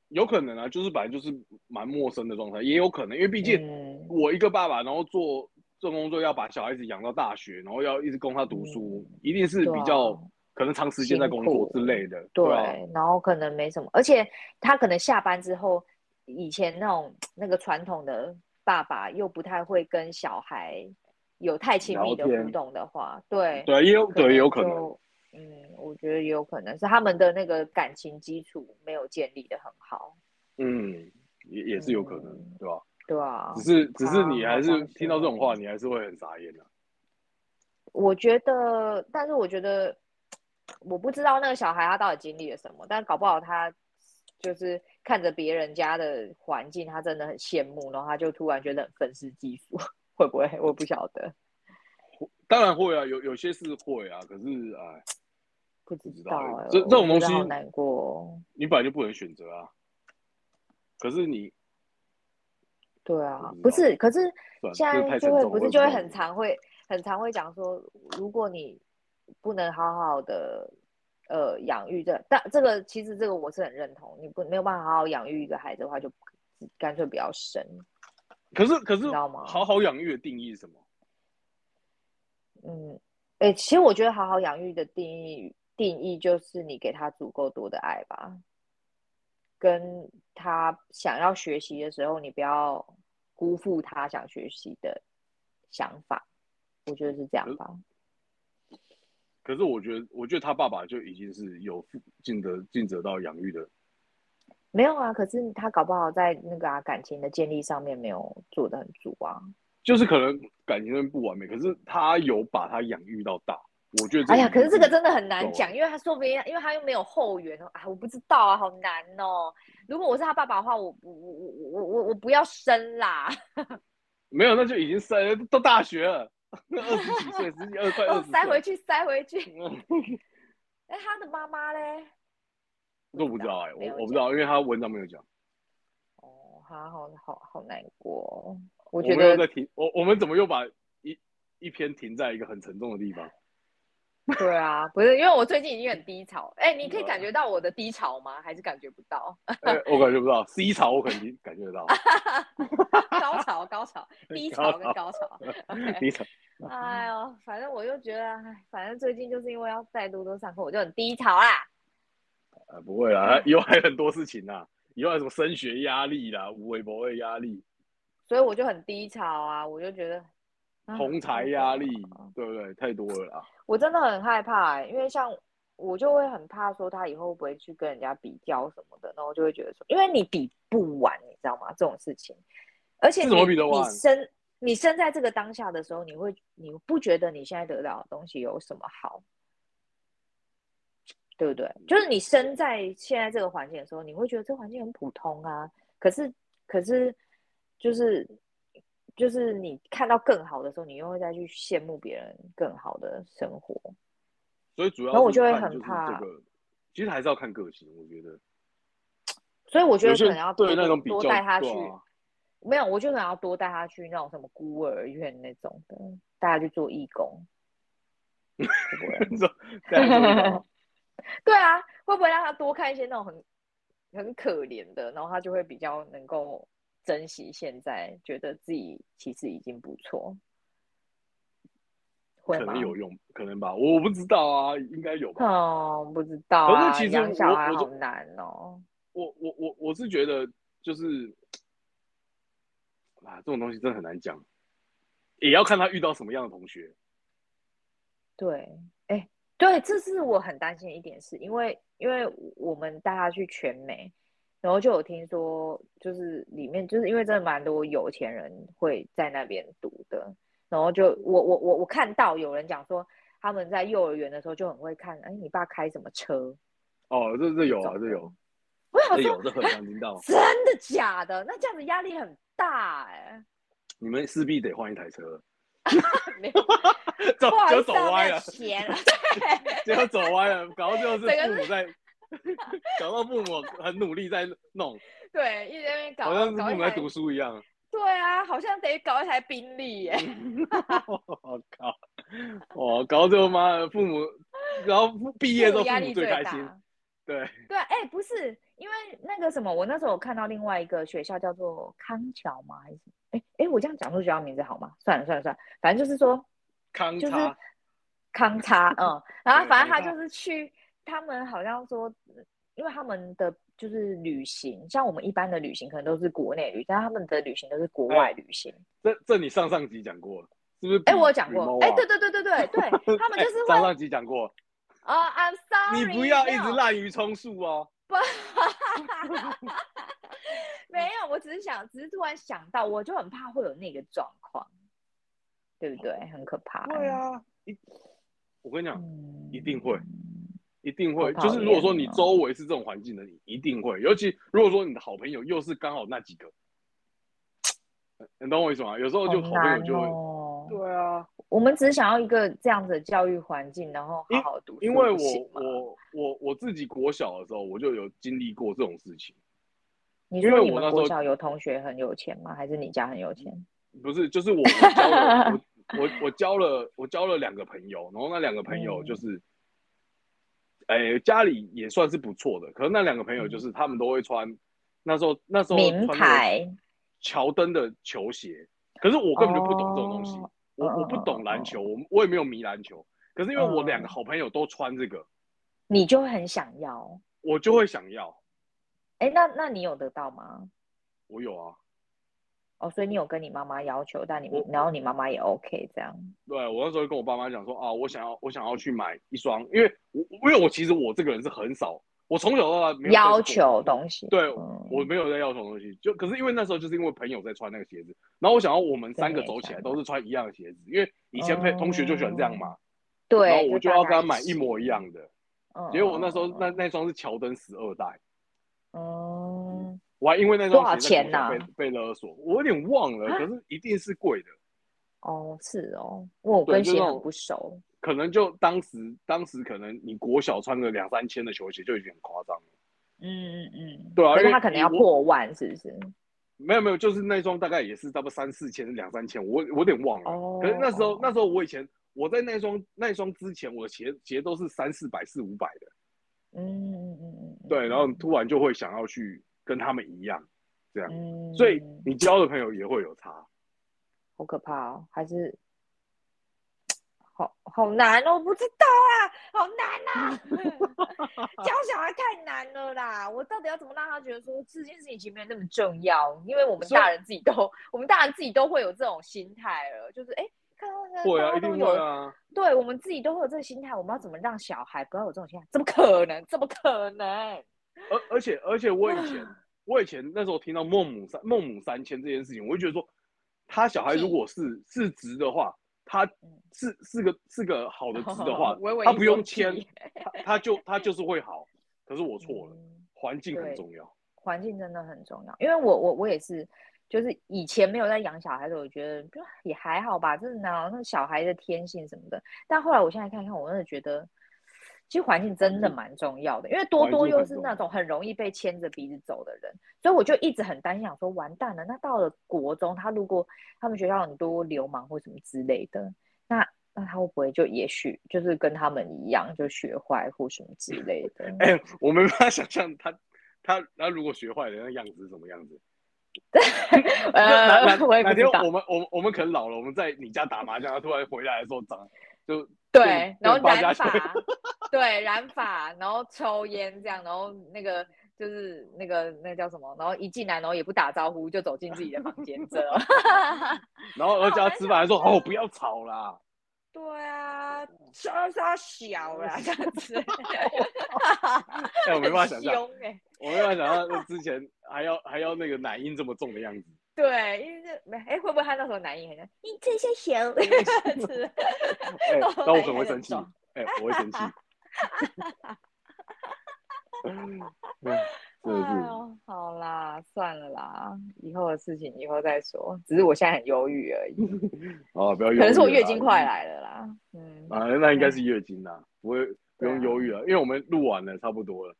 Speaker 2: 有可能啊，就是本来就是蛮陌生的状态，也有可能，因为毕竟
Speaker 1: 嗯
Speaker 2: 我一个爸爸，然后做这工作要把小孩子养到大学，然后要一直供他读书，一定是
Speaker 1: 对
Speaker 2: 比
Speaker 1: 啊
Speaker 2: 较可能长时间在工作之类的，
Speaker 1: 对，
Speaker 2: 啊，
Speaker 1: 然后可能没什么，而且他可能下班之后，以前那种那个传统的爸爸又不太会跟小孩有太亲密的
Speaker 2: 聊天
Speaker 1: 互动的话，对，
Speaker 2: 对，也有
Speaker 1: 可能
Speaker 2: (laughs) 对，也有可能，
Speaker 1: 就。嗯，我觉得也有可能是他们的那个感情基础没有建立的很好，
Speaker 2: 嗯，也也是有可能，
Speaker 1: 嗯
Speaker 2: 对吧？
Speaker 1: 对啊。
Speaker 2: 只是只是
Speaker 1: 他
Speaker 2: 你
Speaker 1: 好
Speaker 2: 还
Speaker 1: 像
Speaker 2: 是听到这种
Speaker 1: 是
Speaker 2: 话，你还是会很傻眼啊的、
Speaker 1: 我觉得，但是我觉得，我不知道那个小孩他到底经历了什么，但搞不好他就是看着别人家的环境，他真的很羡慕，然后他就突然觉得很愤世嫉俗， (laughs) 会不会？我不晓得，
Speaker 2: 当然会啊，有有些是会啊，可是哎。
Speaker 1: 不知
Speaker 2: 不知道
Speaker 1: 道
Speaker 2: 欸
Speaker 1: 哎、
Speaker 2: 这
Speaker 1: 我
Speaker 2: 这种
Speaker 1: 觉得
Speaker 2: 东西
Speaker 1: 好难过哦。
Speaker 2: 你本来就不能选择啊。可是你
Speaker 1: 对啊
Speaker 2: 不，
Speaker 1: 不
Speaker 2: 知道
Speaker 1: 是，可是
Speaker 2: 算
Speaker 1: 现
Speaker 2: 这
Speaker 1: 在
Speaker 2: 太
Speaker 1: 就
Speaker 2: 沉
Speaker 1: 会
Speaker 2: 重
Speaker 1: 不
Speaker 2: 了
Speaker 1: 是
Speaker 2: 我
Speaker 1: 就
Speaker 2: 也
Speaker 1: 会
Speaker 2: 不
Speaker 1: 很
Speaker 2: 懂
Speaker 1: 常会很常会讲说，如果你不能好好的呃养育这，但这个其实这个我是很认同，你不没有办法好好养育一个孩子的话，就干脆不要生，
Speaker 2: 可是可是
Speaker 1: 知道吗
Speaker 2: 好好养育的定义是什么？
Speaker 1: 嗯，哎、其实我觉得好好养育的定义定义就是你给他足够多的爱吧，跟他想要学习的时候，你不要辜负他想学习的想法，我觉得是这样吧。
Speaker 2: 可是我觉得，我觉得他爸爸就已经是有负尽责尽责到养育的，
Speaker 1: 没有啊，可是他搞不好在那个啊感情的建立上面没有做得很足啊，
Speaker 2: 就是可能感情上不完美，可是他有把他养育到大。我觉得
Speaker 1: 哎呀，
Speaker 2: 已
Speaker 1: 可
Speaker 2: 经
Speaker 1: 是这个真的很难
Speaker 2: 够
Speaker 1: 讲，因为他说不定，因为他又没有后援哦，啊，我不知道啊，好难哦。如果我是他爸爸的话，我我我我我我我不要生啦，
Speaker 2: 没有，那就已经塞都大学了， (laughs) 二十几
Speaker 1: (laughs)
Speaker 2: 岁，十几二快二
Speaker 1: 我哦
Speaker 2: 十岁，
Speaker 1: 塞回去塞回去。
Speaker 2: (laughs) 嗯
Speaker 1: 哎，他的妈妈嘞？
Speaker 2: 我不知道哎、
Speaker 1: 没有
Speaker 2: 我我不知
Speaker 1: 讲
Speaker 2: 道，因为他文章没有讲。
Speaker 1: 哦，他好好好难过哦，
Speaker 2: 我
Speaker 1: 我觉
Speaker 2: 们又
Speaker 1: 得
Speaker 2: 在停，我我们怎么又把一一篇停在一个很沉重的
Speaker 1: (laughs)
Speaker 2: 地方？
Speaker 1: 对啊，不是因为我最近已经很低潮，哎，你可以
Speaker 2: 对啊
Speaker 1: 感觉到我的低潮吗？还是感觉不到？ (laughs)
Speaker 2: 哎、我感觉不到，C 潮我肯定感觉得到
Speaker 1: 高潮高潮，低
Speaker 2: 高
Speaker 1: 潮跟高潮。OK (laughs)
Speaker 2: ，C 潮。
Speaker 1: 哎呦，反正我就觉得，哎，反正最近就是因为要带多多上课，我就很低潮啦。
Speaker 2: 呃，不会啦，
Speaker 1: 嗯
Speaker 2: 以后还有很多事情啦，以后还有什么升学压力啦、无微博的压力、
Speaker 1: 所以我就很低潮啊，我就觉得啊
Speaker 2: 同财
Speaker 1: 真的
Speaker 2: 压力，
Speaker 1: 啊
Speaker 2: 对不对？太多了啦。
Speaker 1: 我真的很害怕、欸，因为像我就会很怕说他以后会不会去跟人家比较什么的，然后我就会觉得说，因为你比不完，你知道吗？这种事情，而且
Speaker 2: 是
Speaker 1: 你
Speaker 2: 怎么比得完
Speaker 1: 你生你生在这个当下的时候，你会你不觉得你现在得到的东西有什么好？对不对？就是你生在现在这个环境的时候，你会觉得这个环境很普通啊。可是，可是，就是就是你看到更好的时候，你又会再去羡慕别人更好的生活。
Speaker 2: 所以主要
Speaker 1: 然后我
Speaker 2: 是
Speaker 1: 就会
Speaker 2: 看
Speaker 1: 很
Speaker 2: 就是
Speaker 1: 怕
Speaker 2: 这个，其实还是要看个性，我觉得。
Speaker 1: 所以我觉得
Speaker 2: 有些
Speaker 1: 可
Speaker 2: 人
Speaker 1: 能要多
Speaker 2: 对那种比
Speaker 1: 多
Speaker 2: 较，
Speaker 1: 带他去
Speaker 2: 对，啊
Speaker 1: 没有，我就可能要多带他去那种什么孤儿院那种的，带他去做义工。会啊不会
Speaker 2: 你说 (laughs) 这样子会好
Speaker 1: 对啊，会不会让他多看一些那种很很可怜的，然后他就会比较能够珍惜现在，觉得自己其实已经不错，会
Speaker 2: 可
Speaker 1: 吗
Speaker 2: 能？有用，可能吧，我不知道啊，应该有吧。
Speaker 1: 哦，不知道
Speaker 2: 可是
Speaker 1: 啊，
Speaker 2: 其实
Speaker 1: 养
Speaker 2: 我
Speaker 1: 小孩
Speaker 2: 我就
Speaker 1: 好难哦。
Speaker 2: 我我我我是觉得就是啊，这种东西真的很难讲，也要看他遇到什么样的同学。
Speaker 1: 对，哎，对，这是我很担心的一点是，因为因为我们带他去全美，然后就有听说，就是里面就是因为真的蛮多有钱人会在那边读的，然后就我我我我看到有人讲说，他们在幼儿园的时候就很会看，哎，你爸开什么车？
Speaker 2: 哦，这这有啊，
Speaker 1: 这种
Speaker 2: 这
Speaker 1: 的
Speaker 2: 有，
Speaker 1: 我想
Speaker 2: 这
Speaker 1: 说，
Speaker 2: 有，这很常听到。
Speaker 1: 真的假的？那这样子压力很大
Speaker 2: (laughs)
Speaker 1: 哎、
Speaker 2: 你们势必得换一台车
Speaker 1: (laughs)
Speaker 2: 了，
Speaker 1: 没有，不
Speaker 2: 走
Speaker 1: 好意
Speaker 2: 就
Speaker 1: 思
Speaker 2: 走
Speaker 1: 啊，没
Speaker 2: 歪
Speaker 1: 有
Speaker 2: 了，
Speaker 1: 钱
Speaker 2: (laughs)
Speaker 1: 啊。
Speaker 2: 就走歪了，搞到最后是
Speaker 1: 整个
Speaker 2: 父母在， (laughs) 搞到父母很努力在弄，
Speaker 1: 对，一直在那边搞，
Speaker 2: 好像是
Speaker 1: 搞
Speaker 2: 父
Speaker 1: 一
Speaker 2: 母在
Speaker 1: 台
Speaker 2: 读书一样。
Speaker 1: 对啊，好像得搞一台宾利耶。 (laughs)
Speaker 2: (laughs) 我靠！我搞到最后妈的父母，然后父毕业之
Speaker 1: (laughs)
Speaker 2: 后
Speaker 1: 压
Speaker 2: 父
Speaker 1: 力
Speaker 2: 母最开心。
Speaker 1: 大。
Speaker 2: 对，
Speaker 1: 对啊，哎、不是，因为那个什么，我那时候有看到另外一个学校叫做康桥嘛，还是什么哎哎、我这样讲出学校名字好吗？算了算了算了，反正就是说，
Speaker 2: 康
Speaker 1: 就是
Speaker 2: 差
Speaker 1: 康差，嗯，
Speaker 2: (laughs)
Speaker 1: 然后
Speaker 2: 对
Speaker 1: 反正他
Speaker 2: 康差
Speaker 1: 就是去，他们好像说，因为他们的就是旅行，像我们一般的旅行可能都是国内旅，但他们的旅行都是国
Speaker 2: 哎
Speaker 1: 外旅行。
Speaker 2: 这这你上上集讲过了，是不是比？
Speaker 1: 哎、我有讲
Speaker 2: 比猫
Speaker 1: 过，
Speaker 2: 啊
Speaker 1: 哎、对对对对对
Speaker 2: (laughs)
Speaker 1: 对，他们
Speaker 2: 哎
Speaker 1: 就是会
Speaker 2: 上上集讲过，
Speaker 1: 哦、i m
Speaker 2: 你
Speaker 1: sorry，
Speaker 2: 不要一
Speaker 1: 没
Speaker 2: 直
Speaker 1: 有
Speaker 2: 滥竽充数哦。
Speaker 1: 没有，我只是想，只是突然想到，我就很怕会有那个状况，对不对？很可怕。
Speaker 2: 对，啊，一我跟你讲，
Speaker 1: 嗯
Speaker 2: 一定会一定
Speaker 1: 好
Speaker 2: 会，
Speaker 1: 讨
Speaker 2: 就
Speaker 1: 厌
Speaker 2: 是如果说你
Speaker 1: 哦
Speaker 2: 周围是这种环境的，你一定会。尤其如果说你的好朋友又是刚好那几个，你懂我意思吗？有时候就好朋友就
Speaker 1: 好
Speaker 2: 会
Speaker 1: 难，哦
Speaker 2: 对啊，
Speaker 1: 我们只想要一个这样子的教育环境，然后好好读书，
Speaker 2: 因为
Speaker 1: 不行
Speaker 2: 我
Speaker 1: 吗
Speaker 2: 我我我自己国小的时候，我就有经历过这种事情，
Speaker 1: 你
Speaker 2: 因
Speaker 1: 说
Speaker 2: 为
Speaker 1: 你
Speaker 2: 我
Speaker 1: 们
Speaker 2: 那时
Speaker 1: 国
Speaker 2: 候
Speaker 1: 小有同学很有钱吗？还是你家很有钱？
Speaker 2: 不是，就是我我交了
Speaker 1: (laughs)
Speaker 2: 我我我交了我交了两个朋友，然后那两个朋友
Speaker 1: 嗯
Speaker 2: 就是，哎、家里也算是不错的，可是那两个朋友就是他们都会穿，那时候那时候
Speaker 1: 嗯名
Speaker 2: 穿那
Speaker 1: 牌
Speaker 2: 个乔丹的球鞋，可是我根本就不懂这种东西，
Speaker 1: 哦嗯
Speaker 2: 我我不懂篮球，我我也没有迷篮球，可是因为我两个好朋友都穿这个，
Speaker 1: 你就很想要。
Speaker 2: 我就会想要，
Speaker 1: 哎，那那你有得到吗？
Speaker 2: 我有啊。
Speaker 1: 哦，所以你有跟你妈妈要求，但你
Speaker 2: 我
Speaker 1: 然后你妈妈也 OK 这样。
Speaker 2: 对我那时候跟我爸妈讲说啊，我想要我想要去买一双，因为我因为我其实我这个人是很少，我从小到大没有
Speaker 1: 要
Speaker 2: 在做
Speaker 1: 求东西。
Speaker 2: 对
Speaker 1: 嗯
Speaker 2: 我没有在要求东西，就可是因为那时候就是因为朋友在穿那个鞋子，然后我想要我们三个走起来都是穿一样的鞋子，因为以前朋
Speaker 1: 哦
Speaker 2: 同学就喜欢这样嘛，
Speaker 1: 对，
Speaker 2: 然后我就要
Speaker 1: 大
Speaker 2: 跟
Speaker 1: 家
Speaker 2: 他买一模一样的，
Speaker 1: 嗯。
Speaker 2: 结果我那时候那
Speaker 1: 嗯
Speaker 2: 那双是乔丹十二代，
Speaker 1: 嗯，
Speaker 2: 我还因为那
Speaker 1: 多
Speaker 2: 双
Speaker 1: 少
Speaker 2: 鞋在国
Speaker 1: 钱
Speaker 2: 小
Speaker 1: 呐
Speaker 2: 被被勒索，我有点忘了，
Speaker 1: 啊
Speaker 2: 可是一定是贵的。
Speaker 1: 哦，是哦，因为我
Speaker 2: 对
Speaker 1: 跟
Speaker 2: 就
Speaker 1: 鞋
Speaker 2: 那种
Speaker 1: 很不熟。
Speaker 2: 可能就当时，当时可能你国小穿个两三千的球鞋就已经很夸张了。
Speaker 1: 嗯嗯嗯，
Speaker 2: 对啊
Speaker 1: 可
Speaker 2: 因
Speaker 1: 是
Speaker 2: 为
Speaker 1: 他可能要
Speaker 2: 我
Speaker 1: 破万，是不是？
Speaker 2: 没有没有，就是那双大概也是差不多三四千、两三千，我我有点忘了。
Speaker 1: 哦，
Speaker 2: 可是那时候，那时候我以前我在那双那双之前，我的鞋鞋都是三四百、四五百的。
Speaker 1: 嗯嗯嗯嗯嗯，
Speaker 2: 对，然后你突然就会想要去跟他们一样，这样，
Speaker 1: 嗯，
Speaker 2: 所以你交的朋友也会有差。
Speaker 1: 好可怕哦，还是好好难哦，我不知道啊，好难啊，
Speaker 2: (laughs)
Speaker 1: 教小孩太难了啦！我到底要怎么让他觉得说这件事情其实没有那么重要？因为我们
Speaker 2: 所以
Speaker 1: 大人自己都，我们大人自己都会有这种心态了，就是哎，诶看到那
Speaker 2: 会
Speaker 1: 个
Speaker 2: 啊，
Speaker 1: 大
Speaker 2: 一
Speaker 1: 家
Speaker 2: 定
Speaker 1: 都
Speaker 2: 会
Speaker 1: 有，
Speaker 2: 啊。
Speaker 1: 对我们自己都会有这个心态，我们要怎么让小孩不要有这种心态？怎么可能？怎么可能？
Speaker 2: 而而且而且我以前我以前那时候听到孟母三孟母三迁这件事情，我就觉得说，他小孩
Speaker 1: 屁
Speaker 2: 如果是是直的话，他
Speaker 1: 嗯
Speaker 2: 是是个是个好的直
Speaker 1: (laughs)
Speaker 2: 的话，
Speaker 1: 我以为
Speaker 2: 他
Speaker 1: 你
Speaker 2: 不
Speaker 1: 说
Speaker 2: 用
Speaker 1: (laughs) 屁
Speaker 2: 迁他他就他就是会好。可是我错了，
Speaker 1: 嗯
Speaker 2: 环境
Speaker 1: 对
Speaker 2: 很重要。
Speaker 1: 环境真的很重要，因为我我我也是，就是以前没有在养小孩的时候，我觉得就也还好吧，真的哪有那小孩的天性什么的。但后来我现在看一看，我真的觉得，其实环境真的蛮重要的，因为多多又是那种很容易被牵着鼻子走的人，所以我就一直很担心，想说完蛋了，那到了国中，他如果他们学校很多流氓或什么之类的，那。那他会不会就也许就是跟他们一样，就学坏或什么之类的？
Speaker 2: 哎、我没办法想象他他他如果学坏了那样子是什么样子。
Speaker 1: 呃 (laughs)
Speaker 2: 哪，
Speaker 1: 我也
Speaker 2: 哪
Speaker 1: 不知
Speaker 2: 天
Speaker 1: 道
Speaker 2: 我。们我们我们可能老了，我们在你家打麻将，他突然回来的时候长就
Speaker 1: 对，然后
Speaker 2: 大家
Speaker 1: 染 (laughs) 发，对，染发，然后抽烟这样，然后那个就是那个那叫什么，然后一进来，然后也不打招呼，就走进自己的房间，这种。
Speaker 2: 然后
Speaker 1: 那
Speaker 2: 而
Speaker 1: 我
Speaker 2: 且他
Speaker 1: 在
Speaker 2: 吃
Speaker 1: 想
Speaker 2: 饭还说
Speaker 1: 说
Speaker 2: 哦不要吵啦，
Speaker 1: (laughs) 对啊，稍稍小啦，这样子， (laughs)
Speaker 2: 哎、我没办法想
Speaker 1: 很
Speaker 2: 象，
Speaker 1: 凶哎、
Speaker 2: 我没办法想象之前还要还要那个奶音这么重的样子。
Speaker 1: 对，因为这没哎，会不会他那时候男音很像你这些 (laughs) 小是
Speaker 2: 哎、
Speaker 1: 都
Speaker 2: 那我
Speaker 1: 哦还
Speaker 2: 可能会
Speaker 1: 很
Speaker 2: 生气
Speaker 1: 重，
Speaker 2: 哎、我会生
Speaker 1: (laughs)
Speaker 2: 气。 (laughs) 嗯，真的
Speaker 1: 哎
Speaker 2: 是。
Speaker 1: 呦，好啦，算了啦，以后的事情以后再说。只是我现在很忧郁而已，
Speaker 2: 啊，不要忧郁啦。
Speaker 1: 可能是我月经快啊来了啦。嗯，
Speaker 2: 啊，那应该是月经啦，不会不
Speaker 1: 对啊
Speaker 2: 用忧郁了，因为我们录完了，差不多了。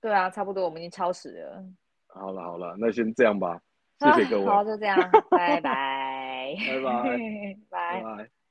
Speaker 1: 对啊，差不多，我们已经超时了。
Speaker 2: 好了好了，那先
Speaker 1: (laughs)
Speaker 2: 这样吧，谢谢各位
Speaker 1: 啊好，就这样，拜拜，
Speaker 2: (laughs) 拜拜
Speaker 1: (laughs) 拜
Speaker 2: 拜。拜。